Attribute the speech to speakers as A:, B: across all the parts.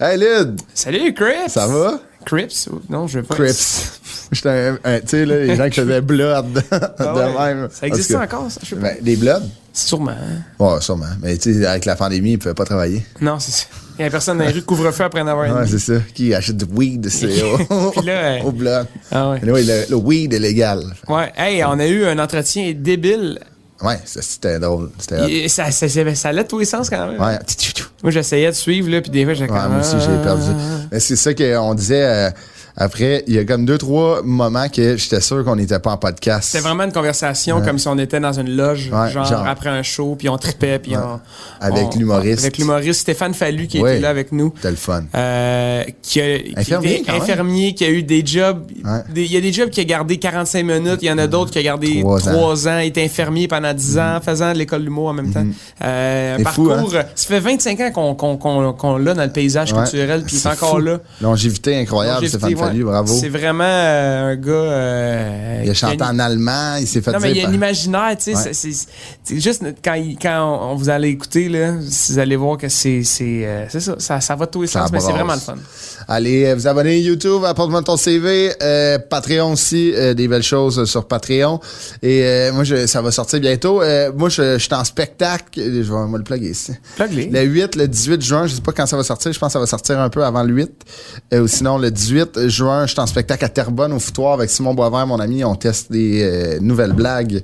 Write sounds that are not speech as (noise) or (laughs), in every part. A: Hey Lyd,
B: Salut Crips!
A: ça va?
B: Crips? ou- Non, je veux pas.
A: Crips. (laughs) J'étais un- un- Tu sais, là, les gens qui faisaient Blood (laughs) de
B: Ah ouais.
A: même.
B: Ça existe
A: En tout cas,
B: encore, ça? Je sais pas.
A: ben, les Bloods?
B: Sûrement. hein.
A: Ouais, sûrement. Mais tu sais, avec la pandémie, ils ne pouvaient pas travailler.
B: Non, c'est ça. Il y a personne dans les rues de couvre-feu après en avoir une.
A: Ouais, c'est ça. Qui achète du weed,
B: (laughs)
A: c'est au,
B: Ah
A: (laughs)
B: Puis là, euh,
A: au Blood.
B: ah ouais.
A: Anyway, le, le weed est légal.
B: Ouais. Hey, on a eu un entretien débile.
A: Ouais, ça, c'était drôle. C'était hot.
B: Et Ça, ça, ça, ça allait de tous les sens quand même.
A: Ouais. Tchou, tchou.
B: Moi, j'essayais de suivre, là, puis des fois, j'étais
A: Ouais,
B: comme, ah.
A: moi aussi, j'ai perdu. Mais c'est ça qu'on disait euh, après. Il y a comme deux, trois moments que j'étais sûr qu'on n'était pas en podcast.
B: C'était vraiment une conversation comme si on était dans une loge,
A: Ouais,
B: genre,
A: genre.
B: après un show, puis on tripait, puis on.
A: Avec
B: on-
A: l'humoriste.
B: Avec l'humoriste Stéphane Fallu qui
A: Ouais.
B: était là avec nous.
A: C'était le fun.
B: Euh, qui a, qui
A: Infirmier,
B: était
A: quand même.
B: infirmier, qui a eu des jobs.
A: Ouais. Mm-hmm.
B: des- Il y a des jobs qui a gardé 45 minutes, il y en a d'autres qui a gardé
A: Trois Mm-hmm.
B: 3 ans, était infirmier pendant 10 ans, faisant de l'école d'humour en même temps. Euh,
A: C'est fou, hein?
B: parcours, ça fait 25 ans qu'on qu'on- qu'on- qu'on l'a dans le paysage
A: Ouais.
B: culturel, puis il
A: C'est
B: est encore
A: fou.
B: là.
A: Longévité incroyable,
B: Longévité,
A: Stéphane
B: ouais.
A: Fallu, bravo.
B: C'est vraiment euh, un gars.
A: Il
B: euh,
A: a
B: qui a
A: chanté
B: une-
A: en allemand, il s'est fait
B: non, mais
A: dire.
B: il y a
A: par-
B: un imaginaire, tu sais.
A: Ouais.
B: c'est- c'est- c'est juste quand, il- quand on, on vous allez écouter, là, vous allez voir que c'est c'est, euh, c'est ça, ça, ça va de tous les
A: Ça
B: sens, mais c'est
A: brasse.
B: vraiment le fun.
A: Allez euh, vous abonner YouTube, apporte-moi ton CV, euh, Patreon aussi, euh, des belles choses euh, sur Patreon. Et euh, moi, je- ça va sortir bientôt. Euh, moi, je, je suis en spectacle. Euh, Je vais moi, le plugger ici.
B: Plug-les.
A: Le 8, le 18 juin, je sais pas quand ça va sortir. Je pense que ça va sortir un peu avant le 8. Euh, ou sinon, le 18 juin, je suis en spectacle à Terrebonne, au Foutoir, avec Simon Boisvert, mon ami. On teste des euh, nouvelles blagues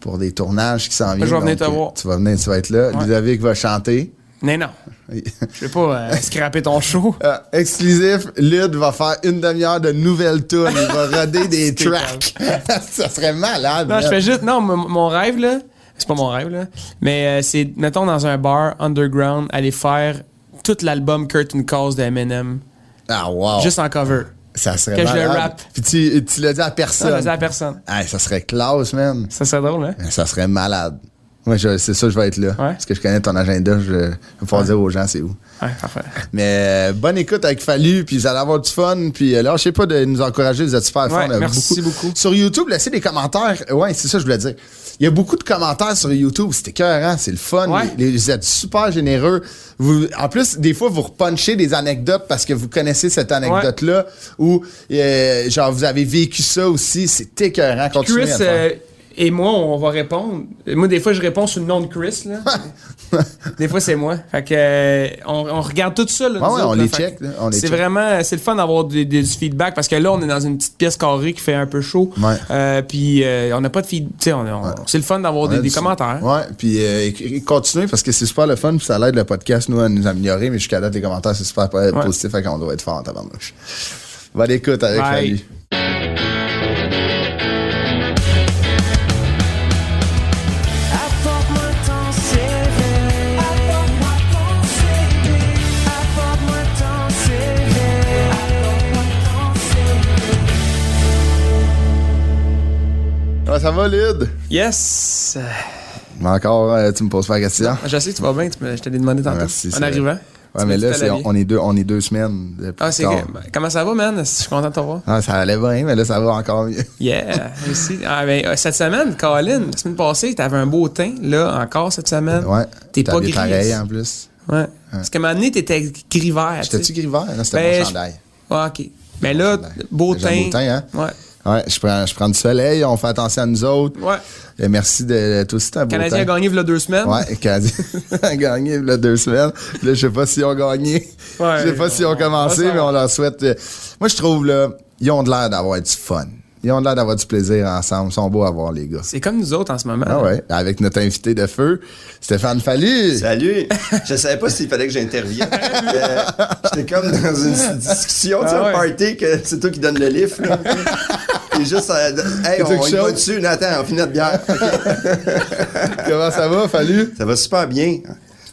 A: pour des tournages qui s'en viennent.
B: je vais venir
A: Donc,
B: te
A: euh,
B: voir.
A: Tu vas venir, tu vas être là. Ludovic va chanter.
B: Mais non. Je vais pas euh, scraper ton show.
A: Euh, exclusif, Lud va faire une demi-heure de nouvelles tunes. Il va
B: (laughs)
A: roder des
B: C'est
A: tracks. (laughs) ça serait malade.
B: Non, je
A: man.
B: fais juste. Non, mon mon rêve, là. C'est pas mon rêve, là. Mais euh, c'est, mettons, dans un bar underground, aller faire tout l'album Curtain Calls de Eminem,
A: Ah, wow.
B: juste en cover.
A: ça serait
B: que je le
A: malade.
B: rappe.
A: Puis tu, tu l'as dit à
B: Ça,
A: personne.
B: je le dis à personne.
A: Hey, ça serait classe, man.
B: Ça serait drôle, hein?
A: Mais Ça serait malade. Moi, je- c'est ça, je vais être là. Parce que je connais ton agenda. Je je vais pouvoir dire aux gens c'est où.
B: Ouais, parfait.
A: Mais euh, bonne écoute avec Fallu, puis vous allez avoir du fun. Puis euh, lâchez pas de nous encourager, vous êtes super fun.
B: Ouais,
A: là,
B: merci beaucoup.
A: Sur YouTube, laissez des commentaires. Ouais, c'est ça que je voulais dire. Il y a beaucoup de commentaires sur YouTube. C'était écœurant, hein, c'est le fun.
B: Ouais.
A: Les- les- vous êtes super généreux. Vous, en plus, des fois, vous repunchez des anecdotes parce que vous connaissez cette anecdote-là. Ou, euh, genre, vous avez vécu ça aussi. C'est écœurant. Continuez
B: Chris
A: à le faire.
B: euh, et moi, on va répondre. Moi, des fois, je réponds sous le nom de Chris, là.
A: (laughs)
B: des fois, c'est moi. Fait que, euh, on, on regarde tout ça, là.
A: Ouais,
B: nous
A: ouais, on
B: là.
A: les
B: Fait
A: check,
B: que
A: là, on les
B: C'est
A: check.
B: vraiment, c'est le fun d'avoir des- des- du feedback parce que là, on est dans une petite pièce carrée qui fait un peu chaud.
A: Ouais.
B: Euh, puis, euh, on n'a pas de feedback. c'est le fun d'avoir des, des commentaires.
A: Ouais, puis euh, écri- continuez parce que c'est super le fun, puis ça l'aide le podcast, nous, à nous améliorer. Mais jusqu'à date, les commentaires, c'est super po- positif, fait qu'on doit être fort en tabarnouche. Bonne écoute avec
B: Bye.
A: Fanny. Comment Ah, ça va, Lyd?
B: Yes! Euh,
A: Mais Encore, euh, tu me poses pas la question.
B: Je sais que tu vas bien, tu me- je t'avais demandé tantôt.
A: Merci,
B: en
A: c'est-
B: arrivant.
A: Ouais, mais
B: tu m'as dit
A: là,
B: que
A: c'est-
B: t'allais
A: on, est deux, on est deux semaines. de
B: Ah,
A: plus
B: c'est
A: tard.
B: que- Comment ça va, man? Je suis content de te voir.
A: Ah, ça allait bien, mais là, ça va encore mieux. (laughs)
B: Yeah, aussi. Ah, ben, euh, cette semaine, Colin, la semaine passée, t'avais un beau teint, là, encore cette semaine.
A: Ouais.
B: T'es
A: T'as
B: pas
A: des
B: gris.
A: pareils, en plus.
B: Ouais. Parce qu'à un moment donné, t'étais gris vert.
A: J'étais-tu gris vert? Non, c'était
B: Ben,
A: mon
B: je-
A: chandail.
B: Ouais, ok. Mais là,
A: chandail.
B: beau
A: Déjà
B: teint.
A: beau teint, hein?
B: Ouais.
A: Ouais, je prends, je prends du soleil, on fait attention à nous autres.
B: Ouais.
A: Euh, merci de toi aussi, t'as beau
B: Le Canadien a
A: temps.
B: gagné il y a deux semaines.
A: Ouais, le (laughs) Canadien a gagné il y a deux semaines. Là, je sais pas s'ils ont gagné.
B: Ouais,
A: je sais pas s'ils ont
B: on-
A: commencé,
B: on va
A: mais on leur souhaite. euh, Moi, je trouve, là, ils ont de l'air d'avoir du fun. Ils ont de l'air d'avoir du plaisir ensemble. Ils sont beaux à voir, les gars.
B: C'est comme nous autres en ce moment.
A: Ah ouais, avec notre invité de feu, Stéphane Fallu.
C: Salut! Je savais pas s'il fallait
B: (laughs)
C: que j'intervienne. Euh, J'étais comme dans une discussion, tu sais,
B: Ah ouais.
C: un party, que c'est toi qui donne le livre.
B: (laughs)
C: là. Et juste, euh, hey,
A: toi
C: on
A: qui
C: y va
A: chante.
C: dessus, Nathan, on finit notre bière. Ok.
A: Comment ça va, Fallu?
C: Ça va super bien.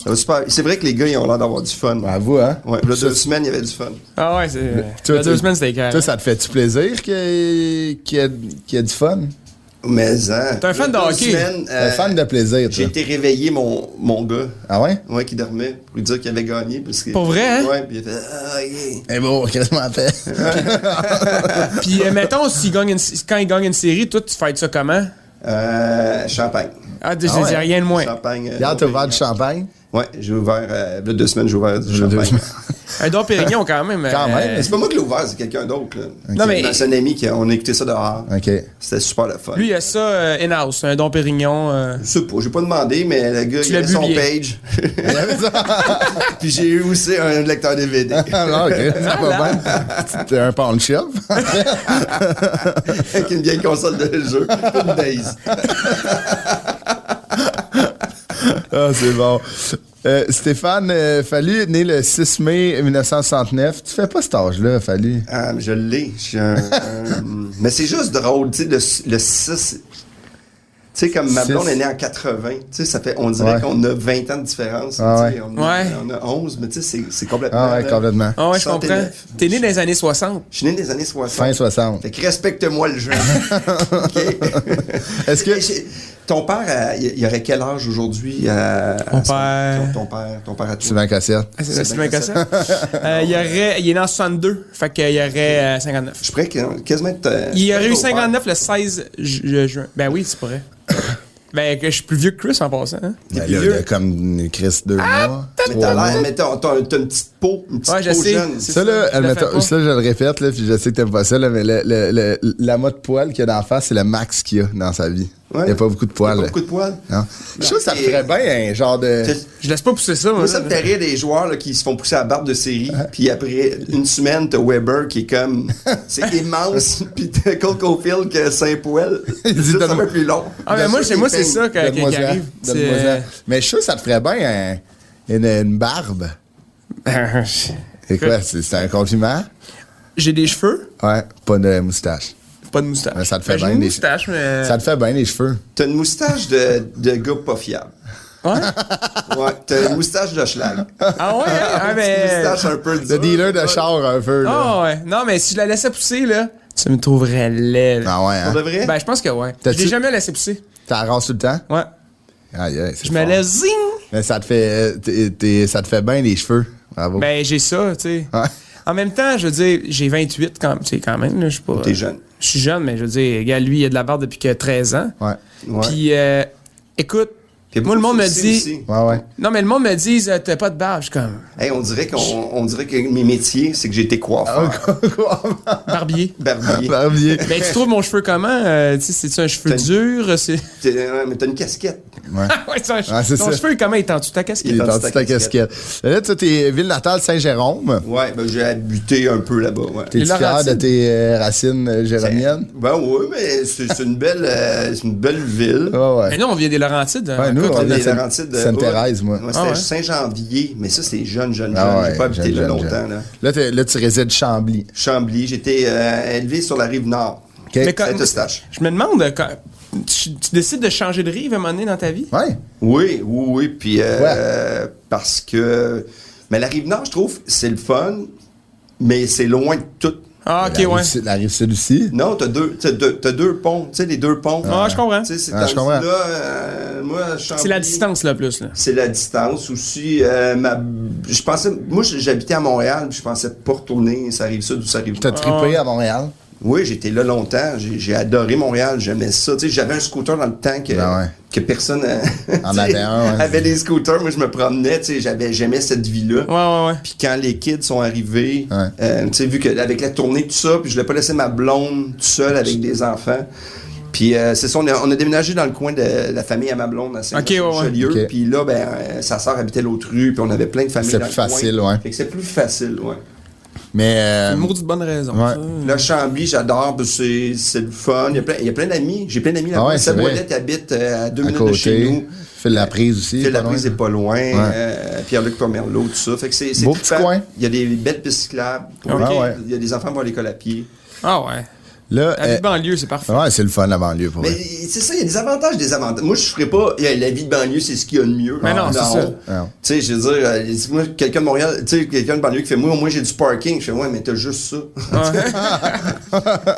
C: Ça va super. C'est vrai que les gars, ils ont l'air d'avoir du fun. Ouais.
A: Bravo, hein?
C: Ouais, le deux semaines, il y avait du fun.
B: Ah ouais, c'est.
A: Toi,
B: la
A: tu-
B: deux semaines, c'était écœurant.
A: Toi, ça te fait-tu plaisir qu'il y, ait- qu'il y ait- qu'il y ait du fun?
C: Mais, hein.
B: T'es un fan
C: le
B: de
C: deux
B: hockey.
C: semaines,
A: T'es
C: euh,
A: fan de plaisir,
C: J'ai
A: toi.
C: été réveillé mon, mon gars,
A: Ah ouais?
C: ouais, qui dormait, pour lui dire qu'il avait gagné. Parce que,
B: Pour vrai, hein?
C: Ouais, puis il a fait ah, Ah, yeah.
A: Eh bon, qu'est-ce qu'on a fait?
B: Puis, euh, mettons, s'il gagne une- quand il gagne une série, toi, tu fêtes ça comment?
C: (laughs) Euh, champagne.
B: Ah, je
A: Ah ouais.
B: dis rien de moins.
C: Champagne. euh,
A: Regarde, t'as ouvert du champagne?
C: Ouais, j'ai ouvert. Euh, il y a deux semaines, j'ai ouvert du champagne. (laughs)
B: Un don Pérignon, quand même.
A: Quand
B: euh,
A: même.
C: Mais C'est pas moi qui l'ai ouvert, c'est quelqu'un d'autre. là.
B: Non, mais-
C: C'est un ami qui a, on a écouté ça dehors. (laughs)
A: OK.
C: C'était super le fun.
B: Lui, il a ça euh, in-house, un don Pérignon. euh.
C: Je sais pas, j'ai pas demandé, mais le gars, il
B: l'as
C: avait son
B: publié.
C: page. (laughs) Puis j'ai eu aussi un
A: (laughs)
C: lecteur DVD.
A: Alors, OK. Ça va bien. T'es un pawn shop.
C: avec une vieille console de jeu. Une Days.
A: (laughs) Ah, c'est bon. Euh, Stéphane euh, Fallu, né le 6 mai 1969. Tu fais pas cet âge-là, Fallu.
C: Ah, mais je l'ai. Je suis un- un-
A: (laughs)
C: mais c'est juste drôle, tu sais, le, le 6. Tu sais, comme ma
A: Six.
C: blonde est née en 80, tu sais, ça fait, on dirait
A: Ouais.
C: qu'on a 20 ans de différence.
A: Ah
C: tu sais, on,
B: ouais.
C: a, on a 11, mais tu sais, c'est- c'est complètement.
A: Ah ouais, complètement.
B: Ah ouais, je comprends.
C: 69.
B: T'es né dans les années 60.
C: Je suis né des années 60.
A: Fin 60.
C: Fait que respecte-moi
A: (laughs)
C: le jeune. OK?
A: Est-ce que-
C: Mais j'ai- Ton père, euh, il il aurait quel âge aujourd'hui? euh,
B: Mon
C: à son-
B: père-
C: Ton, ton père, ton père à toi.
A: Sylvain Cossette.
B: Ah, C'est c'est
C: bien
B: bien que ça. Euh, il, y aurait, il est né en 62, fait qu'il y aurait euh, 59.
C: Je pourrais que- quasiment être, euh,
B: Il y aurait eu
C: ton père.
B: 59 le 16 ju- ju- juin. Ben oui, c'est vrai. (coughs) ben, que je suis plus vieux que Chris en passant. hein.
A: Ben là,
C: vieux.
A: il a comme une crise deux mois.
C: Mais
A: trois
C: t'as
A: mois.
C: l'air, mais t'as, t'as- t'as une petite peau, une petite
B: Ouais, je
C: peau
B: sais.
C: jeune.
B: C'est-
A: Ça, là,
B: Je le
A: admettons-
B: fais pas.
A: ça, je le répète, là, puis je sais que t'aimes pas ça, là, mais le, le, le- la mode poil qu'il y a dans la face, c'est le max qu'il y a dans sa vie.
C: Ouais.
A: Il n'y a pas beaucoup de
C: Pas
A: poils. là.
C: beaucoup de poils.
A: Non. Je trouve que ça
C: Et-
A: ferait bien un genre de.
C: T'as-
B: Je laisse pas pousser ça, moi.
C: Moi, ça me fait rire des joueurs là, qui se font pousser à la barbe de série, puis après une semaine, t'as Weber qui est
A: (laughs)
C: comme. C'est immense, puis t'as Cole Caulfield qui a Saint-Poel.
A: (laughs) Il dit,
C: C'est un
A: donne-moi-
C: peu plus long.
B: Ah, mais moi,
C: Dans
B: c'est- moi, c'est
C: les
B: ça que- que- qui
A: Donne-moi-en,
B: arrive.
A: donne-moi-en.
B: C'est- euh,
A: Mais je suis sûr que ça te ferait bien un- une, une barbe. C'est quoi? C'est c'est un compliment?
B: (laughs) J'ai des cheveux,
A: Ouais, pas de moustache.
B: pas de moustache.
A: Ouais, ça te fait
B: Ben,
A: bien
B: J'ai une
A: des-
B: moustache, mais.
A: Ça te fait bien les cheveux.
C: T'as une moustache de, de gars pas fiable.
B: Ouais?
C: Ouais, t'as une moustache de schlag.
B: Ah ouais?
A: (laughs)
B: hein? Ah,
C: Une
B: mais.
C: moustache un peu
A: Le
C: dure.
A: dealer de char, un peu. Là.
B: Ah ouais. Non, mais si je la laissais pousser, là, tu me trouverais laid. là.
A: Ah ouais,
C: Pour
A: hein?
C: de vrai?
B: Ben, je pense que ouais. Je
A: T'as-tu-
B: l'ai jamais laissé pousser.
A: T'en rases tout le temps?
B: Ouais.
A: Aïe, aïe, c'est
B: Je me
A: fort.
B: laisse zing!
A: Mais ça te fait, euh, t'es- t'es- ça te fait bien les cheveux. Bravo.
B: Ben, j'ai ça, tu sais.
A: Ouais.
B: En même temps, je veux dire, j'ai 28 quand, tu sais, quand même, là, je suis pas.
C: T'es jeune.
B: Je suis jeune, mais je veux dire, gars, lui, il a de la barbe depuis que 13 ans.
A: Ouais.
C: Ouais.
B: Puis, euh, écoute,
C: Puis
B: moi, le monde me
C: aussi,
B: dit.
C: aussi.
A: Ouais,
B: (laughs)
A: ouais.
B: Non, mais le monde me dit, euh, t'as pas de barbe. Je suis comme,
C: Hey, on dirait qu'on on dirait que mes métiers, c'est que j'ai été
A: Ah,
C: coiffeur,
A: (laughs)
B: barbier.
C: barbier.
A: Barbier.
B: ben, tu trouves mon cheveu comment? Euh, tu sais, c'est-tu un cheveu
C: T'as
B: dur? (laughs) C'est.
C: T'es- ouais, mais t'as une casquette.
A: Ouais.
B: ouais, c'est un cheveu.
A: Ah, c'est
B: Ton
A: ça.
B: cheveu, comment il tend-tu ta
A: Il
B: casquette?
A: est
C: tendu
A: tendu
C: ta
A: ta casquette. Euh, Là, toi, t'es ville natale Saint-Jérôme.
C: Ouais, ben j'ai habité un peu là-bas, ouais.
A: T'es-tu
B: Et leurs
A: fier de
B: racines.
A: tes euh, racines euh, jérômiennes?
C: Ben oui, mais c'est c'est une belle euh, c'est une belle ville.
A: Ouais, ouais.
B: Mais nous, on vient des Laurentides.
A: Ah,
B: euh,
A: Ouais, nous, on
C: Comme
A: vient
C: les
A: de Saint-
C: Laurentides de-
A: Sainte-Thérèse, moi.
C: Ouais,
B: Ah
C: c'était
B: ouais.
C: Saint-Janvier, mais ça c'est jeune, jeune, jeune.
A: Ah ouais,
C: j'ai pas habité
A: jeune,
C: là
A: jeune,
C: longtemps
A: jeune.
C: là.
A: Là, t'es- là, tu résides Chambly.
C: Chambly, j'étais euh, élevé sur la rive nord.
A: OK?
B: Mais quand-
C: Saint-Eustache.
B: Je me demande, euh, quand- tu, tu décides de changer de rive à un moment donné dans ta vie?
A: Ouais.
C: Oui, oui, oui, puis euh, parce que mais la rive nord, je trouve, c'est le fun, mais c'est loin de tout.
B: Ah, ok,
A: la
B: ouais.
A: Rive, sud- la rive sud aussi.
C: Non, t'as deux, t'as deux, t'as deux ponts, tu sais, les deux ponts.
B: Ah, je comprends.
C: Tu sais, c'est
A: Ah, je
C: tandis
A: comprends.
C: là, euh, moi, Chambly-
B: C'est la distance, là, plus, là.
C: C'est la distance aussi. euh, ma, je pensais, moi, j'habitais à Montréal, puis je pensais pas retourner. Ça arrive sud ou ça arrive
B: Ah.
A: T'as trippé à Montréal.
C: Oui, j'étais là longtemps. J'ai j'ai adoré Montréal. J'aimais ça. Tu sais, j'avais un scooter dans le temps que,
A: Ben ouais.
C: que personne (laughs) euh,
A: En
C: tu sais,
A: avait un, ouais.
C: avait des scooters. Moi, je me promenais. Tu sais, j'avais- j'aimais cette vie-là.
B: Ouais, ouais, ouais.
C: Puis quand les kids sont arrivés,
A: Ouais.
C: euh, tu sais, vu qu'avec la tournée, tout ça, puis je l'ai pas laissé ma blonde toute seule avec des enfants. Puis euh, c'est ça, on a, on a déménagé dans le coin de la famille à ma blonde, à saint
B: Ok, ouais, ouais.
C: Richelieu.
A: Ok.
C: Puis là, ben, euh, sa sœur habitait l'autre rue, puis on avait plein de familles.
A: C'est
C: dans
A: plus
C: le coin.
A: facile, ouais.
C: Fait que c'est plus facile, ouais.
A: Mais.
B: C'est
A: euh,
B: une maudite bonne raison.
A: ouais.
B: ça.
C: Là, Chambly, j'adore, parce que c'est c'est le fun. Il y a plein, il y a plein d'amis. J'ai plein d'amis là-bas.
A: Ah ouais,
C: Seb
A: c'est vrai.
C: Ouellet habite euh, à deux
A: à
C: minutes de chez
A: côté.
C: nous.
A: Fais la prise aussi.
C: Phil
A: pas
C: Laprise est
A: loin.
C: pas loin.
A: Ouais.
C: euh, Pierre-Luc Pomerleau, tout ça. Fait que c'est c'est
A: Beau
C: tout
A: petit
C: fait.
A: coin.
C: Il y a des belles pistes cyclables.
A: Ah ouais.
C: Il y a des enfants qui vont à l'école à pied.
B: Ah ouais.
A: Là,
B: La vie
A: euh,
B: de banlieue, c'est parfait.
A: ouais, c'est le fun, la banlieue, pour
C: Mais
A: vrai.
C: c'est ça, il y a des avantages, des avantages. Moi, je ferais pas. eh, La vie de banlieue, c'est ce qu'il y a de mieux.
B: Mais non, c'est ça.
A: Non.
C: Tu sais, je veux dire, euh, dis-moi, quelqu'un de Montréal, tu sais, quelqu'un de banlieue qui fait Moi, moi j'ai du parking. Je fais Ouais, mais t'as juste
A: (laughs)
C: ça.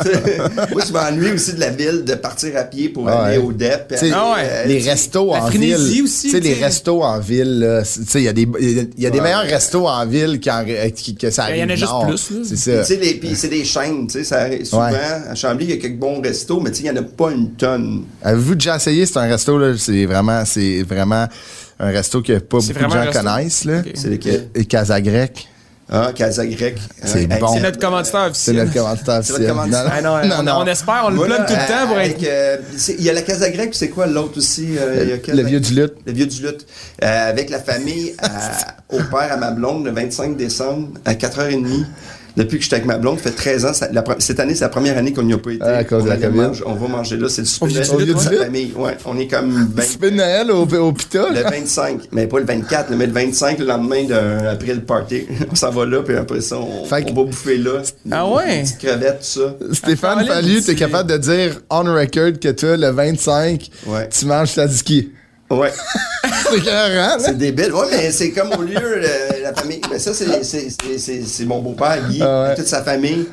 C: Tu sais, moi, je m'ennuie aussi de la ville, de partir à pied pour
A: Ah
C: aller
A: ouais.
C: au DEP. Euh,
A: Tu sais,
B: Ah ouais.
A: Les restos
B: La
A: en
B: frénésie
A: ville.
B: aussi,
A: Tu sais, les
B: tu sais.
A: restos en ville, là, c'est- tu sais, il y a des, il y a- il y a des
C: Ouais.
A: meilleurs restos en ville qu'en- euh, qui- que ça
B: Il y en a
A: arrive
B: juste
A: nord.
B: plus, là.
A: C'est
C: Puis,
A: ça.
C: tu sais, les- puis c'est des chaînes, tu sais, ça arrive souvent.
A: Ouais.
C: À Chambly, il y a quelques bons restos, mais tu sais, il n'y en a pas une tonne.
A: Avez-vous déjà essayé? C'est un resto, là, c'est vraiment, c'est vraiment un resto que pas beaucoup
B: C'est
A: de
B: vraiment
A: gens
B: un resto?
A: connaissent, là.
B: Ok.
C: C'est lequel?
A: Et Casa Grecque.
C: Ah, Casa Grecque.
A: C'est
C: Ah,
A: bon.
B: C'est notre commanditaire
A: C'est
B: officiel.
A: notre commentaire
C: C'est notre
A: officiel.
C: commanditaire.
B: Ah non,
A: (laughs)
B: on- on espère, on le
A: Voilà,
B: plug tout le temps pour être.
C: Avec, euh, c'est- Il y a la Casa Grecque, puis c'est quoi l'autre aussi euh, il y a
A: Le vieux du lutte.
C: Le vieux du lutte. Euh, avec la famille
A: (laughs)
C: à- au père à ma blonde le 25 décembre à 4h30. Depuis que j'étais avec ma blonde, ça fait 13 ans. ça- la pre- cette année, c'est la première année qu'on n'y a pas été.
A: Ah, à cause
C: on,
A: de la
C: allait
A: COVID.
C: manger- on va manger là. C'est le souper
B: Au vieux
C: de-
B: du lutte,
C: de la
A: ouais.
C: famille. Ouais, on est
A: (laughs)
C: comme vingt-
A: Souper de Noël au, au pita,
C: le
B: Ah,
A: là.
B: ben,
C: 25. Mais pas le 24, mais le 25, le lendemain d'un- après le party. On s'en va là, puis après ça, on,
A: Fait que-
C: on va bouffer là.
B: Ah ouais?
C: Une petite crevette, tout ça.
A: (laughs) Stéphane
B: Caroline,
A: Fallu,
B: c'est-
A: t'es capable de dire on record que toi, le 25,
C: Ouais.
A: tu manges ta ski.
C: Ouais.
A: (laughs) C'est hein? carrément,
C: C'est débile. Ouais, mais c'est comme au lieu, le- la famille. Mais ça, c'est- c'est c'est- c'est- c'est mon beau-père, Guy,
A: Ah ouais.
C: et toute sa famille.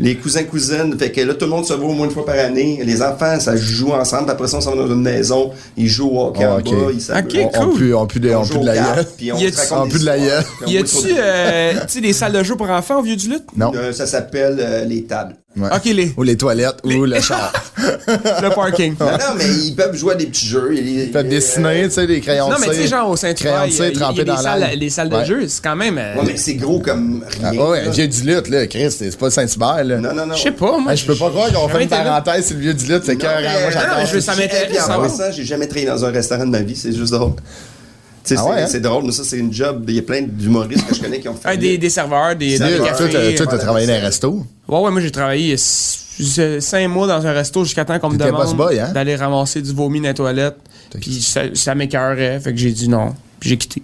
C: Les cousins, cousines. Fait que là, tout le monde se voit au moins une fois par année. Les enfants, ça joue ensemble. Puis Après ça, on s'en va dans une maison. Ils jouent au hockey
A: Ah,
C: en
A: ok.
C: bas. Ils s'amusent.
B: Ok,
A: On, on
B: cool.
A: pue, on pue de, on
C: joue
A: pue de
C: aux
A: la
C: cartes,
A: gueule.
C: puis on
B: Y
C: se
B: a-tu-
C: raconte
A: on pue de la
C: des histoires.
A: gueule.
C: Puis on
B: Y
C: joue autour
B: a-tu
C: de-
B: euh, tu sais, des salles de jeu pour enfants au vieux du lutte?
A: (laughs) Non.
C: Euh, ça s'appelle euh, les tables.
A: Ouais.
B: Ok, les-
A: Ou les toilettes, ou le
B: (laughs)
A: char.
B: Le parking.
C: Non, non, mais ils peuvent jouer à des petits jeux. Ils, euh,
A: Fait
C: ils-
A: Ah. dessiner, tu sais, des crayons
B: Non,
A: de
B: mais tu sais,
A: cire.
B: genre au Saint-Tropez,
A: Crayons de
B: il y a-
A: cire
B: il y a
A: trempés
B: des
A: dans
B: salles,
A: l'algue.
B: les salles de
A: Ouais.
B: jeu, c'est quand même. euh,
C: Ouais, mais c'est gros comme rien.
A: Ah ouais,
C: là.
A: le vieux du lutte, là, Chris, c'est pas Saint-Hubert, là.
C: Non, non, non.
B: Je sais pas, moi.
A: Hey, je peux pas croire qu'on fait
B: Jamais
A: une
B: été là.
A: parenthèse sur le vieux du lutte, c'est cœur.
C: mais-
A: Moi,
C: euh,
B: non, mais je veux
A: j'adore.
B: ça m'intéresse,
C: Puis en
B: ça va.
C: passant, j'ai jamais travaillé dans un restaurant de ma vie, c'est juste drôle. Tu sais,
A: Ah
C: c'est-
A: ouais, hein?
C: c'est drôle, mais ça, c'est une job. Il y a plein d'humoristes que je connais qui ont fait.
B: Ah, des, des serveurs, des,
C: Salut,
B: des
A: Toi,
C: Serveur.
B: cafés.
A: toi, t'as- toi, t'as
C: voilà,
A: travaillé dans un
C: c'est-
A: resto.
B: Ouais, ouais, moi j'ai travaillé 5 mois dans un resto jusqu'à temps qu'on me
A: T'étais
B: demande
A: boss boy, hein?
B: d'aller ramasser du vomi dans les toilettes. Puis ça, ça m'écœurait, fait que j'ai dit non. Puis j'ai quitté.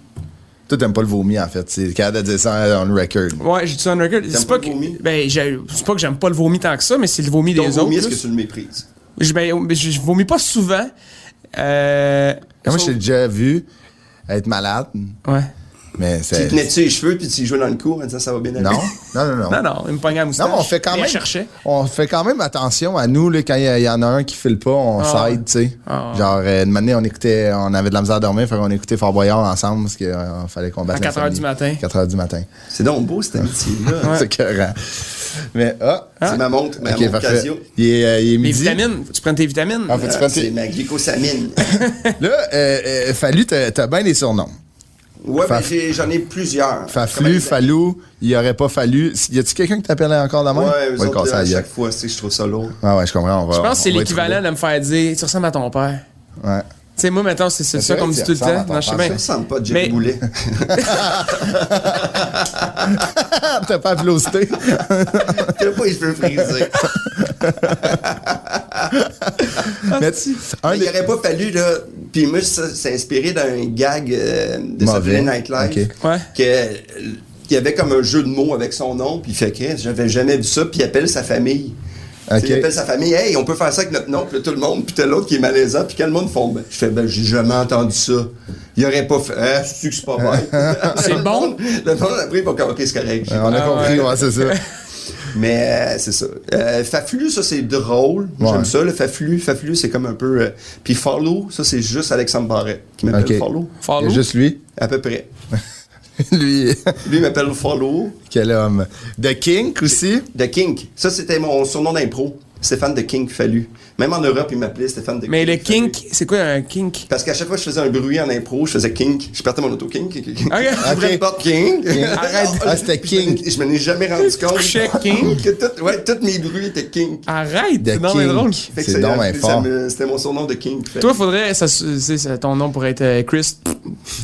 A: Toi, t'aimes pas le vomi, en fait. C'est capable de dire ça on record.
B: Ouais, j'ai dit ça on record. C'est
C: pas
B: pas,
C: le
B: que-
C: vomi?
B: ben, j'ai- c'est pas que j'aime pas le vomi tant que ça, mais c'est le vomi
C: Ton
B: des autres.
C: vomi, est-ce que
B: plus.
C: tu le méprises?
B: Je, ben, je, je vomis pas souvent. Euh,
A: Moi,
B: sauf-
A: j'ai déjà vu être malade,
B: Ouais.
A: mais
C: Tu
A: c'est.
C: tenais-tu les cheveux puis tu y jouais dans le cours en disant ça va bien aller?
A: Non, non, non, non.
B: (laughs) Non, non, il me pognait à moustache.
A: Non, mais on fait quand
B: Il
A: même.
B: cherchait.
A: On fait quand même attention à nous, là, quand il y, a- il y en a un qui file pas, on
B: Ah.
A: s'aide, tu sais.
B: Ah.
A: Genre, euh, une année, on écoutait, on avait de la misère à dormir, fait qu'on écoutait Fort Boyard ensemble parce qu'il fallait combattre.
B: À 4 heures du matin.
A: 4 h du matin.
C: C'est donc beau cette amitié-là.
A: (laughs) C'est écœurant. Mais, ah,
C: C'est ma montre, ma
A: ok,
C: montre
A: parfait.
C: Casio.
A: Il est, euh, il est
B: Les
A: midi.
B: vitamines, faut que tu prennes tes vitamines.
A: Ah, faut que tu
C: Ah,
A: prennes tes-
C: C'est ma glucosamine.
A: Là, euh, euh, Fallu, t'as t'as bien des surnoms.
C: ouais,
A: Faf-
C: mais j'ai- j'en ai plusieurs.
A: Faflu,
C: Comme-
A: Fallou, il aurait pas fallu. Y a-tu quelqu'un qui t'appelle encore la main?
C: Ouais, eux autres, euh,
A: casser la
C: à
A: gueule.
C: chaque fois, tu sais, je trouve ça lourd.
A: Ah ouais, je comprends. On va,
B: Je pense que c'est
A: on va
B: l'équivalent de me faire dire Tu ressembles à ton père.
A: trouver. Ouais.
B: Tu sais, moi, maintenant, c'est c'est
A: C'est
B: ça
A: vrai
B: qu'on me
A: que
B: dit
A: tu
B: tout le
A: ressembles à
B: temps.
A: ton
B: Non, je sais
A: père.
C: Ça
B: bien.
C: ressemble pas à Jack
B: Mais- (laughs)
C: Boulet. (laughs)
A: Ah, t'as pas
B: (laughs)
A: applosté.
C: T'as pas les cheveux frisés.
B: Ah,
A: Ah, Mais un
C: Mais il
A: des-
C: n'aurait pas fallu, là. Puis moi, ça, c'est inspiré d'un gag euh, de
A: Mauvais.
C: Saturday Night Live.
A: Ok.
B: Ouais.
C: Que, euh, qu'il y avait comme un jeu de mots avec son nom, puis il fait que j'avais jamais vu ça, puis il appelle sa famille.
A: Ok.
C: Tu sais, Il appelle sa famille, hey, on peut faire ça avec notre nom, puis là, tout le monde, puis t'as l'autre qui est malaisant, puis quel monde font. Ben, je fais, ben, j'ai jamais entendu ça. Il aurait pas fait, ah, je sais que c'est pas
A: (laughs)
C: vrai.
B: C'est
C: Le
B: bon?
C: monde- Le monde après, il va comme, ok, c'est correct.
A: Euh, On a
B: Ah
A: compris,
B: ouais.
A: ouais, c'est
B: (laughs)
A: ça.
C: Mais euh, c'est ça. Euh, Faflu, ça c'est drôle. Moi,
A: Ouais.
C: J'aime ça, le Faflu. Faflu, c'est comme un peu. euh, Puis Follow, ça c'est juste Alexandre Barrett qui m'appelle
A: Ok.
C: Follow.
A: Il y
B: Follow.
A: a juste lui. (laughs)
C: À peu près.
A: Lui,
C: Lui il m'appelle Follow.
A: quel homme. The Kink aussi.
C: The Kink. Ça c'était mon surnom d'impro. Stéphane de Kink Fallu. Même en Europe, il m'appelait Stéphane de
B: Mais le
C: Kink. Fallu.
B: kink, c'est quoi un kink?
C: Parce qu'à chaque fois que je faisais un bruit en impro, je faisais Kink. (laughs) Je partais mon auto Kink. Kink, Kink.
B: Ok.
C: J'ouvrais une porte, Kink.
A: Arrête. Ah, c'était
C: Je me-
A: Kink.
C: Je me n'ai jamais rendu compte.
B: couchais Kink.
C: Que tout- ouais, tous mes bruits étaient Kink.
B: Arrête!
A: The
B: Non, mais
A: Kink.
B: drôle.
C: Fait que
A: C'est
C: ça-
A: donc bien
C: ça
A: fort.
C: me- C'était mon surnom de King.
B: Toi, faudrait. Ça, c'est- c'est- ton nom pourrait être euh, Chris.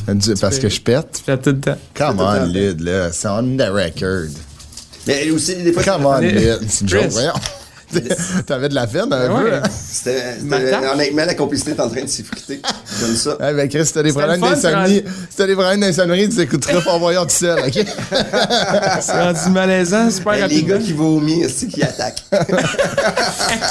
B: Tu
A: Du- Parce que je pète.
B: fais tout le temps.
A: Come on,
C: attends.
A: Lyd, là. C'est on the record.
C: Mais aussi, des fois,
A: Come on,
B: Allez.
A: Lyd. C'est une joke,
B: Chris.
A: voyons. (laughs) T'avais de la veine un
B: Ouais.
A: peu. hein?
C: C'était, c'était-
B: M'attache.
C: honnêtement, la complicité est en train de s'effriter. J'aime ça.
A: Eh ben Chris, si t'as des
B: C'était le
A: problèmes
B: fun,
A: d'insomnie, si t'as des problèmes d'insomnie, tu t'écouteras Fort Boyard tout seul, ok?
B: C'est rendu malaisant, super
C: Ben, les
B: rapide.
C: gars qui vomissent, c'est qui attaquent.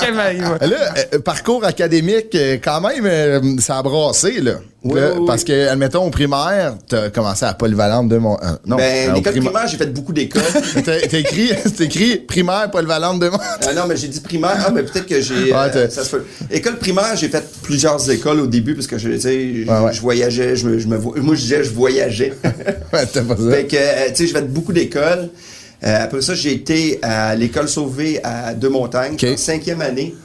B: Quel mal- il va-
A: Là, euh, parcours académique, euh, quand même, euh, ça a brassé, là.
C: Oui,
A: Là,
C: oui, oui.
A: Parce que, admettons, au primaire, t'as commencé à polyvalente de mon. euh, non,
C: Ben,
A: euh, au
C: l'école
A: prima-
C: primaire, j'ai fait
A: (laughs)
C: beaucoup d'écoles.
A: T'as t'as écrit, (laughs) c'est écrit primaire polyvalente de mon.
C: Ah non, mais j'ai dit primaire. Ah, mais peut-être que j'ai. euh,
A: Ouais, t'as-
C: ça se peut. École primaire, j'ai fait plusieurs écoles au début parce que je, tu sais, je,
A: Ouais, ouais.
C: je voyageais. Je me, je me vo- moi, je disais, je voyageais.
A: (laughs) (laughs) Ouais, t'as pas ça.
C: fait que, euh, tu sais, j'ai fait beaucoup d'écoles. Euh, après ça, j'ai été à l'école Sauvée à Deux-Montagnes,
A: Ok.
C: en cinquième année.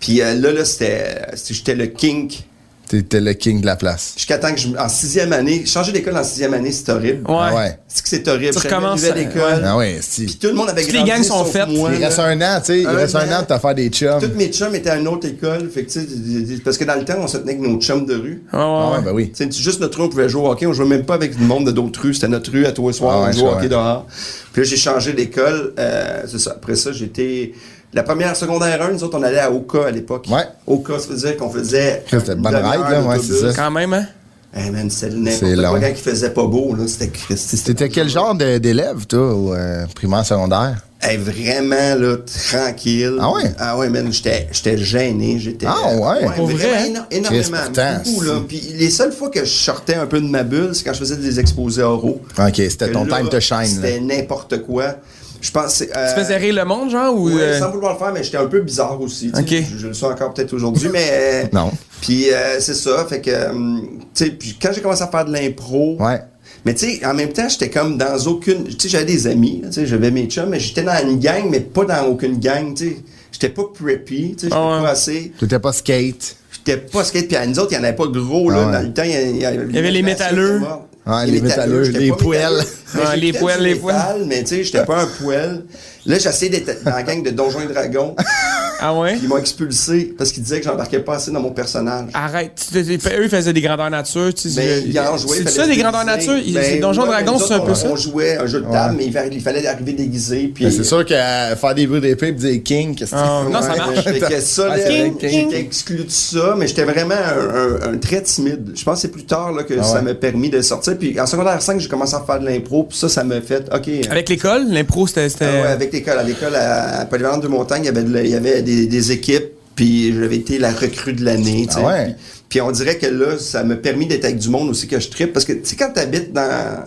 C: Puis euh, là, là, c'était, c'était- j'étais le kink.
A: T'étais le king de la place.
C: Jusqu'à temps que je. En sixième année, changer d'école en sixième année, c'est horrible.
B: Ouais.
A: Ah ouais.
C: C'est que c'est horrible.
B: Tu
C: J'avais une
B: recommences,
C: nouvelle
B: euh,
C: école.
A: Ah ouais, si.
C: Puis tout le monde avait
B: Toutes les
C: grandi,
B: gangs sont
C: sauf
B: faites.
C: moi,
A: Il
C: là.
A: reste un an, tu sais. Il
C: Un
A: reste un
C: an.
A: an de t'as faire des chums.
C: Toutes mes chums étaient à une autre école. Fait que, tu sais, d- d- parce que dans le temps, on se tenait avec nos chums de rue.
B: Ouais, ouais,
A: Ah
B: ouais.
A: ouais, ben oui.
C: Tu sais, juste notre rue, on pouvait jouer au hockey. On jouait même pas avec le monde de d'autres rues. C'était notre rue à tous les soirs.
A: Ah ouais,
C: on jouait au
A: je
C: hockey
A: comprends.
C: dehors. Puis là, j'ai changé d'école. euh, c'est ça. Après ça, j'étais. La première secondaire 1, nous autres, on allait à Oka à l'époque.
A: Ouais.
C: Oka, ça veut dire qu'on faisait.
A: Chris, c'était
C: une
A: bonne
C: demi-heure
A: ride, là, ouais,
C: d'autobus.
A: c'est ça.
B: Quand même, hein?
C: Hey man, c'était
A: C'est
C: n'importe
A: long.
C: quoi. Quand il faisait pas beau, là, c'était Christy, c'était
A: T'étais quel genre de- d'élève, toi, au euh, primaire, secondaire?
C: Hey, vraiment là, tranquille.
A: Ah ouais?
C: Ah ouais, man, j'étais j'étais gêné, j'étais.
A: Ah ouais?
B: Pour
C: vraiment
B: vrai, hein?
C: éno- énormément,
A: Chris, pourtant,
C: beaucoup, là. Puis les seules fois que je sortais un peu de ma bulle, c'est quand je faisais des exposés oraux.
A: Ok, c'était ton time to shine, là.
C: C'était n'importe quoi. Je pense. euh,
B: Tu faisais rire le monde, genre? Ou,
C: ouais,
B: euh,
C: sans vouloir le faire, mais j'étais un peu bizarre aussi. tu
B: Ok.
C: sais. Je, je le suis encore peut-être aujourd'hui, mais.
B: (laughs)
C: euh,
A: Non.
C: Puis euh, c'est ça, fait que. hum, Tu sais, puis quand j'ai commencé à faire de l'impro.
A: Ouais.
C: Mais tu sais, en même temps, j'étais comme dans aucune. Tu sais, j'avais des amis, là, tu sais, j'avais mes chums, mais j'étais dans une gang, mais pas dans aucune gang, tu sais. J'étais pas preppy, tu sais, j'étais
B: Ah ouais.
C: pas assez.
A: T'étais pas skate.
C: J'étais pas skate, puis à nous autres, il y en avait pas gros, là,
A: Ah ouais.
C: dans le temps. Il y,
B: Il y avait les métalleux.
A: Ouais, les métalleux, les poêles.
B: Ouais, les poêles, les poêles.
C: poêles. Mais tu sais, j'étais pas un poêle. Là, j'essayais d'être dans la gang de Donjons et Dragons,
B: Ah ouais?
C: puis ils m'ont expulsé parce qu'ils disaient que j'embarquais pas assez dans mon personnage.
B: Arrête. Tu- tu- tu- Eux, ils faisaient des grandeurs nature. tu sais,
C: Ben,
B: euh,
C: il en jouait.
B: C'est ça,
C: fallait se
B: des
C: déguiser.
B: grandeurs nature? Ils-
C: Ben,
B: Donjons
C: ouais,
B: Dragons,
C: nous
B: c'est un
C: autres,
B: peu
C: on-
B: ça?
C: On jouait un jeu de table, mais il fallait- il fallait arriver déguisé. puis-
A: Ben, c'est sûr que euh, faire des bruits d'épée et dire king, qu'est-ce que
B: Ah,
A: tu-
B: non, ça
C: Ouais,
B: marche.
C: fait que ça,
A: Ouais,
C: là,
A: c'est vrai,
C: j'étais exclu de ça, mais j'étais vraiment un, un- un très timide. Je pense que c'est plus tard là,
B: Ah
C: que ça
A: ouais.
C: m'a permis de sortir. Puis en secondaire 5, j'ai commencé à faire de l'impro, puis ça, ça m'a fait, OK. euh,
B: Avec l'école, l'impro, c'était. c'était-
C: ah ouais,
A: Euh,
C: avec l'école. À l'école, à, à Polyvalente de Montagne, il y avait, de la- il y avait des, des équipes, puis j'avais été la recrue de l'année. tu sais.
A: Ah ouais?
C: puis, puis on dirait que là, ça m'a permis d'être avec du monde aussi que je tripe. Parce que, tu sais, quand t'habites dans.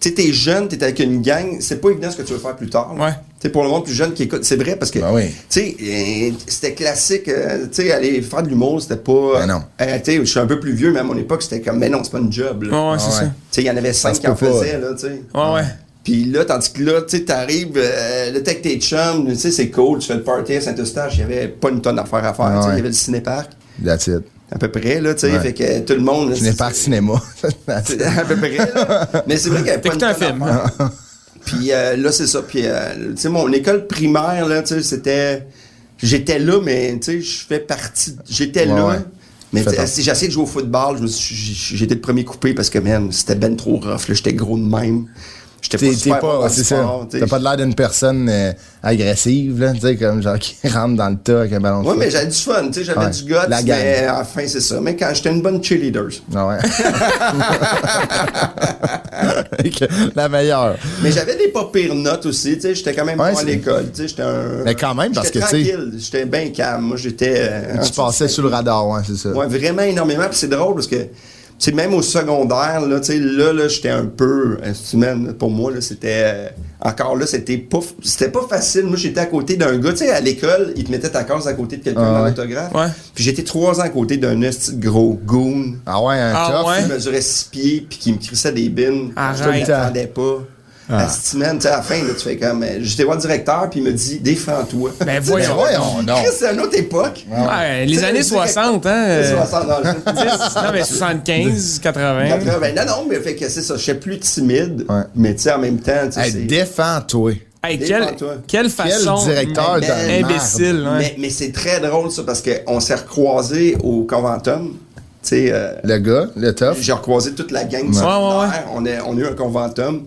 C: Tu sais, t'es jeune, t'es avec une gang, c'est pas évident ce que tu veux faire plus tard. là.
B: Ouais.
C: Tu sais, pour le monde plus jeune qui écoute, c'est vrai parce que.
A: Ben oui.
C: Tu sais, euh, c'était classique. euh, tu sais, aller faire de l'humour, c'était pas.
A: Ben non.
C: Euh, tu sais, je suis un peu plus vieux, mais à mon époque, c'était comme, mais non, c'est pas une job. là.
B: Ouais, ouais, c'est
A: Ah ouais.
B: ça.
C: Tu sais, il y en avait cinq
A: se
C: qui en
A: peut pas.
C: faisaient, là, tu sais.
B: Ouais, ouais.
C: Puis là, tandis que là, tu sais, t'arrives, euh, là, t'es avec tes chums, tu sais, c'est cool, tu fais le party à Saint-Eustache, il y avait pas une tonne d'affaires à faire, tu sais, il
A: ouais.
C: y avait le cinéparc,
A: That's it.
C: à peu près, là, tu sais,
A: Ouais.
C: fait que euh, tout le monde... là,
A: Je n'ai
C: c'est-
A: pas de cinéma. (laughs) That's it.
C: (laughs) à peu
A: (laughs)
C: près, là. Mais c'est vrai qu'il y avait pas une
B: T'écoutais un
C: tonne
B: film.
C: d'affaires. Puis euh, là, c'est ça, puis, euh, tu sais, mon école primaire, là, tu sais, c'était... J'étais là, mais, tu sais, je fais partie... J'étais
A: Ouais,
C: là...
A: ouais.
C: Mais
A: Fais
C: tu sais,
A: attention.
C: si j'ai essayé de jouer au football, je me suis- j'ai- j'étais le premier coupé parce que, man, c'était ben trop rough, là, j'étais gros de même. J'étais
A: T'es
C: pas
A: t'es
C: super bon
A: pas,
C: au
A: c'est ça.
C: sport, tu sais.
A: T'as pas de l'air d'une personne euh, agressive, là, tu sais, comme genre qui (laughs) rentre dans le tas avec un ballon de
C: Ouais,
A: foot.
C: mais j'avais du fun, tu sais, j'avais
A: Ouais,
C: du guts,
A: la gang.
C: mais euh, enfin, c'est ça. Mais quand j'étais une bonne cheerleader.
A: Ah ouais. (laughs) Que- la meilleure.
C: Mais j'avais des pas pires notes aussi, tu sais, j'étais quand même
A: Ouais,
C: bon à
A: c'est-
C: l'école, tu sais, j'étais un...
A: Mais quand même, parce
C: j'étais
A: que, tu sais-
C: tranquille, J'étais bien calme, moi, j'étais... euh, en
A: Tu passais sur le radar, ouais, c'est ça.
C: Ouais, vraiment énormément, puis c'est drôle, parce que, tu sais, même au secondaire, là, tu sais, là, là, j'étais un peu... euh, tu m'aimes, pour moi, là, c'était... euh, encore là, c'était pas... f- C'était pas facile, moi, j'étais à côté d'un gars, tu sais, à l'école, il te mettait ta case à côté de quelqu'un
A: Ah,
C: dans
A: ouais.
C: l'autographe.
B: Ouais.
C: Puis j'étais trois ans à côté d'un esti de gros goon.
A: Ah ouais, un
B: Ah
A: tough.
B: ouais?
C: qui mesurait 6 pieds puis qui me crissait des bines.
B: Arrête.
C: Je ne m'attendais pas.
A: Ah.
C: À cette semaine, tu sais, à la fin, là, tu fais comme. euh, J'étais voir le directeur puis il me dit défends-toi.
B: Ben,
C: (laughs) Tu sais,
B: voyons.
A: Voyons donc.
C: Chris, c'est une autre époque.
B: Ouais,
C: Tu
B: les
C: sais,
B: années
C: le
B: 60, hein.
C: Les
B: euh, (laughs)
C: 60 dans le fond.
B: Non, mais 75, 80.
C: 80. ben, Non, non, mais fait que c'est ça. Je suis plus timide,
A: Ouais.
C: mais tu sais, en même temps, tu sais.
A: Hey,
C: c'est-
A: Défends-toi.
B: Hey, quelle,
C: Défends-toi.
B: quelle façon.
A: directeur
C: de
B: Imbécile, hein.
A: merde.
B: ouais.
C: Mais, mais c'est très drôle, ça, parce qu'on s'est recroisés au Conventum. Tu sais, euh,
A: Le gars, le tough.
C: J'ai recroisé toute la gang du
B: Ouais, ouais, ouais.
C: secondaire. On, a, on a eu un conventum.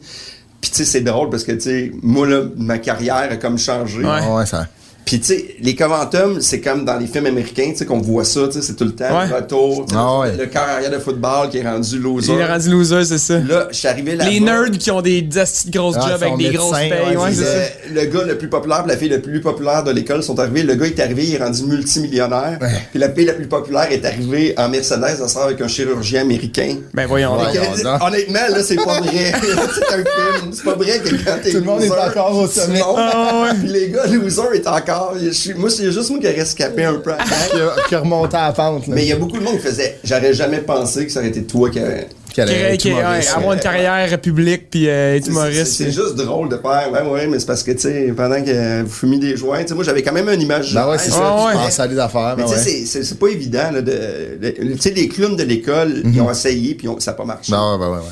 C: Puis, tu sais, c'est drôle parce que, tu sais, moi, là, ma carrière a comme changé.
B: Ouais.
A: Ah ouais, ça.
C: Puis, tu sais, les commentum, c'est comme dans les films américains, tu sais, qu'on voit ça, tu sais, c'est tout le temps
B: Ouais.
C: le retour, tu sais,
A: Ah ouais.
C: le corps arrière de football qui est rendu loser.
B: Il est rendu loser, c'est ça.
C: Là, je suis arrivé là
B: les nerds qui ont des asti de grosses
A: Ah,
B: jobs
A: ils sont
B: avec des grosses
A: médecins,
B: payes.
A: ouais,
B: ouais,
A: ils
B: c'est ça.
C: le, le gars le plus populaire, puis la fille la plus populaire de l'école sont arrivés. Le gars est arrivé, il est rendu multimillionnaire. Puis la fille la plus populaire est arrivée en Mercedes, elle sort avec un chirurgien américain.
B: Ben voyons.
A: Ouais.
B: donc.
C: Qu'elle dit,
A: Ah, non.
C: honnêtement, là, c'est pas vrai. (laughs) c'est un film. C'est pas vrai que quand t'es
A: Tout le monde est
C: loser,
A: encore au
C: tu
A: sommet.
C: montes.
B: Ah,
C: Puis les gars, loser est encore. je suis- moi, c'est juste moi qui ai rescapé un peu. après.
A: qui, a, qui a remonté à la pente. là.
C: Mais il y a beaucoup de monde qui faisait. J'aurais jamais pensé que ça aurait été toi qui aurais-
A: Qu'elle
B: Qui-
A: est
B: qui- ouais,
A: humoriste, là.
B: avoir une carrière publique puis euh, être
C: C'est- c'est-
B: humoriste.
C: C'est juste drôle de faire. Ouais, ouais, mais c'est parce que, tu sais, pendant que vous fumiez des joints, tu sais, moi, j'avais quand même une image.
A: Ben ouais, c'est ça.
B: Ah
A: Je
B: ouais.
A: pense à des affaires.
C: Mais
A: ben
C: tu
A: ouais.
C: sais, c'est- c'est- c'est pas évident. là, de- de- Tu sais, les clowns de l'école, ils ont essayé, puis ils ont- ça n'a pas marché.
A: Mhm. Ben ouais, ben ouais, ouais.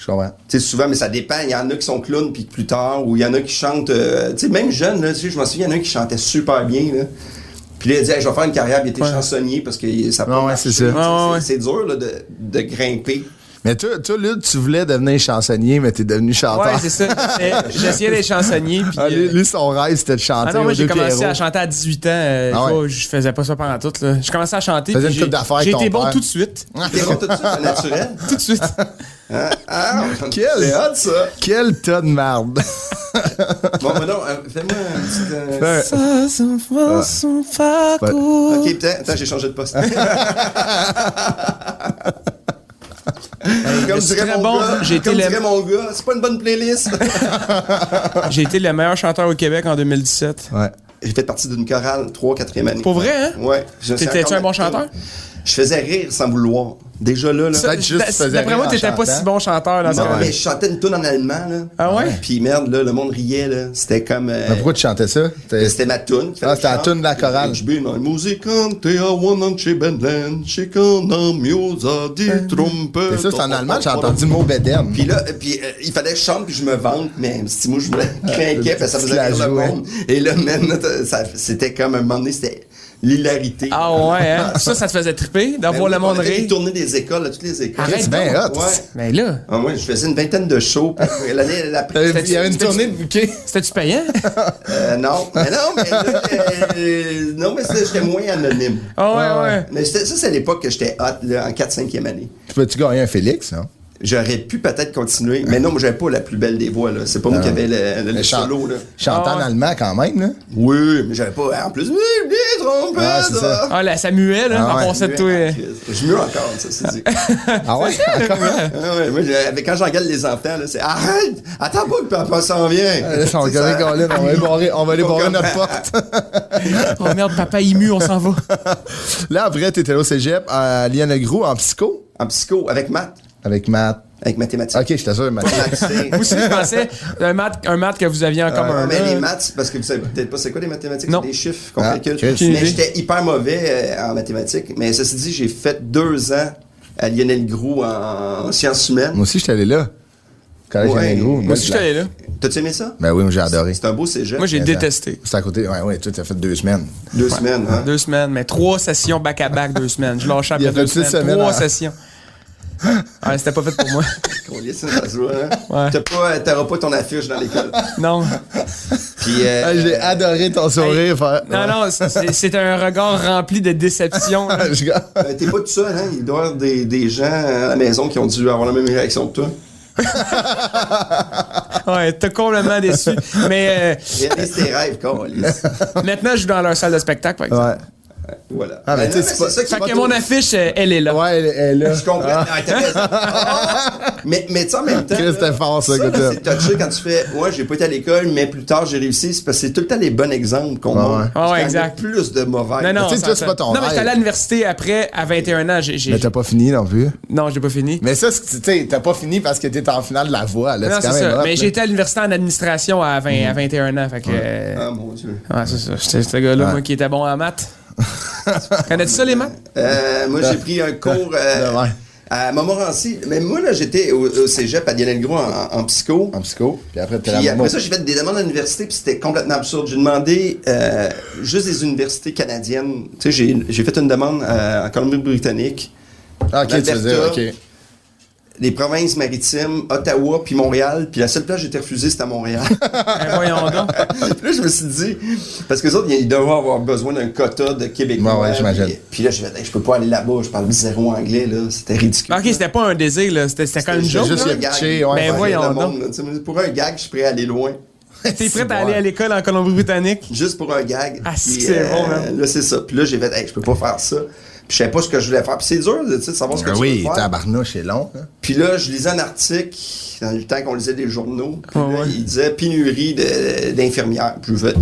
A: Je comprends.
C: Tu sais, souvent, mais ça dépend. Il y en a qui sont clowns, puis plus tard, ou il y en a qui chantent. euh, tu sais, même jeune, là, tu sais, je m'en souviens, il y en a un qui chantait super bien. Là. Puis là, il a dit, Hey, je vais faire une carrière, puis il était chansonnier parce que ça a pas
A: Ouais, ouais,
C: marché.
A: c'est ça.
C: Tu sais,
B: Ouais, ouais,
C: c'est-
B: ouais.
C: C'est dur là, de,
A: (laughs)
C: de grimper.
A: Mais toi, toi, Lude, tu voulais devenir chansonnier, mais t'es devenu chanteur.
B: Ouais, c'est ça. Mais J'essayais d'être chansonnier. Puis,
A: Ah, lui,
B: euh,
A: lui, son rêve, c'était de chanter
B: ah non, moi,
A: aux
B: j'ai
A: deux
B: commencé
A: Pierrots.
B: à chanter à 18 ans. euh,
A: Ah ouais.
B: je vois, je faisais pas ça pendant tout. Là. J'ai commencé à chanter.
A: Faisais
B: puis
A: une couple
B: j'ai-
A: d'affaires avec
B: J'ai
A: ton
B: été bon
A: père.
B: tout
A: (laughs)
B: de suite.
C: T'es bon tout de suite, c'est naturel.
B: Tout de suite.
C: Hein? Ah,
A: Quel-
C: C'est hot, ça.
A: Quel tas de
B: (laughs)
A: merde!
C: Bon, mais non, euh, fais-moi un petit... euh,
B: Ça, son front, son fardeau.
C: Ok, putain, attends, j'ai changé de
A: (laughs)
C: poste. comme
B: je suis
C: dirait
B: très
C: mon
B: bon,
C: gars,
B: j'ai été
C: comme
B: le-
C: dirait mon gars, c'est pas une bonne playlist.
B: J'ai été le meilleur chanteur au Québec en 2017.
A: Ouais.
C: j'ai fait partie d'une chorale 3 4e année.
B: Pour vrai, hein?
C: Ouais. Je- c'est
B: T'étais-tu
C: encore
B: un bon
C: ma-
B: chanteur?
C: Je faisais rire sans vouloir. Déjà là, là.
A: Peut-être juste tu faisais
B: Ben, D'après
A: rire
B: moi,
A: en
B: t'étais pas
A: chantant.
B: si bon chanteur dans ce
C: Non,
B: cas-là.
C: mais je chantais une tune en allemand, là.
B: Ah ouais?
C: Puis merde, là, le monde riait, là. C'était comme. euh,
A: Mais pourquoi tu chantais ça? T'es-
C: C'était ma tune. qui
A: Ah,
C: fallait
A: c'était la
C: que je chante.
A: tune de la chorale.
C: Ich bin ein Musikant, der one chez Benland, chez Canamiosa, die Trompette.
A: C'est ça, c'est en allemand, j'ai entendu le mot Beden.
C: Puis là, euh, puis, euh, il fallait que je chante, puis je me vante, mais si moi
A: (laughs)
C: je me
A: Ah,
C: craquais, parce que ça
A: Tu
C: faisait
A: la
C: rire le
A: jouais.
C: monde. Et là, man, là, t'as- ça- c'était comme un moment donné, c'était l'hilarité. Ben
B: Ah ouais, hein? Ça, ça te faisait triper d'avoir le monde rire.
C: tourné des écoles, à toutes les écoles.
B: Arrête
A: C'est bien
C: Ouais.
A: hot!
B: Mais là,
C: Ah, ouais, je faisais une vingtaine de shows. puis L'année
A: T'avais-
C: l'après,
A: Euh, Il y avait une
B: C'était-
A: tournée de bouquets.
C: (laughs)
B: c'était-tu
A: (laughs)
B: payant?
C: euh, non, mais non, mais là, euh, non, mais c'était- j'étais moins anonyme.
B: Ah ouais, ouais.
C: Mais c'était- ça, c'est l'époque que j'étais hot, là, en 4-5e année.
A: Tu peux-tu gagner un Félix, non?
C: J'aurais pu peut-être continuer, mais non, moi, j'avais pas la plus belle des voix, là. C'est pas moi qui avais le, le- le
A: Mais chan-
C: solo, là. Ben
A: Chantant
B: Ah
A: en
B: ouais.
A: allemand quand même, là.
C: Oui, mais j'avais pas. En plus, oui, les trompettes!
A: Ah, c'est ça.
B: Ah, la Samuel, hein,
A: Ah
B: t'en
A: ouais.
B: pensais de toi. euh.
C: Je mieux encore, ça, c'est
B: (laughs)
C: dit.
A: Ah ouais? Encore?
C: Ah ouais, moi, j'ai- avec- quand j'engueule les enfants, là, c'est arrête! Attends pas que papa s'en vient!
A: Là, si on
C: C'est
A: regardait
C: ça.
A: Colin, on va
C: (laughs)
A: aller barrer- on va aller
C: Faut
A: barrer
C: comme-
A: notre porte. Ah,
B: Oh merde, papa ému, on
A: (laughs)
B: s'en va.
A: Là, après, t'étais au cégep à Lyon Legrou en psycho
C: En psycho, avec maths,
A: avec Matt.
C: avec mathématiques.
A: Ok, je t'assure, Matt.
C: Axé.
B: Vous aussi, je pensais un maths, un maths que vous
A: Euh,
B: aviez en commun.
C: Ah, mais
B: là.
C: les maths, parce que vous savez peut-être pas c'est quoi les mathématiques,
B: Non.
C: c'est des chiffres qu'on
A: Ah,
C: calcule.
A: Chris.
B: Aucune idée.
C: Mais j'étais hyper mauvais euh, en mathématiques. Mais ceci dit, j'ai fait deux ans à Lionel Groux en, en sciences humaines.
A: Moi aussi, j'étais allé là. Collège
C: Ouais.
A: Lyon Legrou.
C: Moi
B: Moi aussi, j'étais là.
C: T'as-tu aimé ça?
A: Ben oui, moi, j'ai adoré.
C: C'est un beau cégep.
B: Moi, j'ai
A: Mais
B: détesté.
A: C'est à côté. Ouais, ouais, toi, t'as fait deux semaines.
C: Deux semaines. hein.
B: Deux semaines, mais trois sessions back-à-back, deux semaines. Je lâchais
A: Il
B: après
A: a fait
B: deux
A: six
B: semaines.
A: semaines,
B: trois
A: hein.
B: sessions. Ouais, c'était pas fait pour moi.
A: (laughs)
C: Qu'on lit ça, ça se voit, hein?
B: Ouais.
C: T'as pas- T'auras pas ton affiche dans l'école.
B: Non.
C: Puis, euh,
A: Ah, j'ai adoré ton sourire. faire-
B: Non, non, c'est c'est un regard rempli de déception. là.
A: Je-
C: Ben, t'es pas tout seul, hein? Il doit y avoir des, des gens euh, à la maison qui ont dû avoir la même réaction que toi.
B: Ouais, t'es complètement déçu. Mais
C: Réalise tes rêves, câlisse.
B: euh, maintenant, je joue dans leur salle de spectacle, par exemple.
A: Ouais.
C: Voilà.
A: Ah, mais tu
C: Ben
A: sais,
C: non,
A: c'est pas-
C: ça qui
B: Fait
C: va
B: que
C: tout-
B: mon affiche, euh, elle est là.
A: Ouais, elle, elle est là.
C: Je comprends. Ah,
A: (laughs)
C: t'as raison. Ah! mais mais tu sais, en même temps.
A: Chris,
C: là,
A: c'était fort, ça,
C: là,
A: Gautam.
C: C'est touché quand tu fais, ouais, j'ai pas été à l'école, mais plus tard, j'ai réussi. C'est parce que c'est tout le temps les bons exemples qu'on
A: Ah, ouais.
C: montre.
B: Ah, ouais,
C: Parce qu'il y en a
B: exact.
C: Plus de mauvais.
B: Non, non,
A: Mais tu sais,
B: on
A: toi,
B: s'entend.
A: c'est pas ton
B: Non, mais j'étais allé à
A: rêve.
B: l'université après, à 21 ans. j'ai- j'ai-
A: Mais t'as pas fini non plus.
B: Non, j'ai pas fini.
A: Mais ça, c'est- tu sais, t'as pas fini parce que t'es en finale de la voix. Là,
B: Non,
A: c'est
B: c'est
A: quand même
B: ça.
A: hot,
B: Mais
A: là. Mm-hmm.
B: j'étais à l'université en administration à, 20 à 21 ans. Fait que. euh,
C: Ah, mon Dieu.
B: Ah, c'est ça. J'étais ce gars-là, moi, qui était bon en maths. (laughs) Connais-tu ça, les maths?
C: Euh, moi, j'ai pris un cours euh,
A: (laughs) Ouais.
C: à Montmorency. Mais moi, là, j'étais au, au cégep à Lionel Gros en, en psycho.
A: En psycho. Puis après, t'es
C: Puis
A: la
C: après ça, j'ai fait des demandes à l'université, puis c'était complètement absurde. J'ai demandé euh, juste des universités canadiennes. Tu sais, j'ai- j'ai fait une demande euh, en Colombie-Britannique.
A: Ah, ok, tu veux dire,
C: Alberta.
A: ok.
C: les provinces maritimes, Ottawa, puis Montréal. Puis la seule place que j'étais refusé, c'était à Montréal.
A: (laughs)
C: (laughs)
A: Ah.
B: Ben, voyons donc.
C: là, je me suis dit, parce que les autres, ils devaient avoir besoin d'un quota de Québécois.
A: Ouais, ouais, j'imagine.
C: Puis- Puis là, je me suis dit, je peux pas aller là-bas, je parle zéro anglais, là. C'était ridicule.
B: Ben, ok, c'était pas un désir, là. C'était c'était quand même une
C: C'était
B: joke.
A: juste
B: là.
A: le pitcher, ouais,
B: Ben,
C: Faire
B: voyons
C: rire le
B: donc.
C: monde, là. Tu sais, Pour un gag, je suis prêt à aller loin.
B: (laughs) T'es prêt à aller à l'école en Colombie-Britannique?
C: Juste pour un gag.
B: Ah, si,
C: Puis, euh,
B: c'est bon, man.
C: Là, c'est ça. Puis là, j'ai fait, hey, je peux pas faire ça. Puis je savais pas ce que je voulais faire. Puis c'est dur de tu sais, de savoir ce que
A: Ah
C: tu
A: oui,
C: veux faire.
A: tabarnouche, c'est long. hein.
C: Puis là, je lisais un article dans le temps qu'on lisait des journaux. Puis
B: Ah
C: là,
B: ouais.
C: il disait pénurie de- d'infirmières. Puis je fais-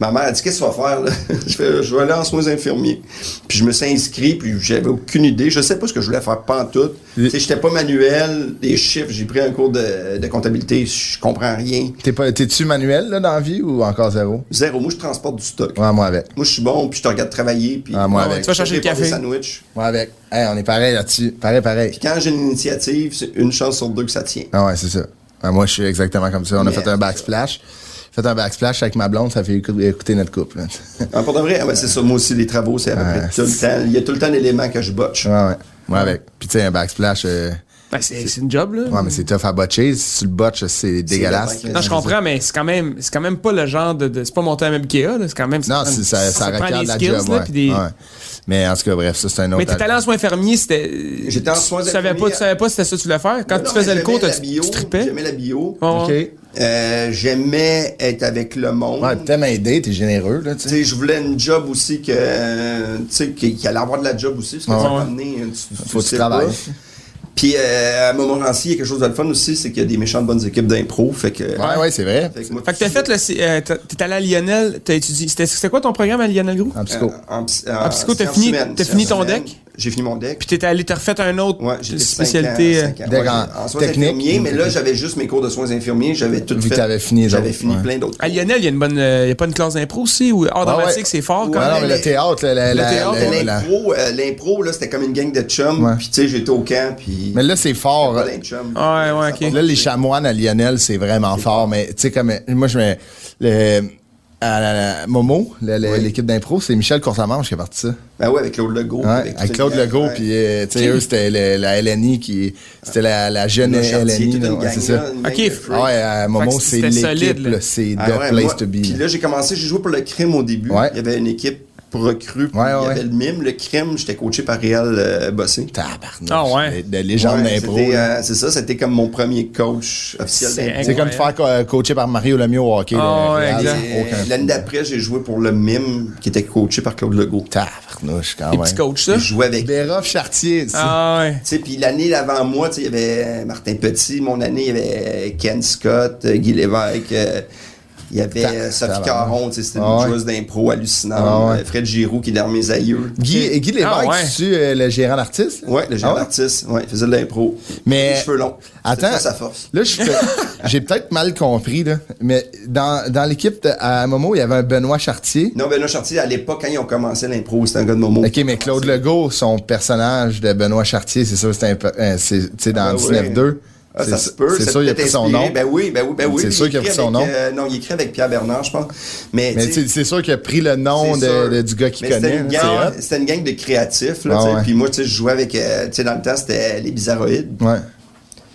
C: Ma mère a dit Qu'est-ce que tu vas faire là? (laughs) Je fais Je vais aller en soins infirmiers. Puis je me suis inscrit, puis j'avais aucune idée. Je sais pas ce que je voulais faire pantoute. Tu sais, j'étais pas manuel, des chiffres, j'ai pris un cours de, de comptabilité, je comprends rien.
A: T'es pas- T'es-tu manuel là, dans la vie ou encore zéro?
C: Zéro, moi je transporte du stock.
A: Ouais, moi avec.
C: Moi je suis bon, puis je te regarde travailler, puis
A: Ah, moi, avec.
C: je
A: Tu
B: vas chercher le
C: prépare des
B: café.
C: sandwichs.
A: Moi avec. Hey, on est pareil là-dessus. Pareil, pareil.
C: Puis quand j'ai une initiative, c'est une chance sur deux que ça tient.
A: Ah ouais, c'est ça. Ah, moi, je suis exactement comme ça. On a
C: Mais
A: fait
C: c'est
A: un
C: ça.
A: backsplash. Fait un backsplash avec ma blonde, ça fait écou- écouter notre couple. là.
B: (laughs)
C: Ah, pour de vrai, ah, ben, c'est ça, moi aussi, les travaux, c'est à peu
B: Ah,
C: près
A: Ouais.
C: tout le temps. Il y a tout le temps d'éléments que je botche.
A: ouais, ouais. Moi avec. Puis tu sais, un backsplash, euh,
B: Ben, c'est c'est une job, là.
A: ouais, mais c'est tough à botcher. Si tu le botches, c'est dégueulasse.
C: la banque.
B: Non, je comprends, mais c'est quand même, c'est quand même pas le genre de, de- c'est pas monter à même Ikea, là. C'est quand même,
A: Non,
B: prend-
A: c'est- ça, ça,
B: prend
A: requiert
B: des
A: de la
B: skills,
A: job.
B: là,
A: ouais.
B: puis des-
A: Ouais. Mais en tout cas, bref, ça, c'est un autre.
B: Mais t'es allé en soins infirmiers, c'était,
C: J'étais en
B: tu-
C: soins
B: tu savais pas,
C: infirmiers.
B: tu savais pas si c'était ça que tu voulais faire. Quand
C: Non,
B: tu
C: non,
B: faisais
C: mais
B: le cours,
C: j'aimais
B: t'as-
C: la
B: tu
C: bio,
B: trippais.
C: J'aimais la bio.
B: Ouais,
A: OK.
B: ouais.
A: Ouais,
C: Euh, j'aimais être avec le monde.
A: puis t'aimes aider, t'es généreux, là, tu
C: Tu
A: sais.
C: sais, je voulais une job aussi que, euh, tu sais, qu'il qu'il allait avoir de la job aussi, parce que
B: Ouais.
C: tu vas amener, euh, tu, tu
A: Faut que tu
C: sais
A: travailles.
C: pas. Puis euh, à Montmorency, il y a quelque chose de le fun aussi, c'est qu'il y a des méchantes bonnes équipes d'impro. Fait que.
A: Ouais, ouais, c'est vrai.
C: Fait que moi,
B: Fait que t'as fait le, c'est- euh, t'as- t'es allé à Lionel, t'as étudié, c'était, c'était quoi ton programme à Lionel Group?
A: En psycho.
C: euh, En, psy-
B: En Ah, psycho, t'as
C: sciences
B: fini-
C: humaines,
B: t'as fini
C: sciences
B: ton
C: humaines.
B: deck?
C: J'ai fini mon deck.
B: Puis t'es allé, t'as refait un autre
C: Ouais, j'ai
B: spécialité. euh,
A: Deck en
C: en, soins
A: technique.
C: infirmiers, mais là, j'avais juste mes cours de soins infirmiers. J'avais tout
A: Vu
C: fait.
A: que t'avais fini les
C: J'avais
A: autres,
C: fini
A: ouais.
C: plein d'autres.
B: À Lionel, il y a une bonne, euh, il y a pas une classe d'impro aussi, ou art
A: Ah ouais.
B: dramatique, c'est fort, quand
A: Ouais, non,
B: même.
A: mais le théâtre, la- la-
B: Le
A: la-
B: théâtre,
A: la-
B: ouais.
A: la-
C: L'impro, euh, l'impro, là, c'était comme une gang de chums.
A: Ouais.
C: Puis, tu sais, j'étais au camp. Puis,
A: Mais là, c'est fort. euh,
C: pas d'un chum.
B: Ah Ouais, ouais, ok.
A: Là, les chamoines à Lionel, c'est vraiment fort. Mais tu sais, comme euh, moi, je mets. le- à la- la- Momo, le- le-
C: Oui.
A: l'équipe d'impro, c'est Michel Coursamange qui est parti ça.
C: Ben ouais, avec Claude Legault.
B: Oh,
A: Ouais, avec Claude Legault, puis euh, tu sais, eux, c'était le- la LNI qui. C'était la, la jeune LNI. là, ouais, c'est ça.
B: Ok.
A: Ah ouais, à Momo,
B: que
A: c'est
B: c'était solide,
A: l'équipe,
B: là. Ah,
A: là, c'est the place to be.
C: Ah Puis
A: là.
C: là, j'ai commencé, j'ai joué pour le crime au début.
A: Ouais.
C: Il y avait une équipe pour recrues. puis
A: Ouais, ouais,
C: il y
A: ouais.
C: avait le mime, le crime. J'étais coaché par Réal euh, Bossé.
A: Tabarnouche.
B: Ah ouais.
A: De, de légende
C: Ouais,
A: d'impro.
C: c'était,
A: là.
C: euh, C'est ça, c'était comme mon premier coach officiel
B: C'est
C: d'impro.
A: C'est comme te faire co- euh, coacher par Mario Lemieux au hockey. là,
B: Ah ouais,
A: Real,
B: exact.
C: Et
A: aucun-
C: euh, L'année d'après, j'ai joué pour le mime qui était coaché par Claude Legault.
A: Tabarnouche, quand
B: Des
A: même.
B: petits coachs, ça.
C: Je jouais avec. Tu
A: Béroff Chartier. tu sais.
B: Ah ouais.
C: sais, Puis l'année d'avant moi, tu sais, il y avait Martin Petit, mon année, il y avait Ken Scott, euh, Guy Lévesque, euh, il y avait
A: Ta-
C: euh,
A: ta-
C: Sophie Caron, tu sais, c'était une
A: Ah ouais.
C: joueuse d'impro hallucinante,
A: Ah ouais.
C: euh, Fred Giroux qui est dans mes aïeux.
A: Guy, et Guy Lévesque,
B: Ah ouais.
A: tu es le gérant d'artiste? là?
C: Ouais, le
A: Ah
C: genre
A: ouais?
C: d'artiste, ouais, il faisait de l'impro.
A: Mais-
C: Les cheveux longs. C'est
A: Attends,
C: ça sa force.
A: là, je fais-
C: (laughs)
A: j'ai peut-être mal compris, là, mais dans, dans l'équipe de- à Momo, il y avait un Benoît Chartier.
C: Non, ben Benoît Chartier, à l'époque, quand ils ont commencé l'impro, c'était un gars de Momo.
A: OK, mais Claude Legault, son personnage de Benoît Chartier, c'est sûr, c'est un peu- euh, c'est- tu sais, dans
C: Ah,
A: 19-2.
C: Ah,
A: c'est
C: ça se peut.
A: c'est
C: ça
A: sûr, il a
C: peut
A: pris son
C: t'inspirer.
A: nom.
C: Ben oui, ben oui, ben oui.
A: C'est sûr qu'il a
C: écrit
A: pris son
C: avec,
A: nom.
C: euh, non, il écrit avec Pierre Bernard, je pense. Mais,
A: Mais
C: tu sais,
A: tu sais, c'est sûr qu'il a pris le nom
C: c'est
A: de-
C: sûr.
A: de- du gars qu'il
C: Mais c'était
A: connaît.
C: une
A: là,
C: gang-
A: c'est hot.
C: C'était une, gang de créatifs. Là,
A: Ah
C: tu sais.
A: ouais.
C: Puis moi, tu sais, je jouais avec. euh, tu sais, dans le temps, c'était les Bizarroïdes.
A: Ouais.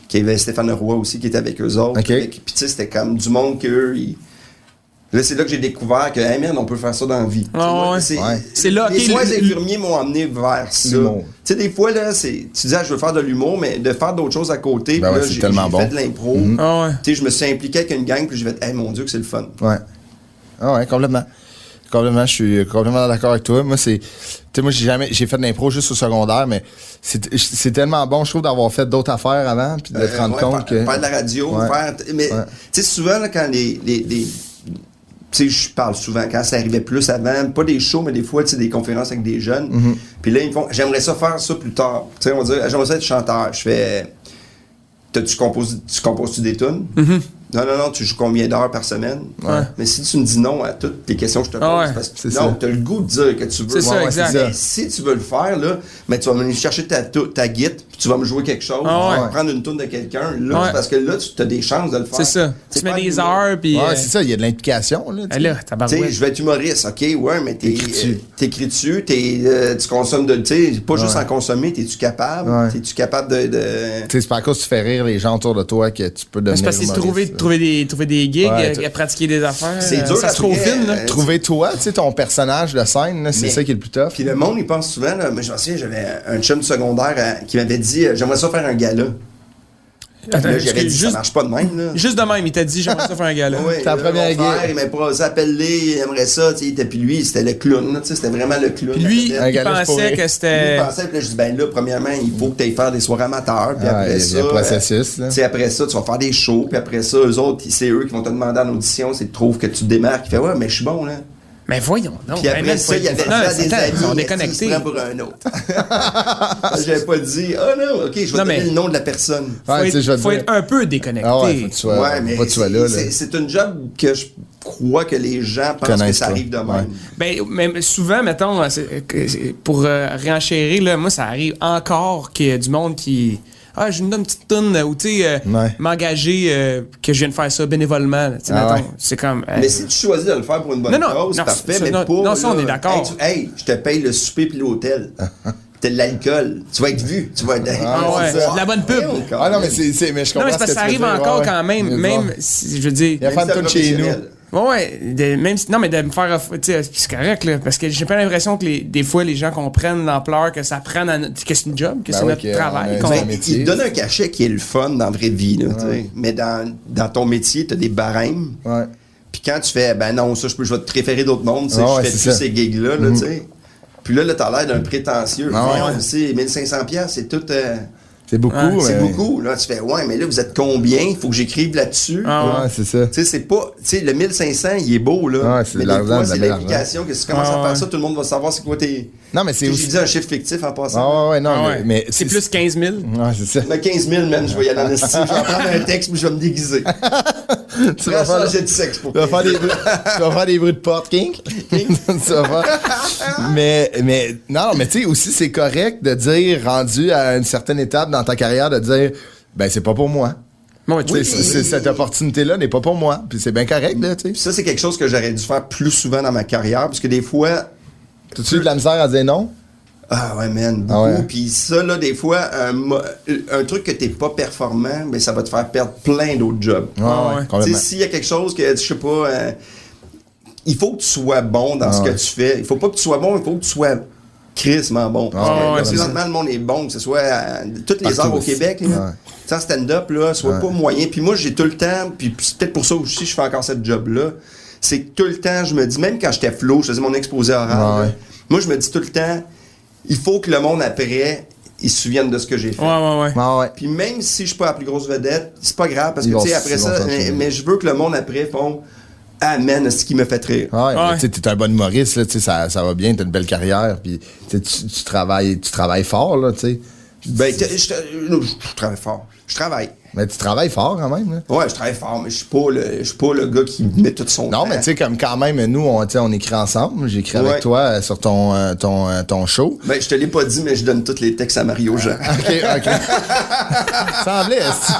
C: Qu'il y avait Stéphane Leroy aussi qui était avec eux autres.
A: Ok.
C: Avec- puis tu sais, c'était comme du monde qu'eux, ils. Là, c'est là que j'ai découvert que, hey, merde, on peut faire ça dans la vie.
B: Ah
C: Tu sais, moi,
B: ouais.
C: c'est-
A: Ouais.
B: C'est là,
C: Les
B: ok,
C: soins
B: le-
C: infirmiers m'ont amené vers ça. Tu
A: L'humour.
C: sais, des fois, là, c'est- tu dis, ah, je veux faire de l'humour, mais de faire d'autres choses à côté.
A: Ben
C: puis
A: ouais,
C: là,
A: c'est
C: j'ai-
A: tellement
C: j'ai
A: bon. Mhm.
C: fait de l'impro.
B: Ah ouais.
C: Tu sais, je me suis impliqué avec une gang, puis j'ai fait, hey, mon Dieu, que c'est le fun.
A: Ouais. Ah ouais, complètement. Complètement, je suis complètement d'accord avec toi. Moi, c'est. Tu sais, moi, j'ai jamais. J'ai fait de l'impro juste au secondaire, mais c'est c'est tellement bon, je trouve, d'avoir fait d'autres affaires avant, puis de te
C: Euh,
A: rendre
C: ouais,
A: compte
C: faire,
A: que.
C: faire de la radio,
A: Ouais.
C: faire. Mais,
A: Ouais.
C: tu sais, souvent, là, quand les. les- les- tu sais, je parle souvent quand ça arrivait plus avant, pas des shows, mais des fois, tu sais, des conférences avec des jeunes.
A: Mm-hmm.
C: Puis là, ils me font, j'aimerais ça faire ça plus tard. Tu sais, on va dire, j'aimerais ça être chanteur. Je fais, tu composes, tu composes-tu des tunes?
B: Mm-hmm.
C: Non, non, non, tu joues combien d'heures par semaine? Mais si tu me dis non à toutes les questions que je te pose,
B: Ah ouais.
C: parce que
A: C'est
C: non,
A: ça.
C: tu as le goût de dire que tu veux.
B: C'est ça, exact.
C: c'est ça. si tu veux le faire, là, mais tu vas venir chercher ta, tou- ta guide, puis tu vas me jouer quelque chose,
B: Ah ouais.
C: tu vas prendre une tourne de quelqu'un, là,
B: Ouais.
C: c'est parce que là, tu as des chances de le faire.
B: C'est ça.
C: C'est
B: Tu mets
C: pas
B: des
C: un-
B: heures, puis.
A: Ouais,
B: euh,
A: c'est ça, il y a de l'implication. Là, tu
B: eh là,
A: sais.
C: Tu sais,
B: tabarouette.
C: je vais être humoriste, ok, ouais, mais t'es-
A: T'écris dessus.
C: euh, t'écris dessus, t'es, euh, tu consommes de. Tu sais, pas juste en consommer, t'es-tu capable?
A: Ouais.
C: T'es-tu capable de. de-
A: Tu sais, C'est pas à cause que tu fais rire les gens autour de toi que tu peux
B: Mais
A: devenir.
B: C'est parce que c'est trouver,
A: humoriste, là.
B: trouver, des, trouver des gigs,
A: Ouais,
B: euh, pratiquer des affaires.
C: C'est
B: euh,
C: dur
B: Ça se
C: après,
B: profile, là.
C: euh,
A: Trouver toi, tu sais, ton personnage de scène, là, c'est
C: Mais-
A: ça qui est le plus tough.
C: Puis le monde, il pense souvent, là, mais je me souviens, j'avais un chum du secondaire euh, qui m'avait dit euh, J'aimerais ça faire un gala.
B: (laughs) Attends,
C: euh, Là, j'avais
B: excuse,
C: dit
B: juste-
C: Ça marche pas de
B: (laughs)
C: même, là.
B: Juste de même, il t'a dit, j'aimerais ça faire un gala.
C: Ouais,
A: Ta
C: là,
A: première
C: mon frère,
A: guerre.
C: Il m'a proposé, appelle-les, il aimerait ça. tu sais. Et puis lui, c'était le clown. là, tu sais, C'était vraiment le clown.
B: Puis lui,
C: La vedette.
A: Un
B: il
A: gala, c'est
B: pensait
A: pour
B: que
C: Lui,
B: c'était.
C: il pensait, puis là, je dis, ben là, premièrement, il faut que tu ailles faire des soirées amateurs. Puis
A: Ah, il y
C: après
A: a
C: ça.
A: le processus,
C: euh,
A: là.
C: tu sais, après ça, tu vas faire des shows. Puis après ça, eux autres, c'est eux qui vont te demander en audition, c'est de trouver que tu te démarques. Il fait, ouais, mais je suis bon, là.
B: Mais voyons, non.
C: Puis après ça, il y avait ça des amis.
B: On est
C: est-ce qu'il se
B: connectés.
C: prend pour un autre. (laughs) J'avais pas dit, ah non, ok, je vais te
B: Non,
C: donner
B: mais-
C: le nom de la personne.
B: Faut
A: Ouais, tu sais, je vais
B: être,
A: te
B: faut
A: dire-
B: être un peu déconnecté.
A: Ah ouais, faut que tu sois,
C: ouais, mais
A: faut que tu sois là. là.
C: c'est- c'est une job que je crois que les gens pensent que
A: Connaissent
C: ça
A: pas.
C: arrive de même.
A: Ouais.
B: Ben, mais souvent, mettons, euh, c'est- que c'est- pour euh, réenchérir, là, moi, ça arrive encore qu'il y a du monde qui. Ah, je me donne une petite tonne ou tu sais, euh,
A: Ouais.
B: m'engager euh, que je viens de faire ça bénévolement. là, tu sais,
A: Ah
B: mettons.
A: ouais.
B: C'est comme. euh,
C: Mais si tu choisis de le faire pour une bonne
B: Non, non,
C: cause,
B: non,
C: parfait,
B: ça,
C: mais
B: non,
C: pas.
B: non, ça, on
C: là,
B: est d'accord.
C: Hey, tu- hey, je te paye le souper
B: (laughs)
C: puis l'hôtel. T'as de l'alcool. Tu vas être vu. Tu vas être. (laughs)
B: Ah ouais,
C: C'est ça.
B: de la bonne pub.
C: Voyons,
A: Ah non, mais, c'est, c'est- mais je
B: non,
A: comprends.
B: mais c'est parce que ça arrive encore quand même. Même, si, je veux dire.
A: Il y a pas de
C: Même
A: tout
C: si c'est
A: chez nous.
C: professionnel.
B: Ouais, ouais, de- même si, non, mais de me faire. off- tu sais, C'est correct, là. Parce que j'ai pas l'impression que les, des fois, les gens comprennent l'ampleur que ça prend. dans notre- que c'est une job, que
A: Ben
B: c'est
A: oui,
B: notre
A: que on
B: travail.
A: a
B: qu'on-
A: un
C: Ben,
A: métier.
C: il donne un cachet qui est le fun dans la vraie vie. là, tu sais. Mais dans, dans ton métier, tu as des barèmes.
A: Ouais.
C: Puis quand tu fais, ben non, ça, je, peux, je vais te préférer d'autres mondes, tu sais,
A: Ah
C: je
A: ouais,
C: fais
A: c'est ça.
C: plus
A: Mm-hmm.
C: ces gigs-là, là, tu sais. Puis là, là t'as l'air d'un prétentieux.
A: Ah ouais.
C: Voyons, c'est 1500$, piastres, c'est tout. euh,
A: C'est beaucoup.
B: Ouais,
C: c'est
A: mais-
C: beaucoup. Là, tu fais, ouais, mais là, vous êtes combien? Il faut que j'écrive là-dessus.
B: Ah
A: Ouais, c'est ça.
C: Tu sais, c'est pas. Tu sais, le 1500, il est beau, là.
A: Ouais, c'est de
C: mais des
A: l'argent,
C: fois,
A: de la
C: c'est
A: belle
C: l'application que si tu commences
B: Ah
C: à faire
B: ouais.
C: ça, tout le monde va savoir c'est quoi tes.
A: Non, mais c'est
C: J'ai
A: aussi-
C: dit un chiffre fictif en
A: Ah
C: passant.
A: ouais, ouais, non,
B: Ah
A: mais,
B: ouais.
A: mais
B: c'est plus 15 000.
A: Ouais, c'est ça.
C: Mais 15 000, man, je vais y aller en esti. Je vais prendre un texte, puis je vais
A: (laughs)
C: me déguiser.
A: Tu
C: Après
A: vas
C: ça,
A: faire,
C: j'ai du sexe pour
A: tu vas faire
C: plaisir.
A: des bruits, tu vas faire des bruits de porte, King. (laughs) Tu vas faire- mais, mais, non, mais tu sais, aussi, c'est correct de dire, rendu à une certaine étape dans ta carrière, de dire, ben, c'est pas pour moi.
B: Bon, ouais, tu
A: Tu sais,
B: sais,
A: c'est- c'est- cette opportunité-là n'est pas pour moi. Puis c'est bien correct, là, tu
C: Puis
A: sais.
C: ça, c'est quelque chose que j'aurais dû faire plus souvent dans ma carrière, parce que des fois,
A: T'as-tu eu de la misère à dire non?
C: ah ouais, man, beaucoup.
A: Ah ouais.
C: Puis ça, là, des fois, un, mo- un truc que t'es pas performant, ben, ça va te faire perdre plein d'autres jobs.
B: Ah ouais.
C: Tu sais,
A: complètement.
C: s'il y a quelque chose que, je sais pas, euh, il faut que tu sois bon dans ce
A: Ah ouais.
C: que tu fais. Il faut pas que tu sois bon, il faut que tu sois crissement bon. Parce
B: ouais,
C: que,
B: ouais,
C: là,
B: c'est ça.
C: présentement, le monde est bon, que ce soit à toutes les
A: Ah Partout
C: heures au
A: aussi.
C: Québec. là.
A: Ouais.
C: Tu sais, en stand-up, là, sois pas moyen. Puis moi, j'ai tout le temps, puis puis c'est peut-être pour ça aussi que je fais encore cette job-là, c'est que tout le temps, je me dis, même quand j'étais flow, je faisais mon exposé oral, là,
A: Ouais.
C: moi, je me dis tout le temps, il faut que le monde, après, il se souvienne de ce que j'ai fait.
B: Ouais, ouais, ouais.
A: Ah ouais.
C: Puis même si je suis pas la plus grosse vedette, c'est pas grave parce
A: Ils
C: que
A: vont
C: tu sais
A: s-
C: après
A: ils vont
C: ça,
A: s'en
C: mais,
A: souvenir.
C: mais je veux que le monde après font Amen, ce qui me fait rire.
A: Ah ouais,
B: Ouais.
A: mais tu sais, t'es un bon humoriste, là, tu sais, ça, ça va bien, t'as une belle carrière, puis tu, sais, tu, tu travailles, tu travailles fort, là, tu sais.
C: Ben, t'es- je, te- je- je travaille fort. Je travaille.
A: Mais tu travailles fort quand même, là.
C: Ouais, je travaille fort, mais je suis pas le, je suis pas le gars qui met tout son
A: Non,
C: temps.
A: mais tu sais, comme quand même, nous, on, tu sais, on écrit ensemble. J'écris
C: Ouais.
A: avec toi euh, sur ton, euh, ton, euh, ton show.
C: Ben, je te l'ai pas dit, mais je donne tous les textes à Mario Jean.
A: OK, OK. semblait, esti.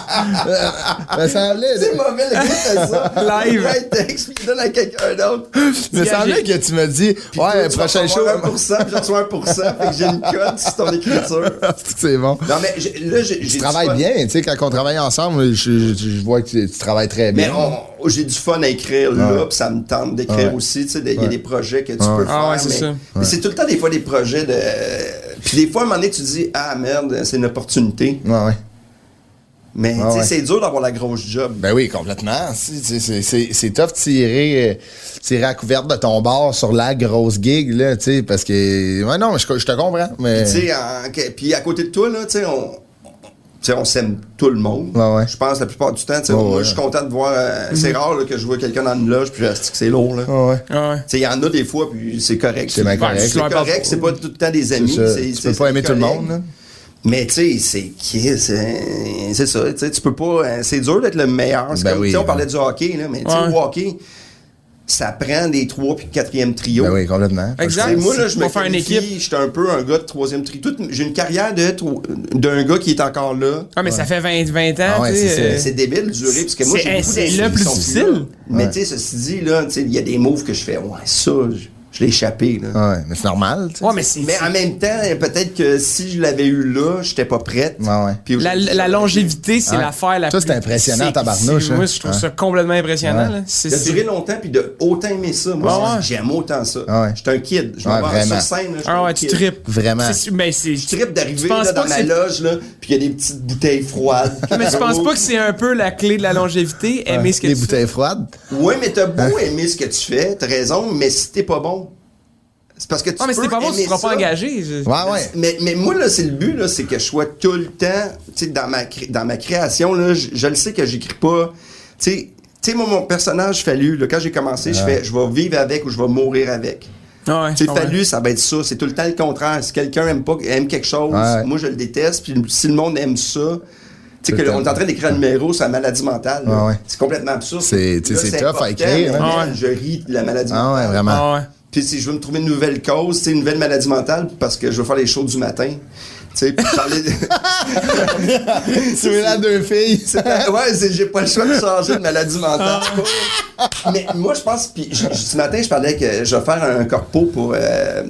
A: Euh, me semblait.
C: (laughs) c'est mauvais, le gars
A: (laughs)
C: fait ça.
B: Live.
C: Il donne un texte, puis il donne à quelqu'un d'autre.
A: me semblait que tu me dis, ouais,
C: Tu vas
A: prochain show.
C: recevoir
A: (laughs)
C: 1%, puis je reçois 1%, fait que j'ai une cote sur
A: (laughs)
C: ton écriture.
A: Ah, c'est bon.
C: Non, mais j'ai- là, j'ai.
A: Tu travailles bien, tu sais, quand on travaille ensemble, je, je- je vois que tu, tu travailles très
C: Mais
A: bien.
C: on- j'ai du fun à écrire là, puis ça me tente d'écrire
A: Ouais.
C: aussi. tu sais, Il y a des projets que tu peux faire.
B: Ah ouais, c'est
C: mais
B: ça.
C: mais c'est tout le temps des fois des projets de. Puis des fois, à un moment donné, tu dis Ah merde, c'est une opportunité.
A: Ouais, ouais.
C: Mais tu sais,
A: ouais.
C: c'est dur d'avoir la grosse job.
A: Ben oui, complètement. Si, tu sais, C'est c'est- c'est tough de tirer, euh, tirer à couverte de ton bar sur la grosse gig, là, tu sais, parce que. Ouais, non, je, je te comprends. Mais...
C: Tu sais, en- que- Puis à côté de toi, là, tu sais, on. tu sais, on s'aime tout le monde.
A: Ouais, ouais.
C: Je pense la plupart du temps. tu sais,
A: Ouais,
C: moi,
A: ouais.
C: je suis content de voir. euh,
B: Mm-hmm.
C: C'est rare là, que je vois quelqu'un dans une loge, puis je dis que c'est lourd. Là.
A: Ouais, ouais.
B: Ah ouais.
C: Tu sais, il y en a des fois, puis c'est correct. Ben,
A: C'est bien correct.
C: C'est correct, c'est pas tout le temps des amis.
A: Ça,
C: c'est-
A: tu
C: c'est-
A: peux pas
C: c'est
A: aimer tout le
C: correct.
A: monde, là.
C: Mais tu sais, c'est qui c'est c'est ça, tu sais, tu peux pas hein, c'est euh, dur d'être le meilleur, c'est
A: Ben
C: comme
A: oui,
C: tu sais, on
A: ouais.
C: parlait du hockey là, mais tu sais
B: Ouais.
C: au hockey ça prend des trois puis quatrième trio.
A: Ben oui, complètement.
B: Exact.
C: Tu sais, moi, là, je me
B: Pour faire une
C: qualifie,
B: équipe.
C: J'étais un peu un gars de troisième tri. Toute- J'ai une carrière de tro- d'un gars qui est encore là.
B: Ah, mais ça fait 20, 20 ans.
A: Ah ouais,
B: tu sais,
A: c'est ça.
B: euh,
C: C'est débile de durer, parce que moi,
B: C'est-
C: j'ai beaucoup
B: c'est
C: d'amis
B: le
C: qui
B: plus
C: sont
B: difficile.
C: là. Mais
A: Ouais.
C: tu sais, ceci dit, là, tu sais, il y a des moves que je fais. Ouais, ça, je, je l'ai échappé. Là.
A: Ouais, mais c'est normal. tu sais.
B: euh, Ouais, mais c'est.
C: Mais en même temps, peut-être que si je l'avais eu là, j'étais pas prête.
A: Ouais, ouais.
C: Puis
B: La,
C: aujourd'hui,
B: la
C: ça-
B: longévité, c'est
A: Ouais.
B: l'affaire la
A: Ça,
B: plus.
A: c'est impressionnant,
B: c'est-
A: tabarnouche,
B: c'est- Moi,
A: hein.
B: je trouve
A: Ouais.
B: ça complètement impressionnant.
A: Ouais.
B: là. C'est-
C: Il a
B: c'est-
C: duré longtemps, puis de autant aimer ça. Moi,
B: Ah ouais.
C: j'aime autant ça.
A: Ah ouais.
C: J'étais un kid. Je
A: Ouais,
C: me vais
A: vraiment.
C: sur scène. Là, j'étais
B: Ah
C: un
B: ouais, tu
C: kid.
B: tripes.
A: Vraiment.
B: C'est- Mais c'est.
C: Je tripe
B: Tu
C: d'arriver
B: penses pas
C: là, dans
B: que
C: ma
B: c'est-
C: loge, là, puis il y a des petites bouteilles froides.
B: (laughs) Mais tu penses pas que c'est un peu la clé de la longévité, aimer ce que
A: Des
B: tu
A: bouteilles froides.
C: Ouais, mais t'as beau
A: Hein?
C: aimer ce que tu fais, t'as raison, mais si t'es pas bon, c'est parce que tu
B: Non, mais si
C: peux
B: t'es pas bon, tu
C: aimer
B: seras
C: ça.
B: pas engagé. Je-
A: Ouais, ouais.
C: Mais, mais moi, là, c'est le but, là, c'est que je sois tout le temps, tu sais, dans ma, cré- dans ma création, là, je, je le sais que j'écris pas, tu sais, tu sais, moi, mon personnage Fallu, là, quand j'ai commencé, je fais, je vais vivre avec ou je vais mourir avec.
B: Ah ouais,
C: Tu sais,
B: ouais.
C: Fallu, ça va être ça, c'est tout le temps le contraire. Si quelqu'un aime pas, aime quelque chose,
A: Ouais.
C: moi, je le déteste, puis si le monde aime ça, tu sais,
A: Tout
C: que
A: le
C: on est en train d'écrire un numéro sur la maladie mentale, là.
A: Ouais, ouais.
C: c'est complètement absurde.
A: C'est- tu sais,
C: Là,
A: c'est tough à
C: important,
A: écrire, hein.
C: mais,
B: Ah
C: man,
B: ouais.
C: Je ris de la maladie
A: Ah
C: mentale.
A: ouais, vraiment.
B: Ah ouais.
C: Puis si je veux me trouver une nouvelle cause, c'est une nouvelle maladie mentale parce que je veux faire les shows du matin. Tu
A: (laughs)
C: sais, puis parler de-
A: Tu es là deux filles.
C: C'est- ouais, c'est- j'ai pas le choix de changer de maladie mentale.
B: Ah.
C: Mais moi, je pense. Puis je- je- ce matin, je parlais que je vais faire un corpo pour. euh,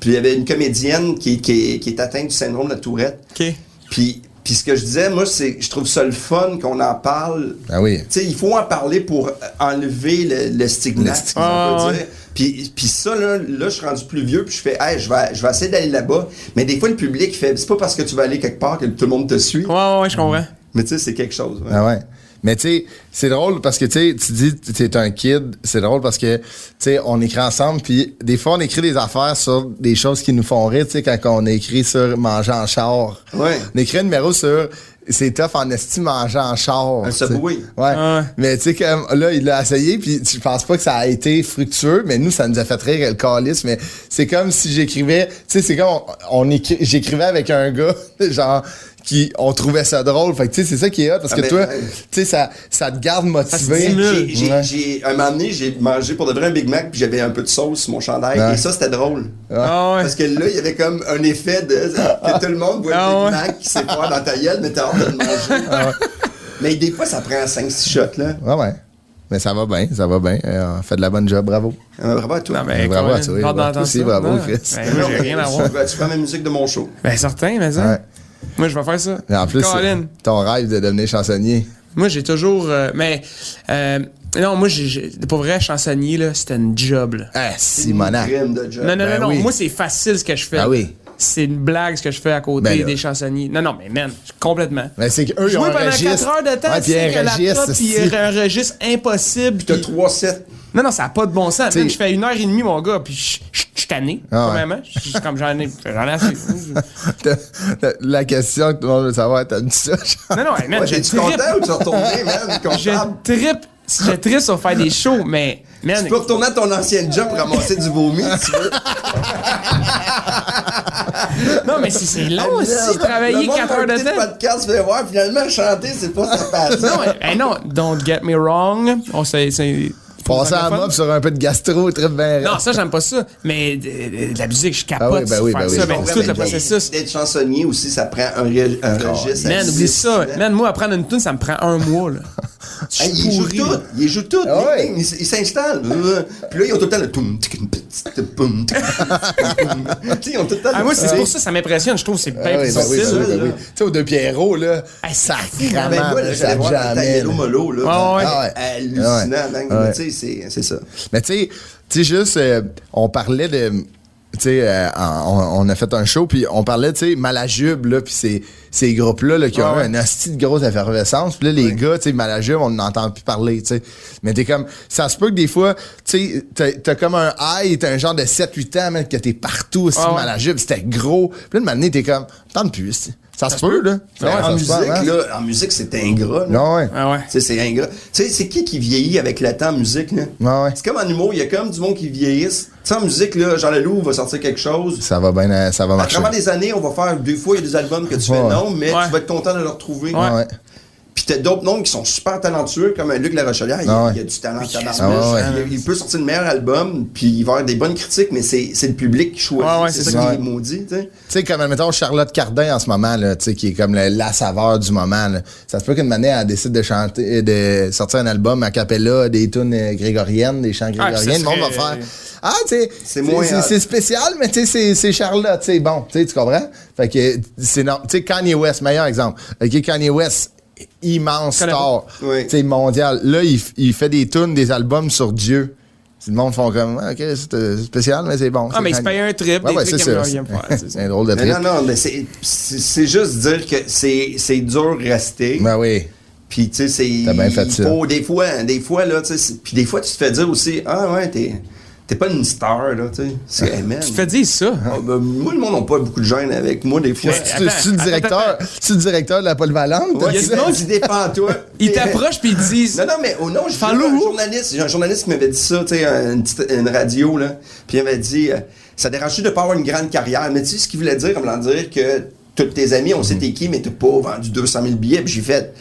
C: puis il y avait une comédienne qui, qui, qui est atteinte du syndrome de la Tourette.
B: Ok.
C: Puis, puis ce que je disais, moi, c'est je trouve ça le fun qu'on en parle.
A: Ah oui.
C: Tu sais, il faut en parler pour euh, enlever le, le stigmate,
A: Le
B: stigmate.
C: on peut
B: Ah, ouais.
C: dire. Puis, puis ça, là, là, je suis rendu plus vieux, puis je fais, hey, je vais, je vais essayer d'aller là-bas. Mais des fois, le public fait, c'est pas parce que tu vas aller quelque part que tout le monde te suit.
B: Ouais, ouais, ouais, je comprends.
C: Mais tu sais, c'est quelque chose. ouais.
A: Ah ouais. Mais tu sais, c'est drôle parce que tu sais, tu dis tu es un kid, c'est drôle parce que tu sais, on écrit ensemble puis des fois on écrit des affaires sur des choses qui nous font rire, tu sais quand on écrit sur manger en char.
C: Ouais.
A: On écrit un numéro sur c'est tough en esti manger en char.
C: Un
A: tu sais.
C: Subway.
A: Ouais.
B: Ah ouais.
A: Mais tu sais comme là il l'a essayé puis je pense pas que ça a été fructueux, mais nous ça nous a fait rire le calice, mais c'est comme si j'écrivais, tu sais c'est comme on, on écrit- j'écrivais avec un gars (laughs) genre qui on trouvait ça drôle. Fait que tu sais c'est ça qui est hot parce
C: Ah,
A: que
C: ben,
A: toi
C: ouais.
A: tu sais, ça, ça te garde motivé.
B: stimule.
C: J'ai- j'ai-
A: Ouais.
C: j'ai- Un moment donné, j'ai mangé pour de vrai un Big Mac, puis j'avais un peu de sauce sur mon chandail.
A: Ouais.
C: Et ça, c'était drôle.
B: Ah ouais.
C: Parce que là, il y avait comme un effet de. que tout le monde voit
B: Ah
C: le
B: ouais. Ah
C: Big Mac qui s'effondre dans ta gueule, mais t'as hâte de le manger. Mais des fois, ça prend 5-6 shots, là.
A: Ouais, ouais. Mais ça va bien, ça va bien. Euh, on fait de la bonne job, bravo.
C: Euh, bravo à toi.
B: Non, mais
A: Bravo à toi,
B: Colin,
A: bravo.
B: hâte d'entendre
A: Toi aussi,
B: ça.
A: bravo,
B: Non.
A: Chris.
B: Ben, moi, j'ai rien à
A: (laughs)
B: voir.
C: Tu vas- Tu prends ma musique de mon show.
B: Ben, certain, mais ça.
A: Ouais.
B: Moi, je vais faire ça.
A: Mais en plus,
B: Colin.
A: euh, ton rêve de devenir chansonnier.
B: Moi, j'ai toujours. euh, mais. euh, non, moi, j'ai, j'ai- pour vrai, chansonnier, là, c'était une job, là.
A: Ah, Simonac.
C: Crème de job.
B: Non, non,
A: ben
B: non, non.
A: oui.
B: Moi, c'est facile ce que je fais.
A: Ah oui.
B: C'est une blague ce que je fais à côté
A: Ben là. Ben,
B: des chansonniers. Non, non, mais man, complètement.
A: Mais c'est qu'eux, ils ont
B: Jouer
A: un
B: pendant
A: registre.
B: 4 heures de temps,
A: Ouais,
B: tu
A: puis
B: sais
A: un
B: que
A: registre,
B: laptop, puis
A: si.
B: un registre impossible.
C: T'as
B: puis-
C: 3 sets.
B: Non, non, ça n'a pas de bon sens.
A: T'sais-
B: Même, je fais une heure et demie, mon gars, puis je je- je suis tanné,
A: Ah ouais.
B: premièrement. Je suis comme j'en ai, j'en ai assez.
A: (laughs) T'as- t'as- La question que tout le monde veut savoir, t'as dit ça, genre.
B: non, non, hey, man,
C: Ouais,
B: je
C: T'es-tu
B: trippe.
C: content ou tu es retourné, man,
B: Je
C: comptable?
B: trippe. Je trippe sur faire des shows, mais, man,
C: Tu peux retourner à ton ancien job pour ramasser du vomi, si tu veux.
B: non, mais c'est- c'est
C: Ah
A: Ah,
B: long aussi, travailler 4 heures de
C: Le
B: temps.
C: podcast fait voir, finalement, chanter, c'est pas sa passion.
B: Non, hey, non, don't get me wrong. On s'est- s'est-
A: Passer à
B: anglophone.
A: mob sur un peu de gastro, très bien.
B: Non, ça, j'aime pas ça. Mais euh, de la musique, je capote
A: Ah oui, ben oui, ben
B: sur faire
A: oui,
B: ça.
A: je
B: ben,
A: comprends,
B: tout
A: mais
B: le processus.
C: D'être chansonnier aussi, ça prend un, ré- un registre.
B: Man,
C: à
B: oublie
C: six,
B: ça.
C: six ans.
B: Man, moi, apprendre une tune, ça me prend un mois, là. Je
C: Hey,
B: suis
C: il joue
B: pourri,
C: tout,
B: là.
C: il joue tout,
A: Ah ouais.
C: il, il s'installe. Euh, Puis là, ils ont tout le temps le toum, tic, tic, tic, boum, tic, tic, boum. Tu sais, ils ont tout le temps
B: Ah,
C: le-
B: moi, c'est pour ça, ça m'impressionne. Je trouve que c'est
A: Ah
B: bien
A: oui,
B: plus
A: ben oui, ben
B: difficile.
A: oui, ben oui.
C: là.
A: Tu sais, aux deux Pierrot, là,
B: Ah, c'est
A: ça
B: fou,
C: Ah, ben, moi, là,
A: crame,
C: j'allais
A: ça
C: voir le
A: jamais.
C: Tagliello Molo, là.
B: Ouais, ouais.
C: Ah, Hallucinant,
A: Ouais.
C: man.
A: Ouais.
C: Tu sais, c'est- c'est ça.
A: Mais tu sais, tu sais, juste, euh, on parlait de. Tu sais, euh, on, on a fait un show, puis on parlait, tu sais, Malajube, là, puis ces, ces groupes-là là, qui ont
B: Ouais,
A: eu une hostie de grosse effervescence. Puis là, les gars, tu sais, Malajube, on n'entend plus parler, tu sais. Mais t'es comme, ça se peut que des fois, tu sais, t'as- t'as comme un high, t'as un genre de 7-8 ans, man, que t'es partout aussi,
B: Ouais, ouais.
A: Malajube, c'était gros. Puis là, une matinée, t'es comme, t'entends plus, tu sais. ça, se peut, là.
C: Mais
A: Ouais, ça
C: Ben, en,
A: se
C: musique,
A: peut, hein.
C: là, en musique, c'est ingrat. là.
A: Non, ouais.
B: Ah ouais.
C: Tu sais, c'est ingrat. Tu sais, c'est qui qui vieillit avec le temps en musique, là?
A: Ouais, ouais.
C: C'est comme en humour, il y a comme du monde qui vieillissent. Tu sais, en musique, là, Jean Leloup va sortir quelque chose.
A: Ça va bien, euh, ça va
C: À
A: marcher.
C: travers les années, on va faire, des fois, il y a des albums que tu fais
A: Ouais.
C: non, mais
B: Ouais.
C: tu vas être content de le retrouver.
A: Ouais.
C: Puis t'as d'autres noms qui sont super talentueux, comme Luc Larochelière. Il,
A: Ah ouais.
C: il a du talent. tabarnak.
A: Ah ouais,
C: Il- Il, peut sortir le meilleur album, puis il va avoir des bonnes critiques, mais c'est c'est le public qui choisit.
B: Ouais, ouais,
C: c'est
B: c'est
C: ça,
A: ça.
C: qui est maudit, tu sais.
A: Tu sais, comme, admettons, Charlotte Cardin en ce moment, là, tu sais, qui est comme le- la saveur du moment, là. Ça se peut qu'une manière, elle décide de chanter, euh, de sortir un album à cappella, des tunes euh, grégoriennes, des chants
B: Ah, puis ça
A: grégoriennes. Le monde va
B: serait-
A: faire. Ah, tu sais, c'est-
C: moins
A: c'est-
C: hot.
A: C'est spécial, mais tu sais, c'est- c'est Charlotte, tu sais, bon, tu sais, tu comprends? Fait que, c'est non. Tu sais, Kanye West, meilleur exemple. OK, Kanye West, immense
B: Connais
A: star,
C: pas. Oui.
A: tu sais, mondial. Là, il, f- il fait des tunes, des albums sur Dieu. Le monde font comme, Ah, OK, c'est euh, spécial, mais c'est bon.
B: Ah, mais il se paye un trip,
A: Ouais,
B: des
A: ouais,
B: trucs
A: c'est
B: qu'il
A: ça.
B: aime bien, il aime pas,
A: (laughs)
B: c'est ça.
A: C'est un drôle de
C: Mais
A: trip.
C: non, non, mais c'est- c'est c'est juste dire que c'est c'est dur de rester.
A: Ben oui.
C: Puis tu sais, c'est.
A: T'as bien fait
C: il
A: ça.
C: faut- des fois, hein, des fois, là, tu sais. c'est- Puis des fois, tu te fais dire aussi, ah ouais, t'es t'es pas une star, là, tu sais. C'est hey, man.
B: Tu te fais dire ça.
C: Ah, ben, moi, le monde n'a pas beaucoup de gêne avec moi, des fois.
B: Ouais.
A: Tu- C'est-tu le
B: attends,
A: directeur, c'est-tu le directeur de la polyvalente?
C: Ouais,
A: T'as
C: il y a
A: dit
C: du
A: ça?
C: monde qui dépend de toi.
B: Ils t'approchent puis ils te disent.
C: Non, non, mais au nom, j'ai vu
B: Parle-le
C: un
B: où?
C: journaliste, j'ai un journaliste qui m'avait dit ça, tu sais, une, petite- une radio, là. Puis il m'avait dit, euh, ça dérange-tu de pas avoir une grande carrière? Mais tu sais ce qu'il voulait dire, comme l'en dire que tous tes amis, on sait t'es qui, mais t'as pas vendu 200 000 billets. Puis j'ai fait,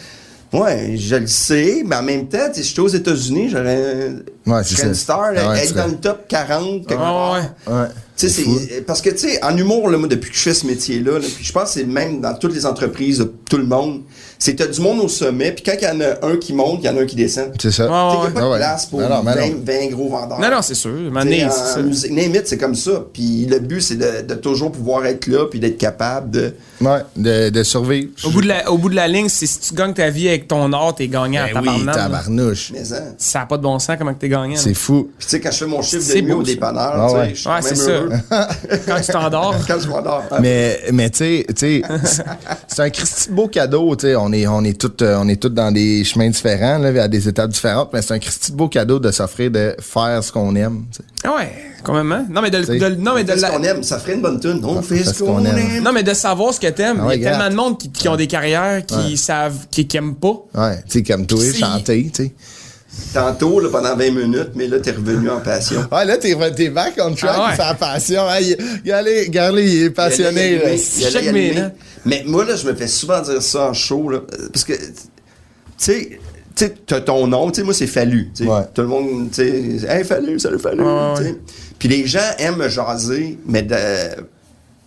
C: ouais, je le sais, mais en même temps, tu sais, si j'étais aux États-Unis, j'aurais.
A: Ouais,
C: je
A: c'est
C: serais une
A: ça.
C: star,
A: Ah ouais, tu
C: être dans
A: serais-
C: le top 40, quelque
B: Ouais,
C: part.
B: Ah, ouais.
A: Ouais.
C: Tu sais,
A: C'est
C: c'est-
A: fou.
C: parce que, tu sais, en humour, là, moi, depuis que je fais ce métier-là, là, puis je pense que c'est même dans toutes les entreprises, de tout le monde, c'est t'as du monde au sommet, puis quand il y en a un qui monte, il y en a un qui descend. Tu sais,
A: C'est ça.
B: Ouais, ouais.
C: il n'y a pas
A: Ah
C: de
A: ouais.
C: place pour
A: Ben non, ben
C: 20,
A: non.
C: 20 gros vendeurs.
B: Non, non, c'est sûr.
C: Tu sais,
B: Mané, c'est
C: en
B: ça.
C: musique, limite, c'est comme ça. Puis le but, c'est de, de toujours pouvoir être là, puis d'être capable de.
A: Ouais, de, de survivre.
B: Au bout, de la, au bout de la ligne, c'est si tu gagnes ta vie avec ton art, t'es gagnant
A: Ben
B: à
A: oui,
B: tabarnak. là.
A: tabarnouche.
C: Mais, hein.
B: Ça n'a pas de bon sens comment que t'es gagnant.
A: C'est
B: là.
A: fou.
C: Puis, tu sais, quand je fais mon chiffre
B: C'est
C: de nuit
B: beau,
C: au
B: ça.
C: dépanneur,
A: Ah
C: tu sais,
A: ouais.
C: je suis
B: Ouais,
C: quand même
B: c'est ça.
C: heureux.
B: Quand tu
C: (laughs)
B: t'endors.
C: quand je m'endors.
A: Mais, mais tu sais, tu sais, c'est- c'est un Christi beau cadeau, tu sais. On est, on est toutes, euh, on est toutes dans des chemins différents, là, à des étapes différentes, mais c'est un Christi beau cadeau de s'offrir de faire ce qu'on aime, tu sais.
B: Ah Ouais, quand même. hein? Non, mais de,
A: T'sais,
B: de- non, mais de
C: Fais ce
B: la-
C: qu'on aime, ça ferait une bonne tune. On fait ce qu'on aime.
B: Non, mais de savoir ce que t'aimes.
A: Ah ouais,
B: Il y a tellement
A: grave.
B: de monde qui, qui ont des carrières, qui savent, qui n'aiment pas.
A: Ouais, tu sais, comme toi,
B: Si.
A: chanter, tu sais.
C: Tantôt, là, pendant 20 minutes, mais là, t'es revenu en passion.
A: Ouais, Ah, là, t'es, t'es back on track,
B: Ah ouais.
A: il fait la passion. Hein, il, regardez, regardez, il est passionné,
C: Il allait y
A: là.
C: allumer, il allait y
B: Check mes
C: allumer.
B: notes.
C: Mais moi, là, je me fais souvent dire ça en show, là, parce que, tu sais, tu sais, t'as ton nom, tu sais, moi, c'est Fallu. tu sais.
A: Ouais.
C: Tout le monde, tu sais, hey, Fallu, salut Fallu.
B: ouais,
C: tu sais.
B: ouais.
C: Puis les gens aiment me jaser, mais de-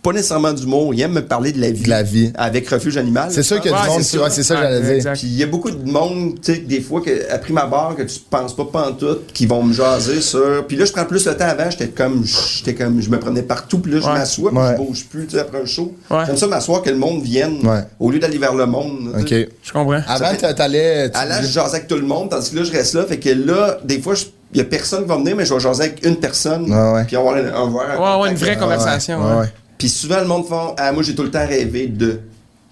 C: pas nécessairement du mot, ils aiment me parler de la vie.
A: De la vie.
C: Avec Refuge Animal.
A: C'est sûr qu'il y a
B: Ouais,
A: du monde
B: c'est
A: qui,
B: ça.
A: ouais, c'est ça que
B: Ouais,
A: j'allais dire.
B: exact.
C: Puis il y a beaucoup de monde, tu sais, des fois, que, après ma barre, que tu penses pas pantoute, qui vont me jaser sur. Puis là, je prends plus le temps avant, j'étais comme, j'étais comme, je me prenais partout, puis là, je
B: Ouais.
C: m'assois, puis
A: Ouais.
C: je bouge plus, tu sais, après un show.
B: Ouais.
C: J'aime ça m'asseoir, que le monde vienne,
A: Ouais.
C: au lieu d'aller vers le monde. là,
A: OK.
C: tu sais.
B: Je comprends.
A: Avant, t'a- t'allais. tu-
C: À l'âge, je jasais avec tout le monde, tandis que là, je reste là, fait que là, des fois, je- il y a personne qui va venir, mais je vais jaser avec une personne,
A: Ouais, ouais.
C: puis avoir un, un verre, un
B: Ouais, ouais, une
C: contact.
B: vraie conversation.
A: Ouais,
B: hein.
A: ouais.
C: Puis souvent, le monde font Ah, moi, j'ai tout le temps rêvé de.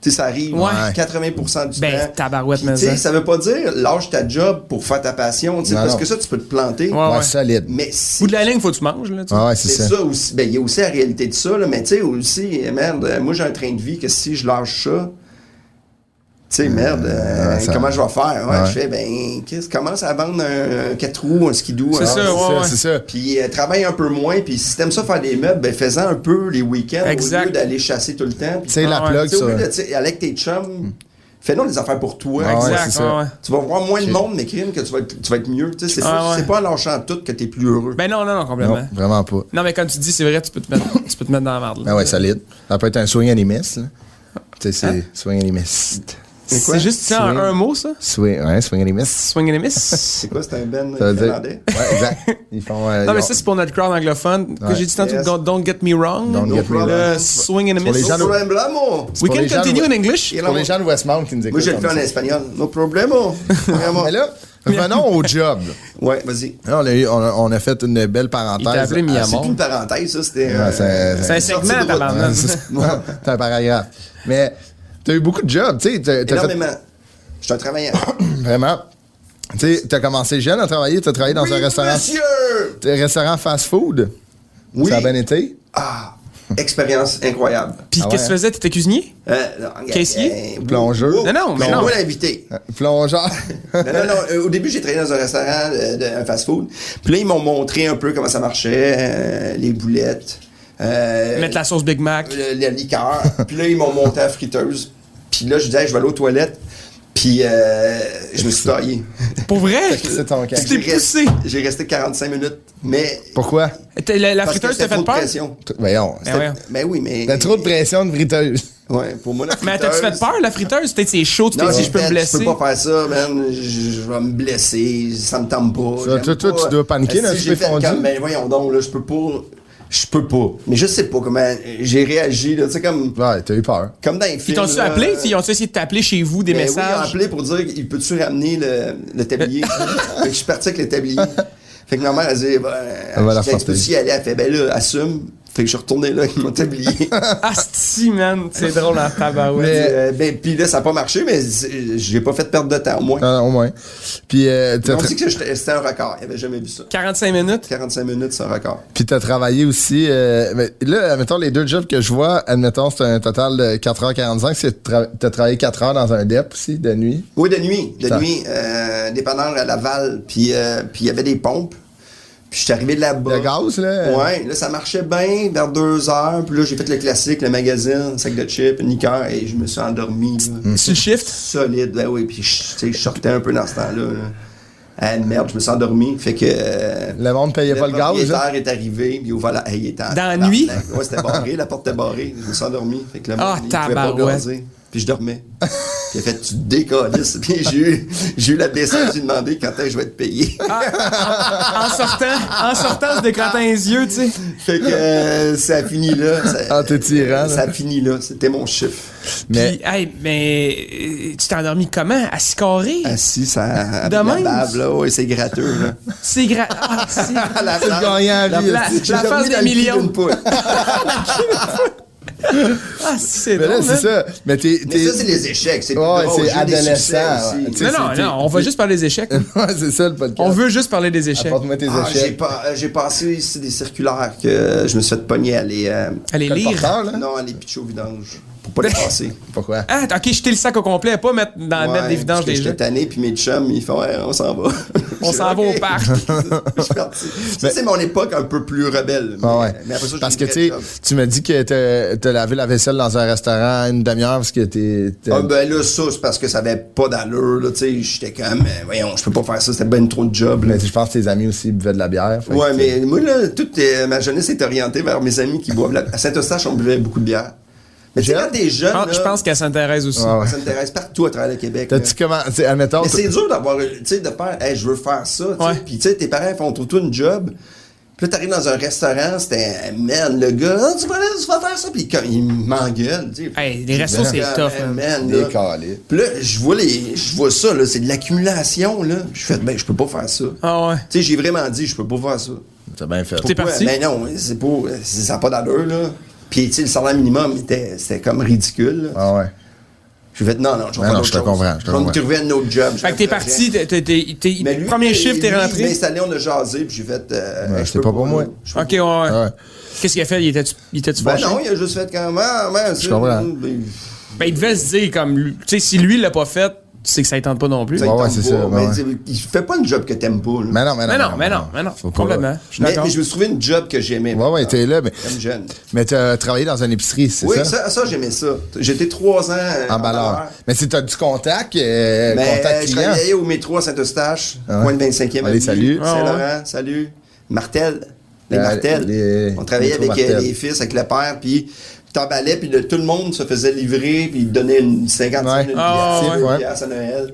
C: Tu sais, ça arrive hein,
B: Ouais.
C: 80% du
B: Ben,
C: temps.
B: tabarouette,
C: Puis,
B: mais
C: tu sais,
B: ça.
C: ça veut pas dire lâche ta job pour faire ta passion, tu sais,
A: Non,
C: parce
A: non.
C: que ça, tu peux te planter.
B: Ouais,
A: Ouais,
B: ouais.
A: solide.
C: Mais
B: Au
C: si.
B: bout de la ligne, faut que tu manges. Là, tu sais.
A: Ouais, ouais, c'est
C: C'est
A: ça.
C: ça. aussi. Ben, il y a aussi la réalité de ça, là, mais tu sais, aussi, eh, merde, euh, moi, j'ai un train de vie que si je lâche ça, tu sais, merde, euh,
A: ouais, ça-
C: comment je vais faire? Ouais,
A: Ouais.
C: Je fais, ben, qu'est-ce, commence à vendre un, 4 roues, un skidoo.
B: C'est
C: un-
B: ça,
A: C'est
B: ouais,
A: ça,
B: ouais.
A: c'est ça.
C: Puis euh, travaille un peu moins, puis si t'aimes ça faire des meubles, ben fais-en un peu les week-ends
B: Exact.
C: au lieu d'aller chasser tout le temps. puis-
A: Tu sais, la
B: Ah ouais,
A: plug,
C: Tu sais, au lieu de,
A: ça.
C: tu sais, avec tes chums, fais-nous des affaires pour toi.
A: Ah ouais,
B: Exact,
A: c'est ça.
B: ouais, ouais.
C: Tu vas voir moins de monde, mais crime que tu vas être, tu vas être mieux. Tu sais, C'est
B: Ah
C: pas-
B: ouais.
C: c'est pas en lâchant tout que t'es plus heureux.
B: Ben non, non, non, complètement.
A: Non,
B: Non,
A: vraiment pas.
B: mais comme tu dis, c'est vrai, tu peux te mettre, tu peux te mettre dans la merde. là.
A: Ah ouais, solide. Ça peut être un soin animiste, là. Tu sais,
C: Hein?
A: c'est soin animiste.
C: quoi?
B: c'est juste ça en
A: Swing.
B: un mot, ça.
A: Soin, ouais, soin animiste.
B: Swing and a miss.
A: (laughs)
C: C'est quoi, c'est un ben
A: Ça veut dire. (laughs)
C: finlandais?
A: Ouais, exact. Ils font. euh,
B: Non, mais
A: ils
B: ça,
A: ont-
B: c'est pour notre crowd anglophone. Que
A: Ouais.
B: j'ai dit tantôt,
C: Yes.
B: don't, don't get me wrong.
A: Don't
C: No
A: get me
C: problem.
A: wrong.
B: Le swing and a
A: Pour les
B: miss.
A: gens-
C: No problemo.
B: We
A: pour
B: can
A: les gens-
B: continue in English.
C: Et
A: Pour les gens de Westmount qui nous écoutent.
C: Moi, je le fais
A: on
C: en
A: dit-
C: espagnol.
A: (laughs)
C: No problemo. Vraiment.
A: Mais
C: (laughs)
A: là, revenons au job. là.
C: Ouais, vas-y.
A: Là, on a, eu- on a- on a fait une belle parenthèse.
B: Il t'a appelé
C: Ah,
B: Mia
C: c'est
B: mort.
C: plus une parenthèse, ça. C'était. euh,
A: Ouais, c'est-
B: C'est un
C: Sortie
B: segment,
C: de route.
A: Ouais,
B: tabarnak.
A: c'est ça. C'est un paragraphe. Mais t'as eu beaucoup de jobs, tu sais. t'as- t'as fait-
C: Énormément. Je suis un travaillant.
A: Vraiment. Tu sais, t'as commencé jeune à travailler, t'as travaillé dans
C: Oui,
A: un restaurant,
C: Monsieur!
A: un restaurant fast-food.
C: Oui.
A: Ça a bien été.
C: Ah! Expérience incroyable.
B: Puis
A: Ah
B: qu'est-ce que tu
A: ouais.
B: faisais? T'étais cuisinier?
C: Euh, non, regarde,
B: Caissier?
C: euh,
A: Plongeur.
C: wow,
B: Non, non, mais
C: c'est
B: non.
C: moi l'invité. (laughs)
A: Plongeur.
C: Non, non, non. euh, Au début, j'ai travaillé dans un restaurant, euh, de, un fast-food. Puis là, ils m'ont montré un peu comment ça marchait, euh, les boulettes, euh,
B: Mettre la sauce Big Mac.
C: (laughs) le, le liqueur. Puis là, ils m'ont monté à friteuse. Puis là, je disais, Hey, je vais aller aux toilettes. Puis Puis euh, je me suis
B: (laughs)
C: taillé.
B: Pour vrai?
A: que (laughs) c'est ton cas.
B: Tu t'es
C: J'ai resté-
B: poussé.
C: J'ai resté 45 minutes, mais.
A: Pourquoi?
B: T'as- La, la
C: parce que
B: friteuse t'a
C: c'était
B: fait
C: trop de
B: peur?
C: pression.
A: T- Voyons.
B: Ben ouais.
C: Mais oui, mais.
A: T'as trop de pression de friteuse.
C: Ouais, pour moi, la
B: Mais t'as-tu fait
C: friteuse-
B: peur, la friteuse? Peut-être c'est chaud, tu t'es
C: Non,
B: dit,
C: j'ai
B: je peux me
C: fait,
B: blesser.
C: Je peux pas faire ça, man. Je, je vais me blesser. Ça me tente pas.
A: Ça,
C: j'aime
A: toi, toi,
C: pas.
A: tu dois paniquer, là,
C: Si
A: tu
C: j'ai
A: t'es
C: fait
A: fondu.
C: comme, Ben voyons donc, là, je peux pas. Je peux pas. Mais je sais pas comment. J'ai réagi, là, tu sais, comme,
A: Ouais, t'as eu peur.
C: comme dans les films.
B: Ils t'ont-tu
C: là.
B: appelé?
A: euh,
B: Ils ont-tu essayé de t'appeler chez vous des
C: Ben oui, ils ont
B: messages?
C: appelé pour dire il peut-tu ramener le, le tablier Fait que je suis parti avec le tablier. Fait que ma mère, elle dit ben,
A: va la
C: je dis, tu peux
A: ressortir.
C: y aller Elle fait ben là, assume. Fait que je suis retourné là avec
A: (laughs)
C: mon tablier.
B: (laughs) Asti, man. C'est drôle en tabarouette.
C: Puis, euh, ben, puis là, ça n'a pas marché, mais c'est- j'ai pas fait perdre de temps, moi.
A: Non, non, au moins. Puis, euh, t'as
C: On
A: tra-
C: dit que j'étais- c'était un record. Il avait jamais vu ça.
B: 45 minutes?
C: 45 minutes, c'est un record.
A: puis t'as travaillé aussi. euh, mais là, admettons, les deux jobs que je vois, admettons, c'est un total de 4h45. c'est tra- T'as travaillé 4 heures dans un DEP aussi, de nuit.
C: Oui, de nuit. De
A: Putain.
C: nuit. Euh, dépanneur à Laval. Puis euh, puis il y avait des pompes. Puis je suis arrivé de là-bas.
A: Le gaz, euh. là.
C: Ouais, là, ça marchait bien vers deux heures. Puis là, j'ai fait le classique, le magazine, un sac de chips, une liqueur, et je me suis endormi.
A: Mm.
C: là.
B: Sur le shift?
C: Solide, ben oui. Puis je tu sais, je sortais un peu dans ce temps-là. là. Ah, merde, je me suis endormi. Fait que. euh,
A: Le monde payait pas le gaz, hein? là.
C: propriétaire est arrivé, puis il a ouvert la. hey, il était en-
B: Dans la nuit?
C: Ouais, c'était barré, la porte était barrée. Je me suis endormi. Fait que le
B: Ah,
C: monde, il pouvait pas
B: tabarouette.
C: gazer. Puis je dormais. puis il a fait, tu te décalisses. (laughs) Puis j'ai eu, j'ai eu la décence de lui demander quand est-ce que je vais être payé. (laughs)
B: En sortant, en sortant, se décrotant les yeux, tu sais.
C: fait que euh, ça a fini là. Ça,
A: Ah, t'es tyran, là.
C: Ça a fini là. C'était mon chiffre.
A: Mais
B: Puis, hey, mais euh, tu t'es endormi comment? À six carrés?
C: Assis,
B: (laughs)
C: ça. avec
B: De
C: la
B: même?
C: bave, là. Ouais, c'est gratteux,
B: (laughs)
C: là.
B: C'est grave.
A: (laughs)
B: Ah, c'est-
C: À la
A: c'est
C: fin,
A: gagnant à vie.
B: la-
A: aussi.
C: j'ai
B: la
C: dormi
B: face
C: dans
B: des
C: le cul
B: millions.
A: (laughs)
C: d'une poule.
B: ah, c'est
A: Mais là,
B: drôle,
A: c'est
B: hein?
A: ça. Mais t'es.
C: Mais
A: t'es-
C: ça, c'est les échecs. C'est plus
A: Ouais,
C: drôle.
A: c'est
C: J'ai eu des
A: adolescent,
C: succès
A: ouais.
C: aussi.
A: Tu sais,
B: Non, non,
A: c'est-
B: non, on va juste parler des échecs.
A: (laughs) Ouais, c'est ça le podcast.
B: On veut juste parler des échecs.
A: Apporte-moi tes
C: Ah, j'ai,
A: échecs.
C: pas- euh, j'ai passé ici des circulaires que euh, je me suis fait pogner à les. euh,
B: Allez
A: Quel
B: lire.
A: porteur, là?
C: Non, à les pitcher au vidange. Pour
B: (laughs)
C: pas les passer.
A: Pourquoi?
B: Ah, ok, jeter le sac au complet, pas mettre dans mettre des vidanges des
C: J'étais
B: gens.
C: tanné, puis mes chums, ils font Ouais, on s'en va.
B: (laughs) On s'en
C: (laughs)
B: va au
A: (laughs)
B: parc.
C: Je suis
B: (laughs)
C: parti. Ça, c'est mon époque un peu plus rebelle.
A: Ah
C: mais-
A: ouais.
C: mais après ça, j'ai
A: parce
C: eu
A: que
C: une
A: tu sais,
C: vraie job.
A: tu me dis que t'as- t'as lavé la vaisselle dans un restaurant une demi-heure parce que t'es. t'es-
C: Ah ben là, ça, c'est parce que ça avait pas d'allure, là, tu sais, j'étais comme, euh, voyons, je peux pas faire ça, c'était ben trop de job, là.
A: mais je pense que tes amis aussi buvaient de la bière. fait
C: Ouais,
A: que-
C: mais moi, là, toute euh, ma jeunesse est orientée vers mes amis qui boivent la... À Saint-Eustache, on buvait beaucoup de bière. Mais tu sais, quand t'es jeune,
B: Ah,
C: là,
B: je pense qu'elle s'intéresse aussi.
A: Ah ouais.
C: ça t'intéresse partout à travers le Québec. là.
A: T'as-tu commencé. Admettons.
C: Mais c'est
A: t-
C: dur d'avoir, tu sais, de faire, hey, je veux faire ça, tu sais.
B: Ouais.
C: Puis, tu sais, tes parents font tout, tout une job. Puis là, t'arrives dans un restaurant, c'était, man, le gars, Ah, tu vas là, tu vas faire ça. Puis, quand il m'engueule, tu sais.
B: Hey, les restos, c'est
C: Comme,
B: tough,
C: Hey,
B: man.
C: man,
A: Des
C: là.
A: calés.
C: Puis là, je vois, les, je vois ça, là, c'est de l'accumulation, là. Je fais, ben, je peux pas faire ça.
B: Ah ouais.
C: Tu sais, j'ai vraiment dit, je peux pas faire ça.
A: T'as bien fait.
B: T'es
C: Ouais,
B: parti?
C: ben non, c'est pas, c'est- ça n'a pas d'allure, là. Puis, tu sais, le salaire minimum, était, c'était comme ridicule, là.
A: Ah ouais.
C: Je vais non, non,
A: Non,
C: je vais faire
A: non,
C: d'autres
A: je te
C: choses.
A: comprends, je te
C: Je vais me
A: comprends.
C: trouver un autre job.
B: Fait que t'es parti, t'es, t'es- t'es- t'es-
C: Mais lui,
B: premier chiffre, t'es
C: lui, Il
B: rentré.
C: m'a installé, on a jasé, puis j'ai fait. euh,
A: Ouais,
C: je
A: c'était
C: peux
A: pas pour moi.
C: Je peux
B: Ok, ouais. ouais.
A: Ah ouais.
B: Qu'est-ce qu'il a fait? Il était-tu, il était-tu
C: pas. Ben
B: fâché?
C: non, il a juste fait ah, quand même.
A: Je comprends.
B: Ben, il devait se dire, comme, lui- tu sais, si lui l'a pas fait, tu sais que ça ne tente pas non plus.
A: Ouais, ouais, c'est ça, ouais,
C: Mais
A: ouais.
C: dis- il fait pas une job que t'aimes pas. là.
A: Mais non, mais non.
B: Mais Ben non, mais non, mais non.
A: Faut pas-
B: Complètement. Je suis
C: Mais,
B: d'accord.
C: mais je me suis trouvé une job que j'aimais.
A: Ouais, ouais, t'es là, mais.
C: Comme jeune.
A: Mais t'as travaillé dans une épicerie, c'est
C: Oui,
A: ça?
C: ça, ça, j'aimais ça. J'étais trois ans. euh,
A: En balleur. Mais si t'as du contact, euh,
C: Mais euh,
A: contact
C: je
A: client.
C: travaillais au métro à Saint-Eustache,
A: Ah ouais.
C: coin de 25e.
A: Allez, salut.
C: avenue.
B: Ah ouais.
C: Saint-Laurent, salut. Martel. Les
A: Euh,
C: Martel.
A: les-
C: On travaillait
A: Métro
C: avec euh,
A: Martel.
C: les fils, avec le père, puis t'emballais, puis le- tout le monde se faisait livrer, puis ils donnaient une
A: Ouais.
C: cinquantaine, une
B: Ah
C: pièce,
A: ouais.
C: une pièce à Noël.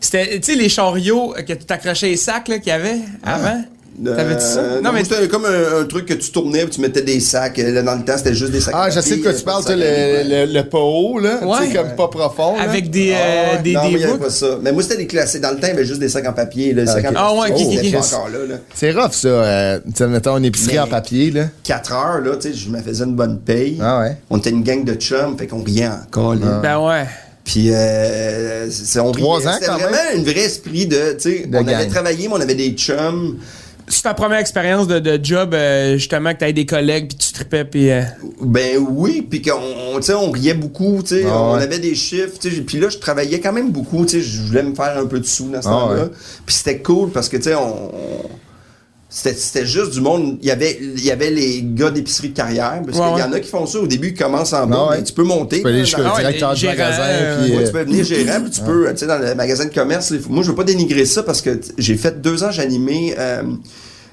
B: C'était, tu sais, les chariots euh, que tu t'accrochais les sacs là, qu'il y avait avant. T'avais dit ça?
C: Euh,
B: non, mais
C: c'était comme un, un truc que tu tournais, puis tu mettais des sacs. euh, Là, dans le temps, c'était juste des sacs.
A: Ah,
C: à
A: je sais de quoi
C: papier,
A: tu parles,
C: pour
A: toi,
C: ça,
A: le,
C: ouais.
A: le, le pot haut, là. Tu
B: Ouais.
A: sais, comme pas profond. là.
B: avec des,
C: Ah
B: euh,
C: ouais.
B: des,
C: non,
B: des
C: moi, il y avait
B: books.
C: pas ça. Mais moi, c'était des classiques. Dans le temps, il y avait juste des sacs en papier. Là, des sacs en
A: ok.
B: Ah ouais,
C: plastique,
B: ok,
C: c'était
B: ok,
C: pas
B: ok.
C: encore là, là.
A: C'est rough, ça. euh, tu sais, mettons une épicerie
C: Mais-
A: en papier, là.
C: 4 heures, là, tu sais, je me faisais une bonne paye.
A: Ah ouais. Ah.
C: On était une gang de chums, fait qu'on riait encore, là.
B: Ben ouais.
C: Puis, euh, c'est- on
A: Trois
C: riait.
A: ans,
C: C'était
A: quand
C: vraiment un vrai esprit de, tu sais,
A: De
C: on
A: gang.
C: avait travaillé, mais on avait des chums.
B: C'est ta première expérience de, de job, euh, justement, que t'avais des collègues, puis tu tripais, puis... euh,
C: Ben oui, puis qu'on, on- tu sais, on riait beaucoup, tu sais,
A: Ah
C: on
A: ouais.
C: avait des chiffres, tu sais, puis là, je travaillais quand même beaucoup, tu sais, je voulais me faire un peu de sous dans ce
A: Ah
C: temps-là.
A: ouais.
C: Puis c'était cool parce que, tu sais, on... C'était- C'était juste du monde. Il y avait, il y avait les gars d'épicerie de carrière. Parce
B: Ouais,
C: qu'il
B: ouais.
C: y en a qui font ça. Au début, ils commencent en
A: Ah
C: bas.
A: ouais.
C: mais Tu peux monter.
A: Tu peux aller jusqu'au
B: Ah ouais,
A: directeur
B: les
A: du
B: gérants,
A: magasin.
B: euh,
A: puis,
C: Ouais,
A: euh,
C: tu peux devenir gérant, puis tu peux, euh, tu sais, dans le magasin de commerce, il faut- moi, je veux pas dénigrer ça parce que t- j'ai fait deux ans, j'animais, euh,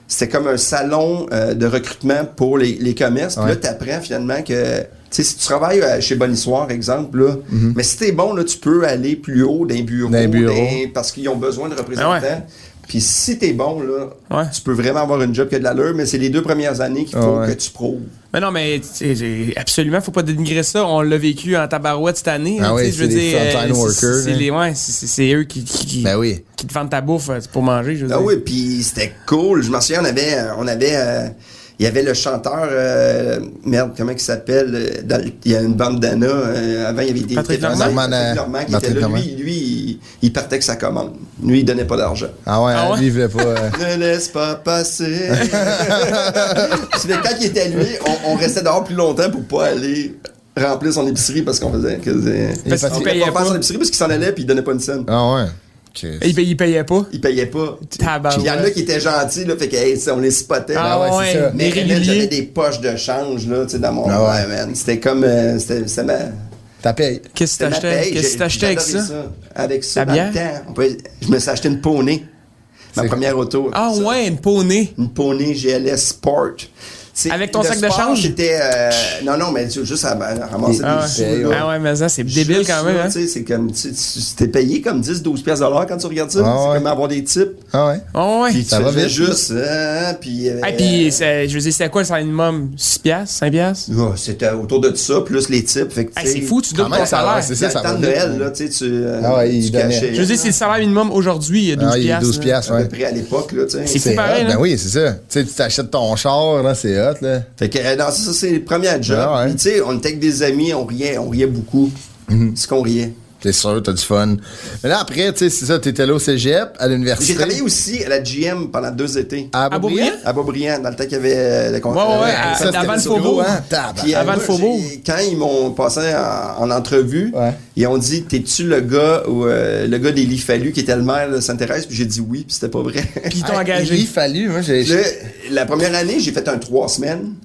C: c'était comme un salon euh, de recrutement pour les, les commerces, puis
A: Ouais.
C: là, t'apprends finalement que, tu sais, si tu travailles euh, chez Bonissoir, exemple, là, mais si t'es bon, là, tu peux aller plus haut d'un bureau,
A: Mhm. D'un bureau.
C: parce qu'ils ont besoin de représentants.
B: Ah ouais.
C: Puis si t'es bon, là,
B: Ouais.
C: tu peux vraiment avoir une job qui a de l'allure, mais c'est les deux premières années qu'il faut
A: Ah ouais.
C: que tu prouves.
B: Mais non, mais c'est- c'est- absolument, faut pas dénigrer ça. On l'a vécu en tabarouette cette année.
A: Ah
B: hein,
A: oui,
B: tu sais, je
A: c'est
B: veux
A: des
B: dire, euh,
A: frontline
B: c'est-
A: workers,
B: c'est
A: hein.
B: les- ouais, c'est- c'est c'est eux qui, qui, qui-
A: Ben oui.
B: qui te vendent ta bouffe euh, pour manger. Je veux
C: Ah
B: dire.
C: oui, puis c'était cool. Je m'en souviens, on avait, euh, on avait, euh, il y avait le chanteur, euh, merde, comment il s'appelle, euh, dans le- il y a une bandana, euh, avant il y avait des
B: Patrick
C: des-
B: Normand?
C: Patrick
A: Normand,
C: Normand qui
A: Patrick
C: était là,
A: Normand.
C: lui, lui, il, il partait avec sa commande. Lui, il donnait pas d'argent.
A: Ah ouais,
B: Ah ouais?
A: lui, il voulait pas. euh,
C: (laughs) Ne laisse pas passer. Puis, mais quand il était à lui, on, on restait dehors plus longtemps pour pas aller remplir son épicerie parce qu'on faisait. Que,
B: Parce
C: on
B: qu'il
C: pouvait
B: payait
C: pas
B: pas.
C: faire son épicerie parce qu'il s'en allait puis il donnait pas une scène.
A: Ah ouais. Ok.
B: Ils, payaient- ils payaient pas.
C: Il payait pas.
B: Tabarouette.
C: Puis il y en a qui étaient gentils, là, fait que hey, ça, on les spotait.
B: Ah
A: ouais, c'est ça.
B: les
C: Mais Renel, j'avais
B: réguliers.
C: des poches de change là, tu sais, dans mon
A: Ah ouais.
C: ouais, man. C'était comme euh, c'était c'était ma
A: T'as payé.
B: Qu'est-ce que
C: c'était ma
B: t'achetais?
C: paye.
B: Qu'est-ce
C: J'ai-
B: que t'achetais avec
C: j'adorais
B: ça?
C: Avec ça,
B: Ta
C: dans le
B: bière?
C: temps, on peut- je me suis acheté une poney. Ma
A: C'est-
C: première auto.
B: Ah
C: ça.
B: ouais, une poney.
C: Une poney GLS Sport. C'est-
B: Avec ton
C: le
B: sac de
C: sport,
B: change?
C: C'était euh, non non, mais tu- juste à, à ramasser
B: Ah
C: des
B: ouais,
C: sous, là.
B: ah ouais mais ça, c'est débile
C: Juste
B: quand même.
C: là,
B: Hein?
C: tu sais, c'est comme tu tu- tu t'es payé comme 10 12 pièces de l'heure quand tu regardes ça,
A: Ah
C: c'est
A: ouais.
C: comme avoir des types.
A: Ah ouais.
B: Ah ouais.
C: Puis tu
A: Ça va
C: faisais
A: vite,
C: juste, hein, puis... euh,
B: Et Ah, puis, c'est- je veux dire, c'était quoi le salaire minimum? 6 piastres, 5 piastres?
C: ouais, c'était autour de ça, plus les types. Fait que,
B: Hey,
C: tu sais,
B: Ah, c'est fou, tu
A: Quand
B: doubles ton
A: même, ça va,
B: salaire.
A: c'est
C: Dans
A: ça,
C: le
A: ça
C: temps
A: va.
C: de Noël, là, tu sais, tu, euh,
A: Ah ouais,
C: tu
A: il
C: cachais,
A: donnait.
B: Je veux dire, c'est le salaire minimum aujourd'hui, il y a 12
A: Ah, il est 12
B: hein.
A: piastres,
C: à
A: ouais.
C: peu près à l'époque, là, tu sais.
B: C'est fou,
A: C'est
B: pareil,
A: hot.
B: là.
A: Ben oui, c'est ça. Tu sais, tu t'achètes ton char, là, c'est hot, là.
C: Fait que, euh, non, c'est ça, c'est les premiers jobs.
A: Ah ouais.
C: Puis, tu sais, on était avec des amis, on riait, on riait beaucoup. C'est ce qu'on riait.
A: T'es sûr, t'as du fun. Mais là, après, tu sais, c'est ça, t'étais là au cégep, à l'université.
C: J'ai travaillé aussi à la GM pendant deux étés.
A: À
B: À Beaubriand?
A: Beaubriand?
C: À Beaubriand, dans le temps qu'il y avait euh, le con-
B: Ouais, ouais, ouais,
C: euh,
B: à-
C: ça,
B: d'avant
C: c'était
B: le
C: sur
B: faubourg.
C: gros,
A: hein? Tabarnak.
C: Puis, euh,
B: Avant le
C: moi,
B: faubourg.
C: j'ai- Quand ils m'ont passé en, en entrevue,
A: Ouais.
C: ils ont dit T'es-tu le gars ou euh, le gars d'Élie Fallu qui était le maire de Sainte-Thérèse Puis j'ai dit oui, puis c'était pas vrai.
B: Puis ils t'ont
A: Hey,
B: engagé.
A: Il fallu, moi, j'ai.
C: Là, la première année, j'ai fait un trois
A: (laughs)
C: semaines.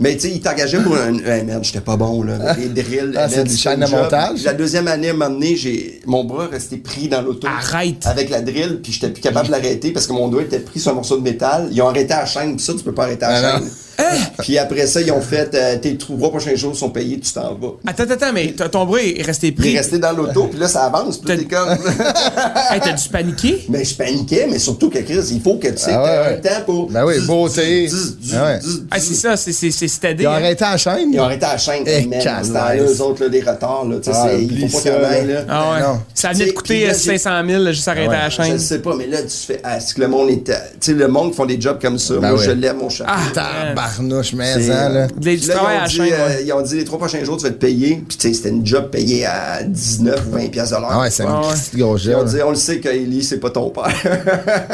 C: Mais tu sais, il t'engageait pour un. Hey, merde, j'étais pas bon, là. avec Des drills.
A: Ah, c'est
C: merde,
A: du
C: c'était
A: chaîne
C: une
A: de
C: job.
A: montage?
C: La deuxième année, à un moment donné, j'ai... mon bras restait pris dans l'auto.
B: Arrête.
C: Avec la drill, puis j'étais plus capable de l'arrêter parce que mon doigt était pris sur un morceau de métal. Ils ont arrêté la chaîne, puis ça, tu peux pas arrêter la
A: Ah,
C: chaîne.
B: Hein?
C: Puis après ça, ils ont fait euh, tes trois prochains jours sont payés, tu t'en vas.
B: Attends, attends, attends, mais t- ton bras est resté
C: Il est
B: pris.
C: resté dans l'auto, puis là, ça avance, puis là,
B: (laughs)
C: t'es comme.
B: Hey, t'as dû paniquer?
C: Mais je paniquais, mais surtout que Chris, il faut que tu aies
A: Ah ouais,
C: un
A: ouais.
C: temps pour.
A: Ben oui,
C: Zzz,
A: beauté.
C: zzz, zzz,
A: Ah ouais.
C: zzz,
B: Ah,
C: zzz.
B: c'est ça, c'est- c'est c'est stadé.
A: Ils ont
B: hein.
A: arrêté la chaîne.
C: Ils ont arrêté à la chaîne,
A: Eh,
C: man. Dans ce
A: calme.
C: temps-là, eux autres, là, les retards, là, tu sais,
A: Ah,
C: c'est- il
A: oublie
C: faut pas
A: ça,
C: qu'on aille,
A: là.
C: là.
B: Ah ouais.
A: Ben non.
B: Ça venait de
C: Tu sais, puis
B: coûter
C: là,
B: euh,
C: j'ai- Ah
B: 500 000, juste arrêter à la
C: Je
B: chaîne.
C: sais pas, mais là, tu fais, est-ce que le monde est, tu sais, le monde font des jobs comme ça.
A: Ben
C: Moi,
A: ouais.
C: je l'aime, mon chat.
B: Ah,
A: Tabarnouche, mais
C: C'est-
A: ça, là.
B: Du
C: Puis là,
B: travail à la
C: ils ont,
B: chaîne.
C: dit, euh,
B: ouais.
C: ils ont dit les trois prochains jours, tu vas te payer. Puis, tu sais, c'était une job payée à 19 ou 20 pièces de l'heure.
A: Ah ouais, c'est
B: Ah
A: une
B: ouais.
A: petite grosse
C: Ils ont
A: gel.
C: dit, on le sait qu'Élie, c'est pas ton père.
A: (laughs)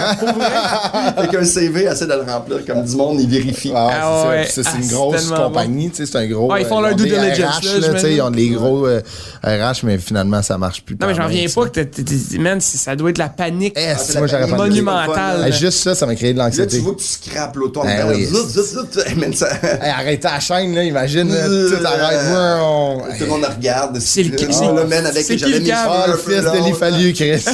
C: Fait qu'un CV, essaie de le remplir comme du monde, il vérifie.
A: Ah, ouais,
B: Ah
A: c'est
B: ouais.
A: ça. Puis ça,
B: Ah,
A: c'est une
B: c'est
A: grosse
B: tellement
A: compagnie, tu sais, c'est un gros.
B: Ouais, ils font
A: euh,
B: leur
A: ont
B: due
A: des
B: diligence,
A: RH,
B: là,
A: là, tu sais,
B: j'imagine.
A: ils ont des gros euh, RH, mais finalement, ça marche plus.
B: Non, mais
A: tant
C: Ah,
A: bien,
B: j'en reviens
A: tu sais.
B: pas que t'as- t'as- t'as- man, c'est- ça doit être la panique
A: Eh,
C: c'est
A: si,
C: la
A: moi, j'aurais
C: panique.
A: pas de-
B: monumentale.
A: Eh, Juste ça, ça m'a créé de
C: Là, tu
A: l'anxiété.
C: vois que tu scrapes l'auto en
A: Ben
C: dedans, là,
A: oui.
C: zut, zut, zut. Hey, man, ça-
A: Hey, arrêtez la chaîne, là, imagine, là,
C: Euh,
A: tout arrête. Ouais, on-
C: Tout le monde regarde.
B: C'est le-
C: Ah,
B: c'est-
C: le man avec
B: c'est qui
C: j'avais
B: le
C: mes
B: gars?
C: cheveux
A: Ah,
C: un
A: le
C: peu
A: fils de
C: longs,
A: l'Ifallu, Chris.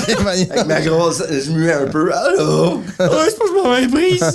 C: Avec ma grosse, je muais un peu. Ah, oh. Allô?
B: (laughs) Ouais, c'est pas que je m'en vais prise.
C: (laughs)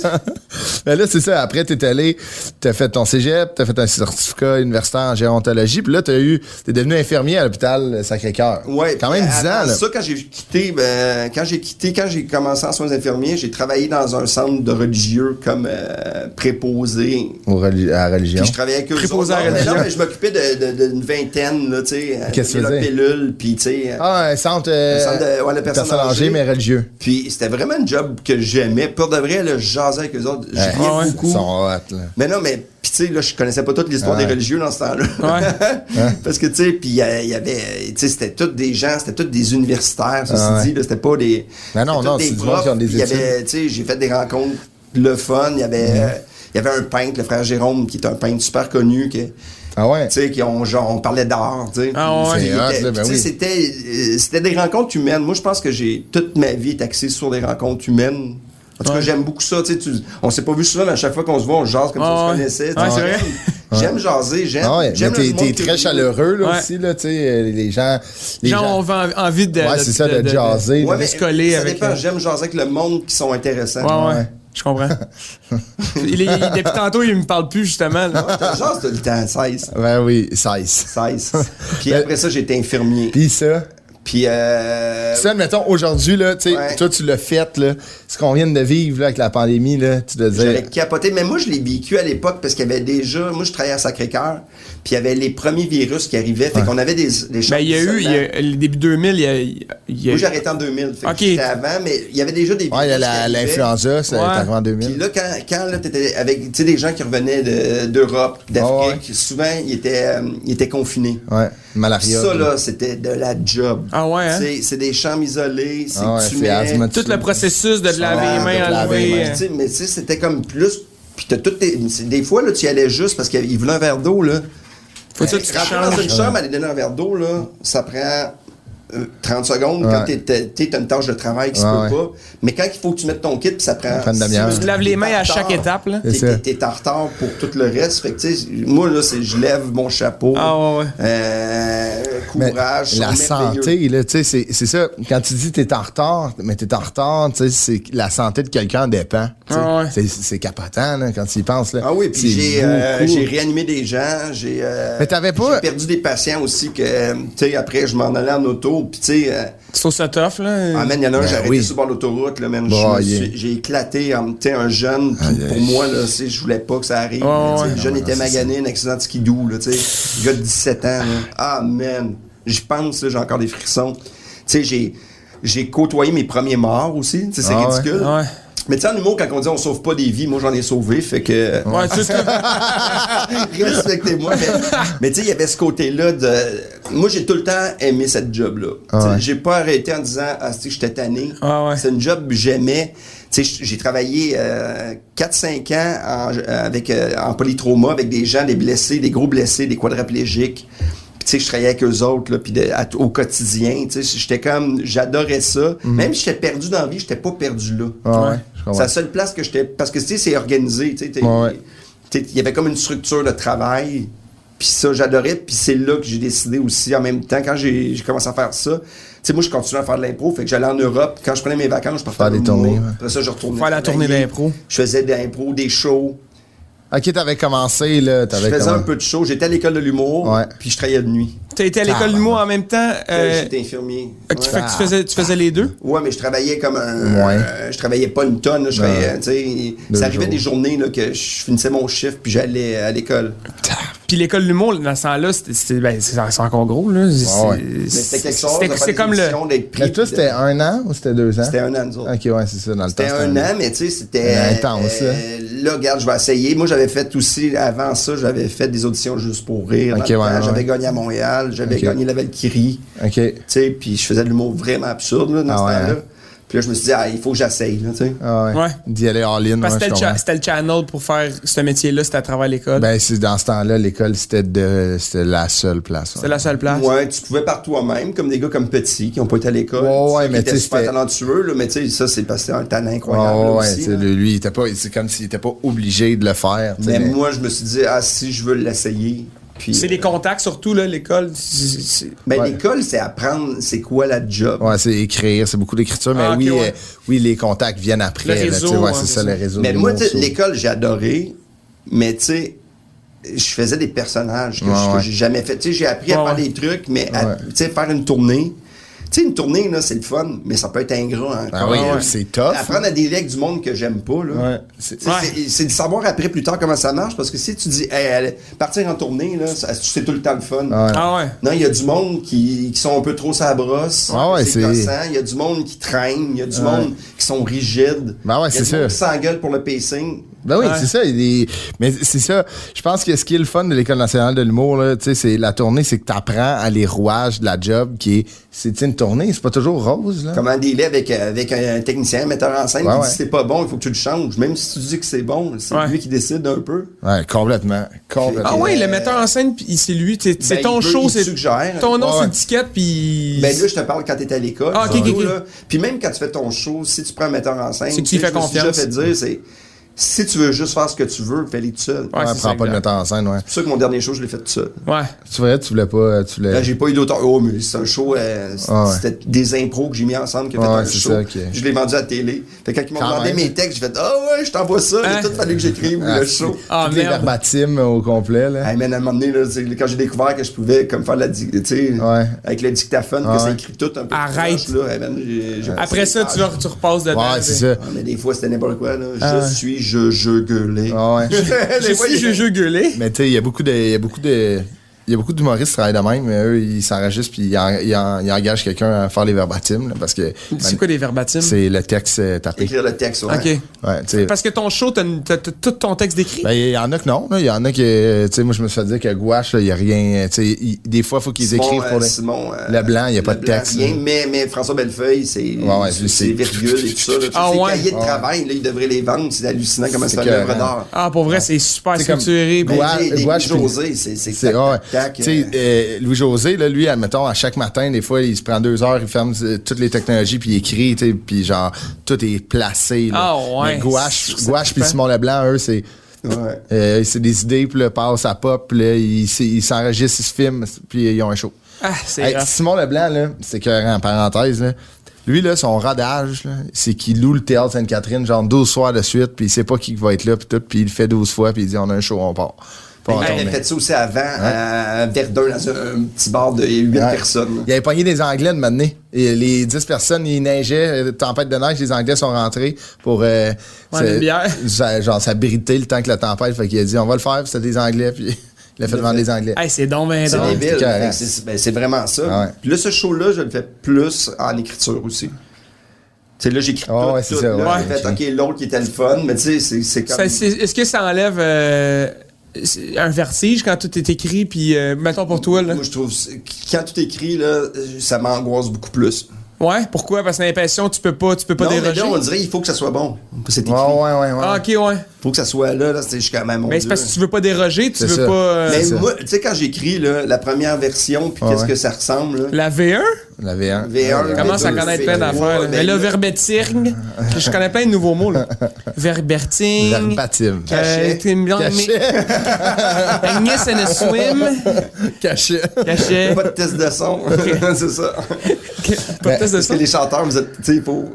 A: Mais Ben là, c'est ça. Après, t'es allé, t'as fait ton cégep, t'as fait un certificat universitaire en gérontologie, puis là, t'as eu, t'es devenu infirmier à l'hôpital Sacré-Cœur.
C: Ouais.
A: Quand même 10 ans,
C: Attends,
A: là.
C: Ça, quand j'ai quitté, ben, quand j'ai quitté, quand j'ai commencé en soins infirmiers, j'ai travaillé dans un centre de religieux comme euh, préposé.
A: Au reli- à la religion.
C: Puis je travaillais avec eux.
B: Préposé
C: autres.
B: à
C: Non, mais
B: religieux.
C: non, mais je m'occupais d'une de, d'une vingtaine, là, tu sais. euh,
A: Qu'est-ce que tu
C: la
A: faisais?
C: pilule, puis tu sais. euh,
A: Ah, un centre,
C: Un
A: euh,
C: centre de- ouais, de personnes
A: personnes
C: âgées.
A: âgées, mais religieux.
C: Puis c'était vraiment un job que j'aimais. Pour de vrai, là, je jasais avec eux autres. Je riais
B: Ah ouais?
C: beaucoup.
A: Ils sont hot, là.
C: Mais non, mais puis tu sais là, je connaissais pas toute l'histoire
A: Ouais.
C: des religieux dans ce temps-là. (laughs) Parce que tu sais, puis il y a- il y avait, euh, tu sais, c'était tous des gens, c'était tous des universitaires, ceci
A: Ah ouais.
C: dit, là, c'était pas des.
A: Ben non,
C: c'était
A: non,
C: tous
A: c'est du monde qui ont des
C: puis il y
A: études. Mm-hmm.
C: avait, tu sais, j'ai fait des rencontres, le fun, il y avait, euh, il y avait un peintre, le frère Jérôme, qui est un peintre super connu, que tu
A: Ah ouais?
C: sais, qui ont genre, on parlait d'art, tu sais.
B: Ah ouais.
C: Puis il
A: C'est hot,
C: était-
A: là, ben
C: tu sais,
A: oui.
C: c'était, euh, c'était des rencontres humaines. Moi, je pense que j'ai toute ma vie est axée sur des rencontres humaines. En tout cas, j'aime beaucoup ça. Tu sais, tu- on s'est pas vu souvent, mais à chaque fois qu'on se voit, on se jase comme si
B: Ah
C: on
B: ouais.
C: se connaissait.
B: Ouais,
C: tu sais.
B: c'est vrai.
C: J'aime jaser, j'aime.
A: Ah ouais, mais
C: j'aime le
A: t'es,
C: monde
A: t'es
C: qui-
A: très chaleureux là,
B: Ouais.
A: aussi, là, tu sais, euh, les gens. Les
B: Genre,
A: gens
B: on va en- envie de.
A: ouais, c'est ça, de, jaser.
C: Ouais,
A: là.
C: mais
B: se coller
C: ça
B: avec,
C: dépend.
B: euh,
C: J'aime jaser avec le monde qui sont intéressants.
B: Ouais, ouais.
A: Ouais.
B: Je
C: (laughs)
B: comprends. Il est- il- depuis tantôt, il me parle plus, justement. là.
C: J'en jase de le temps, 16.
A: Ben oui, 16. (laughs)
C: 16. Puis
A: Mais-
C: après ça, j'ai été infirmier.
A: Puis ça.
C: Puis euh,
A: Ça, mettons, aujourd'hui, là, tu sais,
C: Ouais.
A: toi, tu l'as fait, là, ce qu'on vient de vivre là, avec la pandémie, là, tu dois
C: J'avais
A: dire.
C: capoté. Mais moi, je l'ai vécu à l'époque parce qu'il y avait déjà. Moi, je travaillais à Sacré-Cœur. Puis il y avait les premiers virus qui arrivaient. Fait qu'on avait des, des choses.
B: Ben, il y a eu, il y a- le début 2000, il y a. il y a-
C: Moi, j'ai arrêté en 2000. Fait
B: Ok.
C: que j'étais avant, mais il y avait déjà des virus.
A: Ouais, il y a
C: qui
A: la-
C: arrivaient.
A: l'influenza, c'est
B: Ouais.
A: arrivé en
C: Puis
A: 2000.
C: là, quand, quand là, t'étais avec tu sais, des gens qui revenaient de- d'Europe,
A: Ah,
C: d'Afrique, souvent, ils étaient, euh, ils étaient confinés.
A: Ah, ouais, malaria.
C: Ça, là, c'était de la job.
B: Ah ouais, hein?
C: C'est- C'est des chambres isolées, c'est
A: Ah ouais,
C: que tu
A: c'est
C: mets- Ah,
A: asthmatique.
B: Tout le processus de te laver
C: Ouais,
B: les mains,
C: de te
A: laver
B: enlever.
A: les
C: Tu sais, mais tu sais, c'était comme plus. Puis t'as toutes tes- c'est- Des fois, là, tu y allais juste parce qu'il voulait un verre d'eau, là.
B: Faut que
C: Hey,
B: tu te
C: rentrer dans
B: changes.
C: une chambre, aller donner un verre d'eau, là, ça prend euh, 30 secondes
A: Ouais.
C: quand t'es- t'es- t'es- t'as une tâche de travail qui se
A: Ouais,
C: peut
A: ouais.
C: pas. Mais quand il faut que tu mettes ton kit, ça prend.
A: prend une
C: six
A: demi-heure.
C: minutes.
B: Tu te laves les
C: T'es
B: mains
C: en
B: à chaque
C: retard.
B: étape, là.
A: C'est
C: T'es-
A: ça.
C: T'es t'es en retard pour tout le reste. Fait que, tu sais, moi, là, c'est- je lève mon chapeau.
B: Ah, ouais, ouais.
C: Euh,
A: Mais
C: courage.
A: la
C: merveilleux.
A: santé, là, tu sais, c'est, c'est ça. Quand tu dis t'es en retard, mais t'es en retard, tu sais, c'est la santé de quelqu'un dépend. tu sais.
B: Ah ouais.
A: C'est, c'est capotant, là, quand tu y penses, là.
C: Ah oui, puis
A: C'est
C: j'ai euh,
A: beaucoup.
C: j'ai réanimé des gens, j'ai euh,
A: Mais t'avais pas-
C: j'ai perdu des patients aussi que euh, tu sais après je m'en allais en auto puis tu sais euh,
B: Tu trouves ça tough, là.
C: ah, man, il y en a un
A: Ben
C: j'ai arrêté
A: oui.
C: sur le bord de l'autoroute là man, je
A: Bon,
C: me
A: yeah.
C: suis- j'ai éclaté en- tu sais, un jeune puis
A: Aïe,
C: pour
A: aïe.
C: moi là c'est- je voulais pas que ça arrive
B: Ouais,
A: Ah,
C: mais, tu sais,
B: ouais.
C: le jeune était magané un accident de skidoo là tu sais le gars de 17 ans là. ah man j'y pense là j'ai encore des frissons tu sais j'ai j'ai côtoyé mes premiers morts aussi tu sais c'est
A: Ah ouais.
C: ridicule
B: Ouais.
C: mais tu sais en humour quand on dit on sauve pas des vies moi j'en ai sauvé fait que
B: Ouais, tu sais,
C: (laughs) Respectez-moi, mais, mais tu sais, il y avait ce côté-là de. Moi, j'ai tout le temps aimé cette job-là. Tu sais,
A: Ah ouais.
C: J'ai pas arrêté en disant, ah, si j'étais tanné.
B: Ah ouais.
C: C'est une job que j'aimais. Tu sais, j'ai travaillé euh, 4-5 ans en, euh, avec, euh, en polytrauma avec des gens, des blessés, des gros blessés, des quadriplégiques. Puis, tu sais, je travaillais avec eux autres, là, puis de- à- au quotidien. Tu sais, j'étais comme, j'adorais ça. Même si j'étais perdu dans la vie, j'étais pas perdu là.
A: Mhm. Ah ouais, je comprends.
C: C'est la seule place que j'étais. Parce que, tu sais, c'est organisé. Tu sais, t'es-
A: Ouais.
C: tu sais, il y avait comme une structure de travail. Puis ça, j'adorais. Puis c'est là que j'ai décidé aussi, en même temps, quand j'ai j'ai commencé à faire ça. Tu sais, moi, je continuais à faire de l'impro. Fait que j'allais en Europe. Quand je prenais mes vacances, je partais
A: Faire des
C: au
A: tournées,
C: Maroc.
A: ouais.
C: Après ça, je retournais.
B: Faire la
C: travailler.
B: tournée d'impro.
C: Je faisais de l'impro, des shows.
A: Ok, t'avais commencé, là.
C: Je
A: T'avais
C: faisais un
A: commencé.
C: peu de shows. J'étais à l'école de l'humour.
A: Ouais.
C: Puis je travaillais de nuit.
B: t'as été à l'école
A: Ah,
B: du mot en même temps. euh,
C: J'étais infirmier.
B: fait que
C: Ouais.
B: tu fait que tu faisais, tu faisais
A: (laughs)
B: les deux.
C: Ouais, mais je travaillais comme un.
A: Ouais.
C: euh, je travaillais pas une tonne. là, Je travaillais, tu sais,
A: Deux
C: ça arrivait
A: jours.
C: des journées là, que je finissais mon chiffre puis j'allais à l'école.
B: Puis l'école de l'humour, dans ce temps-là, c'était- c'était- ben, c'est c'est encore gros, là. C'est-
A: Ah ouais.
B: c'est-
C: Mais c'était quelque chose.
B: c'était-
C: de faire
B: C'est
C: des
B: comme le.
C: émissions, d'être pris,
A: Mais toi,
C: puis de-
A: c'était un an ou c'était deux ans?
C: C'était un an, nous autres.
A: Ok, ouais, c'est ça, dans le temps.
C: C'était un an, mais tu sais, c'était. euh,
A: C'était intense, hein.
C: là, regarde, je vais essayer. Moi, j'avais fait aussi, avant ça, j'avais fait des auditions juste pour rire. dans
A: Ok,
C: le
A: ouais,
C: temps.
A: ouais.
C: J'avais gagné à Montréal, j'avais
A: Ok.
C: gagné la Valkyrie.
A: Ok.
C: Tu sais, puis je faisais de l'humour vraiment absurde là, dans
A: Ah
C: ce
A: ouais,
C: temps-là.
A: hein.
C: Puis là, je me suis dit, ah, il faut que j'essaye. là, tu sais.
A: Ah ouais.
B: Ouais.
A: D'y aller en ligne,
B: Parce
A: moi,
B: que c'était
A: je
B: le, cha-
A: comprends.
B: c'était le channel pour faire ce métier-là, c'était à travers l'école.
A: Ben, c'est dans ce temps-là, l'école, c'était de, c'était la seule place. ouais.
B: C'était la seule
A: Ah,
B: place.
C: Ouais, tu pouvais par toi-même, comme des gars comme Petit qui n'ont pas été à l'école.
A: Ouais, ouais,
C: tu sais, qui
A: mais
C: étaient
A: tu sais,
C: super
A: c'était-
C: talentueux, là, mais tu sais, ça, c'est parce que c'était un talent incroyable.
A: Ah
C: là,
A: ouais,
C: aussi,
A: tu sais,
B: hein.
C: là.
A: lui, il était pas, c'est comme s'il était pas obligé de le faire. tu sais,
C: Mais
A: mais-
C: moi, je me suis dit, ah, si je veux l'essayer. puis,
B: C'est
C: euh,
B: les contacts, surtout, là, l'école. c'est- c'est-
C: Mais
A: Ouais.
C: l'école, c'est apprendre c'est quoi la job.
A: Ouais, c'est écrire, c'est beaucoup d'écriture, mais
B: Ah, ok,
A: oui,
B: ouais.
A: euh, oui, les contacts viennent après.
B: Le
A: là, tu sais,
B: réseau,
A: ouais,
B: hein,
A: c'est
B: c'est
A: ça,
B: ça.
A: le réseau.
C: mais
A: de
C: moi,
A: l'humour,
C: tu sais,
A: ça.
C: l'école, j'ai adoré, mais tu sais, je faisais des personnages que
A: Ouais,
C: je- que
A: ouais.
C: j'ai jamais fait. Tu sais, j'ai appris
B: Ouais,
C: à faire
B: ouais.
C: des trucs, mais à-
A: Ouais.
C: tu sais, faire une tournée. Tu sais, une tournée, là, c'est le fun, mais ça peut être ingrat. Hein,
A: Ah oui,
C: Quand-
A: c'est tough.
C: Apprendre à des règles du monde que j'aime pas, là.
A: Ouais, c'est-
C: Tu sais, c'est- C'est de savoir après, plus tard, comment ça marche, parce que si tu dis, Hey, allez, partir en tournée, là, ça- c'est tout le temps le fun.
A: Ouais.
B: Ah ouais.
C: Non, il y a du monde qui, qui sont un peu trop sa brosse.
A: Ah ouais, c'est-
C: gossant. Il y a du monde qui traîne. Il y a du monde qui sont rigides.
A: Ben ouais,
C: Il y a
A: c'est
C: du monde
A: sûr.
C: qui s'engueule pour le pacing.
A: Ben oui,
B: Ouais.
A: c'est ça. il est- Mais c'est ça. Je pense que ce qui est le fun de l'École nationale de l'humour, là, tu sais, c'est la tournée, c'est que tu apprends à les rouages de la job qui est. C'est tu sais, une détourné. C'est pas toujours rose, là.
C: Comment dealer avec, avec un technicien, un metteur en scène
A: Ouais,
C: qui
A: ouais.
C: dit c'est pas bon, il faut que tu le changes. Même si tu dis que c'est bon, c'est
B: Ouais.
C: lui qui décide un peu.
A: Ouais, complètement. Complètement.
B: Ah oui, le metteur en scène, puis c'est lui, t'es- c'est
C: Ben,
B: ton
C: il veut,
B: show,
C: il
B: c'est
C: suggère.
B: ton nom
A: Ouais,
B: c'est
A: ouais.
B: l'étiquette, puis
C: Ben là, je te parle quand t'es à l'école.
B: Ah, ok,
C: surtout,
B: ok, ok.
C: là. Puis même quand tu fais ton show, si tu prends un metteur en scène,
B: C'est que tu lui
C: sais,
B: fais
C: je me suis déjà
B: confiance.
C: fait dire, c'est si tu veux juste faire ce que tu veux, fais-le tout seul.
B: Ouais,
C: C'est
A: Ouais,
B: c'est
A: prends
B: ça,
A: pas le
B: exact.
A: metteur en scène, ouais.
C: pour ça que mon dernier show, je l'ai fait tout seul.
B: Ouais.
A: Tu vois, tu voulais pas. Tu
B: Ah,
A: voulais...
C: Là, j'ai pas eu d'auteur. Oh, mais c'est un show. euh, c-
A: Ah ouais.
C: C'était des impros que j'ai mis ensemble qui a fait
A: Ah ouais,
C: un
A: c'est
C: show.
A: ça, ok.
C: Je l'ai vendu à la télé. Fait que quand ils m'ont
A: Quand
C: demandé
A: même.
C: mes textes, j'ai fait Ah ouais, je t'envoie ça. Il
B: Hein?
C: a tout fallu que j'écrive
A: Ah,
C: le show.
B: Ah
A: Toutes les
B: merde.
A: verbatims au complet, là.
C: Hey, man, à un moment donné, là, c'est- quand j'ai découvert que je pouvais comme faire de la di- tu sais,
A: Ouais. Ah,
C: avec le dictaphone,
A: Ouais.
C: que c'est écrit tout un peu.
B: Arrête.
C: proche, là, hey, man, j'ai- j'ai passé
B: Après ça,
C: des
B: tu, vas- tu repasses dedans.
A: Ouais,
B: puis-
A: c'est ça.
C: Ah, mais des fois, c'était n'importe quoi. Là. Je
B: Ah ouais.
C: suis, je, (laughs) je gueulais.
A: Ah ouais.
B: Je suis je jeu gueulé.
A: Mais tu sais, il y a beaucoup de. Il y a beaucoup de. Il y a beaucoup d'humoristes qui travaillent de même, mais eux, ils s'enregistrent puis ils, en- ils en- ils engagent quelqu'un à faire les verbatims, là, parce que ben,
B: C'est quoi des verbatims?
A: c'est le texte euh, tapé.
C: Écrire le texte, ouais.
B: OK.
A: Ouais, tu sais.
B: Parce que ton show, t'as une- t'as t'as tout ton texte décrit.
A: Ben, il y en a que non, là. Il y en a que, euh, tu sais, moi, je me suis fait dire que gouache, là, il y a rien. euh, Tu sais, il- des fois, il faut qu'ils
C: Simon,
A: écrivent pour
C: euh,
A: les.
C: Simon, euh,
A: Leblanc, il y a pas de
C: Leblanc,
A: texte,
C: rien,
A: hein.
C: mais, mais François Bellefeuille, c'est
A: ouais,
C: c'est-
A: lui,
C: c'est
A: c'est-
C: virgule et tout ça. Là,
B: Ah
C: tous ces
B: ouais.
C: cahiers de
A: Ah ouais.
C: travail, là, il devrait les vendre. C'est hallucinant comment
A: C'est
C: c'est une œuvre
A: écœurant.
C: d'art.
B: Ah, pour vrai, c'est super
A: C'est comme-
B: structuré. ben, bro.
C: Mais
A: Gouache-
C: des- des
A: gouache, puis-
C: Louis-José, c'est- c'est
A: C'est
C: tac,
A: ouais.
C: tac, tac,
A: Tu sais,
C: euh,
A: euh, Louis José là, lui, admettons à chaque matin, des fois, il se prend deux heures, il ferme euh, toutes les technologies puis il écrit, tu sais, puis genre tout est placé. Là.
B: Ah ouais.
A: Mais gouache,
B: Ça
A: gouache puis
B: dépend.
A: Simon Leblanc, eux, c'est
C: ouais.
A: euh, c'est des idées puis le passe à pop, puis là, ils s- ils s'enregistrent, ils se filment, puis euh, ils ont un show.
B: Ah, c'est
A: Hey,
B: rough.
A: Simon Leblanc, là, c'est écœurant, en parenthèse, là. Lui, là, son radage, là, c'est qu'il loue le théâtre Sainte-Catherine, genre 12 soirs de suite, puis il sait pas qui va être là, puis tout, puis il le fait 12 fois, puis il dit on a un show, on part. Puis on
C: Il
A: retourne.
C: avait fait ça aussi avant
A: Hein?
C: à Verdun, dans un, un petit bar de 8
A: Ouais.
C: personnes.
A: Il avait pogné des Anglais de m'amener. Et les 10 personnes, ils neigeaient, euh, tempête de neige, les Anglais sont rentrés pour. Euh,
B: Prendre
A: se-
B: une bière.
A: (laughs) sa- genre, s'abriter le temps que la tempête. Fait qu'il a dit, on va le faire, puis c'était des Anglais, puis (laughs) il l'a fait devant des Anglais.
B: Hey, c'est donc ben
C: C'est
B: drôle.
A: Ouais,
C: débile.
A: Ah, c'est carré.
C: Fait que C'est ben, c'est vraiment ça.
A: Ah ouais.
C: Puis là, ce show-là, je le fais plus en écriture aussi. Tu sais, là, j'écris
A: Ah
C: tout,
A: ouais, c'est
C: tout.
A: ça,
C: là,
A: ouais,
C: j'ai fait,
A: ok.
C: OK, l'autre qui était le fun, mais tu sais, c'est- c'est
B: Ça,
C: comme...
B: c'est- Est-ce que ça enlève euh, c'est un vertige quand tout est écrit, puis euh, mettons pour toi, là?
C: Moi, je trouve... c'est- Quand tout est écrit, là, ça m'angoisse beaucoup plus.
B: Ouais, pourquoi? Parce que l'impression, tu peux pas, tu peux pas
C: non, mais
B: déroger.
C: là, on dirait, il faut que ça soit bon. C'est écrit.
A: Ouais, ouais, ouais. ouais.
B: Ah, ok, ouais.
C: Il faut que ça soit là, là, c'est- je suis quand même... mon
B: Mais c'est
C: Dieu.
B: parce que tu veux pas déroger, tu
A: C'est
B: veux
A: ça.
B: pas. euh,
C: Mais
A: C'est ça.
C: moi, tu sais, quand j'écris, là, la première version, puis
A: Ah
C: qu'est-ce
A: ouais. Ah,
C: que ça ressemble, là,
B: La V1
A: La V1.
C: V1,
B: commence à connaître plein d'affaires. là. Mais là, verbeting, je connais plein de nouveaux mots. Là.
C: (laughs)
B: Verberting.
A: Verbatim.
B: euh,
C: Cachet.
B: t'aimes bien, mais-
A: Cachet.
B: Agnes and a
C: (laughs)
B: swim.
A: (laughs) Cachet.
B: Cachet.
C: Pas de test
B: (laughs)
C: de son. (laughs) c'est ça.
B: Podcast de
C: Parce que
B: son.
C: les chanteurs, vous êtes, tu sais, il faut-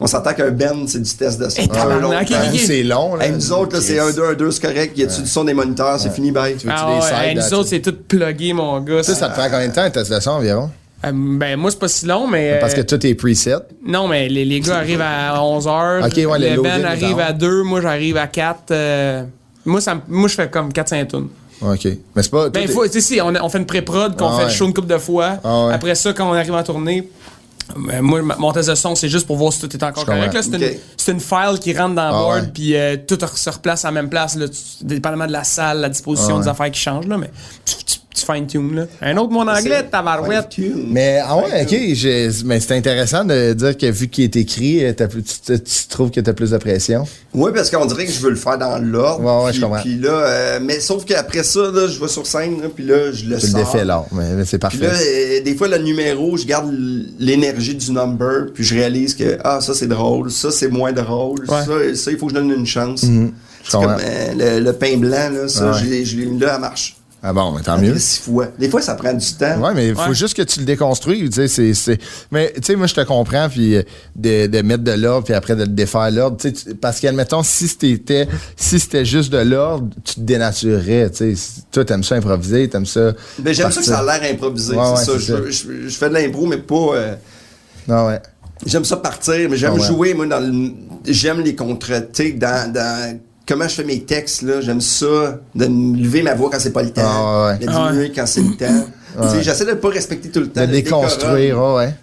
C: On s'entend qu'un band, c'est du test de son.
B: Eh, tabarnak,
C: Un autre
B: ok,
C: band.
B: ok.
A: C'est long, là.
C: Hey, nous autres, là, c'est 1, 2, 1, 2, c'est correct. Y a-tu du son des moniteurs? C'est fini,
B: Ah
C: bye.
A: des
B: ouais,
A: sides,
B: hey,
A: là,
B: nous
A: tu
B: autres,
A: sais.
B: c'est tout plugué, mon gars.
A: Ça, ça te prend combien de temps, un test de son environ?
B: Euh, ben, moi, c'est pas si long, mais. euh,
A: Parce que tout est preset.
B: Non, mais les, les gars arrivent à 11h.
A: Ok, ouais, les
B: le
A: loadings,
B: band arrive
A: mettons.
B: à 2, moi, j'arrive à 4. moi, ça, me- moi, je fais comme 4-5 tonnes.
A: OK. Mais c'est pas.
B: Ben,
A: tout est-
B: faut, tu sais, si, on, on fait une pré-prod, qu'on
A: Ah
B: fait le
A: ouais.
B: show une couple de fois.
A: Ah ouais.
B: Après ça, quand on arrive en tournée, ben, moi, ma- mon test de son, c'est juste pour voir si tout est encore
A: Je comprends.
B: correct. là. C'est
C: Ok.
B: une- c'est une, file qui rentre dans le
A: Ah
B: board,
A: ouais.
B: puis euh, tout re- se replace en même place, là, tu- dépendamment de la salle, la disposition
A: Ah
B: des
A: ouais.
B: affaires qui changent, là, mais tu, tu- tu fine-tunes. là. Un autre mot en anglais, tabarouette.
A: Mais ah ouais, ok, j'ai- mais c'est intéressant de dire que vu qu'il est écrit, euh, t'as plus- tu, tu- tu trouves que t'as plus de pression.
C: Oui, parce qu'on dirait que je veux le faire dans l'ordre.
A: Ouais, ouais,
C: puis-
A: je comprends.
C: Puis là, euh, mais sauf qu'après ça, là, je vais sur scène, là, puis là, je le
A: Tu
C: sors.
A: le défais là, mais, mais c'est
C: Puis là,
A: parfait.
C: euh, des fois, le numéro, je garde l- l'énergie du number, puis je réalise que, ah, ça, c'est drôle, ça, c'est moins drôle, ça, ça, il faut que je donne une chance.
A: Mhm. Je
C: C'est comme
A: comprends.
C: euh, le, le pain blanc, là, ça,
A: Ouais.
C: je l'ai- je l'ai mis là à marche.
A: Ah bon, mais tant mieux.
C: Six fois. Des fois, ça prend du temps.
A: Ouais, mais il faut
B: Ouais.
A: juste que tu le déconstruis. tu sais, c'est- c'est- Mais tu sais, moi, je te comprends, puis euh, de, de mettre de l'ordre, puis après de le défaire l'ordre. tu sais, tu- Parce qu'admettons, si c'était si c'était juste de l'ordre, tu te dénaturerais. tu sais. Si- Toi, t'aimes ça improviser, t'aimes ça.
C: Ben, j'aime ça que ça
A: partir.
C: a l'air improvisé.
A: Ouais,
C: c'est
A: ouais,
C: ça.
A: c'est
C: Je,
A: ça.
C: veux- je- je fais de l'impro, mais pas. euh,
A: Ah ouais.
C: j'aime ça partir, mais j'aime
A: Ah Ouais.
C: jouer, moi, dans le- J'aime les contre. Tu sais, dans, dans comment je fais mes textes, là. J'aime ça, de me lever ma voix quand c'est pas le temps.
A: Ah, ouais. (coughs)
C: De diminuer quand c'est le temps. Tu sais, J'essaie de pas respecter tout le temps.
A: De
C: le décorum.
A: déconstruire, ah ouais.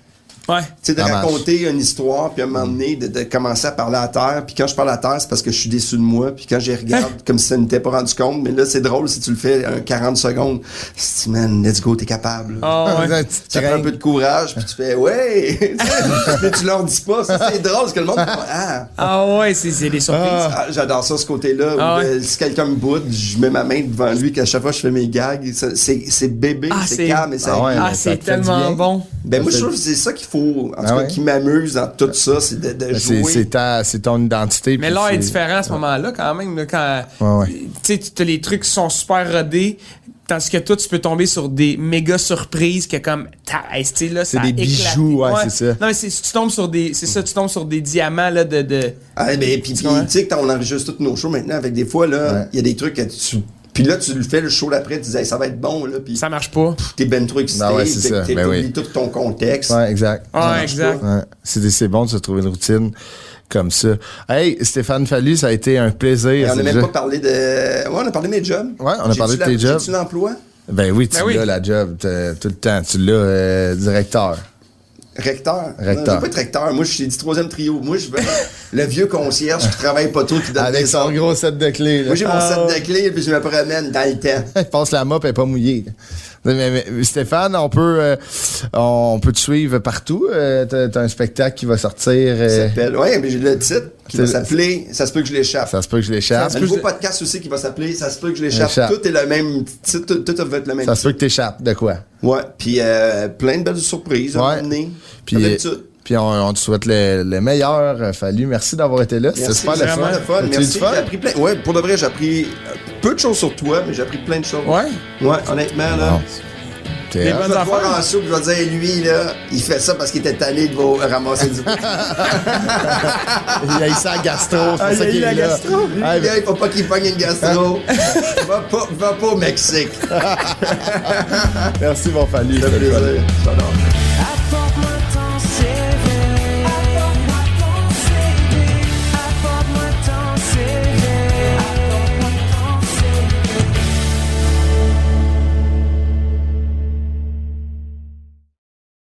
B: Ouais.
C: Tu sais, de
A: Dommage.
C: raconter une histoire, puis à un moment donné, de, de commencer à parler à terre. Puis quand je parle à terre, c'est parce que je suis déçu de moi. Puis quand j'y
A: (laughs)
C: regarde, comme si ça ne t'était pas rendu compte. Mais là, c'est drôle si tu le fais en 40 secondes. Si, man, let's go, t'es capable. là.
B: Ah, ouais.
A: (laughs) Un petit
C: Ça prend un
A: cringue.
C: peu de courage, puis tu fais ouais! (laughs) Mais tu leur dis pas, ça c'est drôle, parce que le monde ah,
B: Ah ouais, c'est c'est des surprises.
C: ah, j'adore ça ce côté-là.
B: Ah
C: où,
B: ouais.
C: euh, si quelqu'un me boude, je mets ma main devant lui, qu'à chaque fois je fais mes gags, ça, c'est c'est bébé,
B: Ah,
C: c'est
B: c'est-
C: calme et ça.
A: Ah ouais.
B: Ah,
A: mais ça
B: c'est
A: te fait du
B: tellement
A: bien.
B: bon.
C: Ben moi
A: Ça
C: je
A: fait-
C: trouve que c'est ça qu'il faut, en
A: Ah
C: tout cas
A: ouais.
C: qui m'amuse dans tout ça, c'est de, de
A: Ben, C'est,
C: jouer.
A: c'est ta- c'est ton identité.
B: Mais
A: puis
B: l'art est
A: c'est-
B: différent à ce moment-là, quand même. là, quand,
A: Ouais, ouais.
B: Tu sais, tu as les trucs qui sont super rodés, tandis que toi, tu peux tomber sur des méga surprises que comme, ta- hey, ce style là,
A: C'est
B: ça a
A: des
B: éclaté.
A: bijoux, ouais, c'est ça.
B: Non, mais c'est- tu tombes sur des, c'est ça, tu tombes sur des diamants, là, de, de-
C: Ah, ben, puis, puis,
B: Ouais.
C: tu sais, quand on enregistre tous nos shows maintenant, avec des fois, là,
A: Ouais.
C: il y a des trucs que tu. Puis là, tu le fais le show d'après, tu dis, Hey, ça va être bon, là. Puis
B: ça marche pas.
C: t'es ben trop excité,
A: Ah ouais, c'est
C: t'es-
A: ça.
C: t'es-
A: Ben
C: t'oublies
A: oui.
C: tout ton contexte.
A: Ouais, exact.
B: Ah,
C: marche
B: exact.
A: Ouais. C'est, c'est bon de se trouver une routine comme ça. Hey, Stéphane Fallu, ça a été un plaisir.
C: Et on n'a
A: C'est
C: même
A: déjà-
C: pas parlé de. Ouais, on a parlé de mes jobs.
A: Ouais, on a parlé de tes jobs.
C: Tu l'emploi?
A: Ben oui, tu
B: Ben oui.
A: l'as la job t'as- tout le temps. Tu l'as euh, directeur.
C: Recteur.
A: Recteur.
C: Non, je veux pas être recteur. Moi, je suis du troisième trio.
A: (laughs)
C: Moi, je veux le vieux concierge qui travaille pas trop, qui donne
A: Avec
C: des ordres.
A: son gros set de clés. là.
C: Moi, j'ai mon
A: Ah.
C: set de clés, puis je me promène dans le temps.
A: Elle passe la mop, elle n'est pas mouillée. Mais- mais- Stéphane, on peut, euh, on peut te suivre partout. Euh, t'as, t'as un spectacle qui va sortir. euh,
C: Ça s'appelle. Ouais, mais j'ai le titre qui va
A: C'est-
C: s'appeler Ça se peut que je l'échappe.
A: ça se peut que je l'échappe.
C: Un nouveau podcast aussi qui va s'appeler Ça se peut que je l'échappe.
A: Échappe.
C: Tout est le même. titre, Tout, tout va être le même.
A: Ça se peut que t'échappes. De quoi?
C: Ouais. Puis euh, plein de belles surprises à
A: Ouais.
C: m'amener.
A: Puis, euh, puis on, on te souhaite le, le meilleur. euh, Fallu, merci d'avoir été là. C'était super le
B: vraiment
A: fun.
B: le
C: fun.
A: As-tu eu
C: Merci.
A: du
C: J'ai
A: fun?
C: appris plein. Ouais, pour de vrai, j'ai appris euh, peu de choses sur toi, mais j'ai appris plein de choses.
B: Ouais.
C: Ouais, honnêtement, là.
A: Bon. T'es-
B: Les
C: Je
B: bonnes
C: vais te voir
B: affaires.
C: en soupe, je vais te dire, lui, là, il fait ça parce qu'il était tanné de vous ramasser du
A: Il a eu ça à gastro. C'est
B: Ah,
A: pour ça
B: il a eu
A: qu'il est
B: la
A: là.
B: gastro.
C: Il
A: Ah, ben,
C: faut pas qu'il pogne une gastro. va, pas, va pas au Mexique.
A: merci, mon Fallu.
C: Ça
A: C'était
C: fait
A: le fun.
C: plaisir. J'adore.
D: I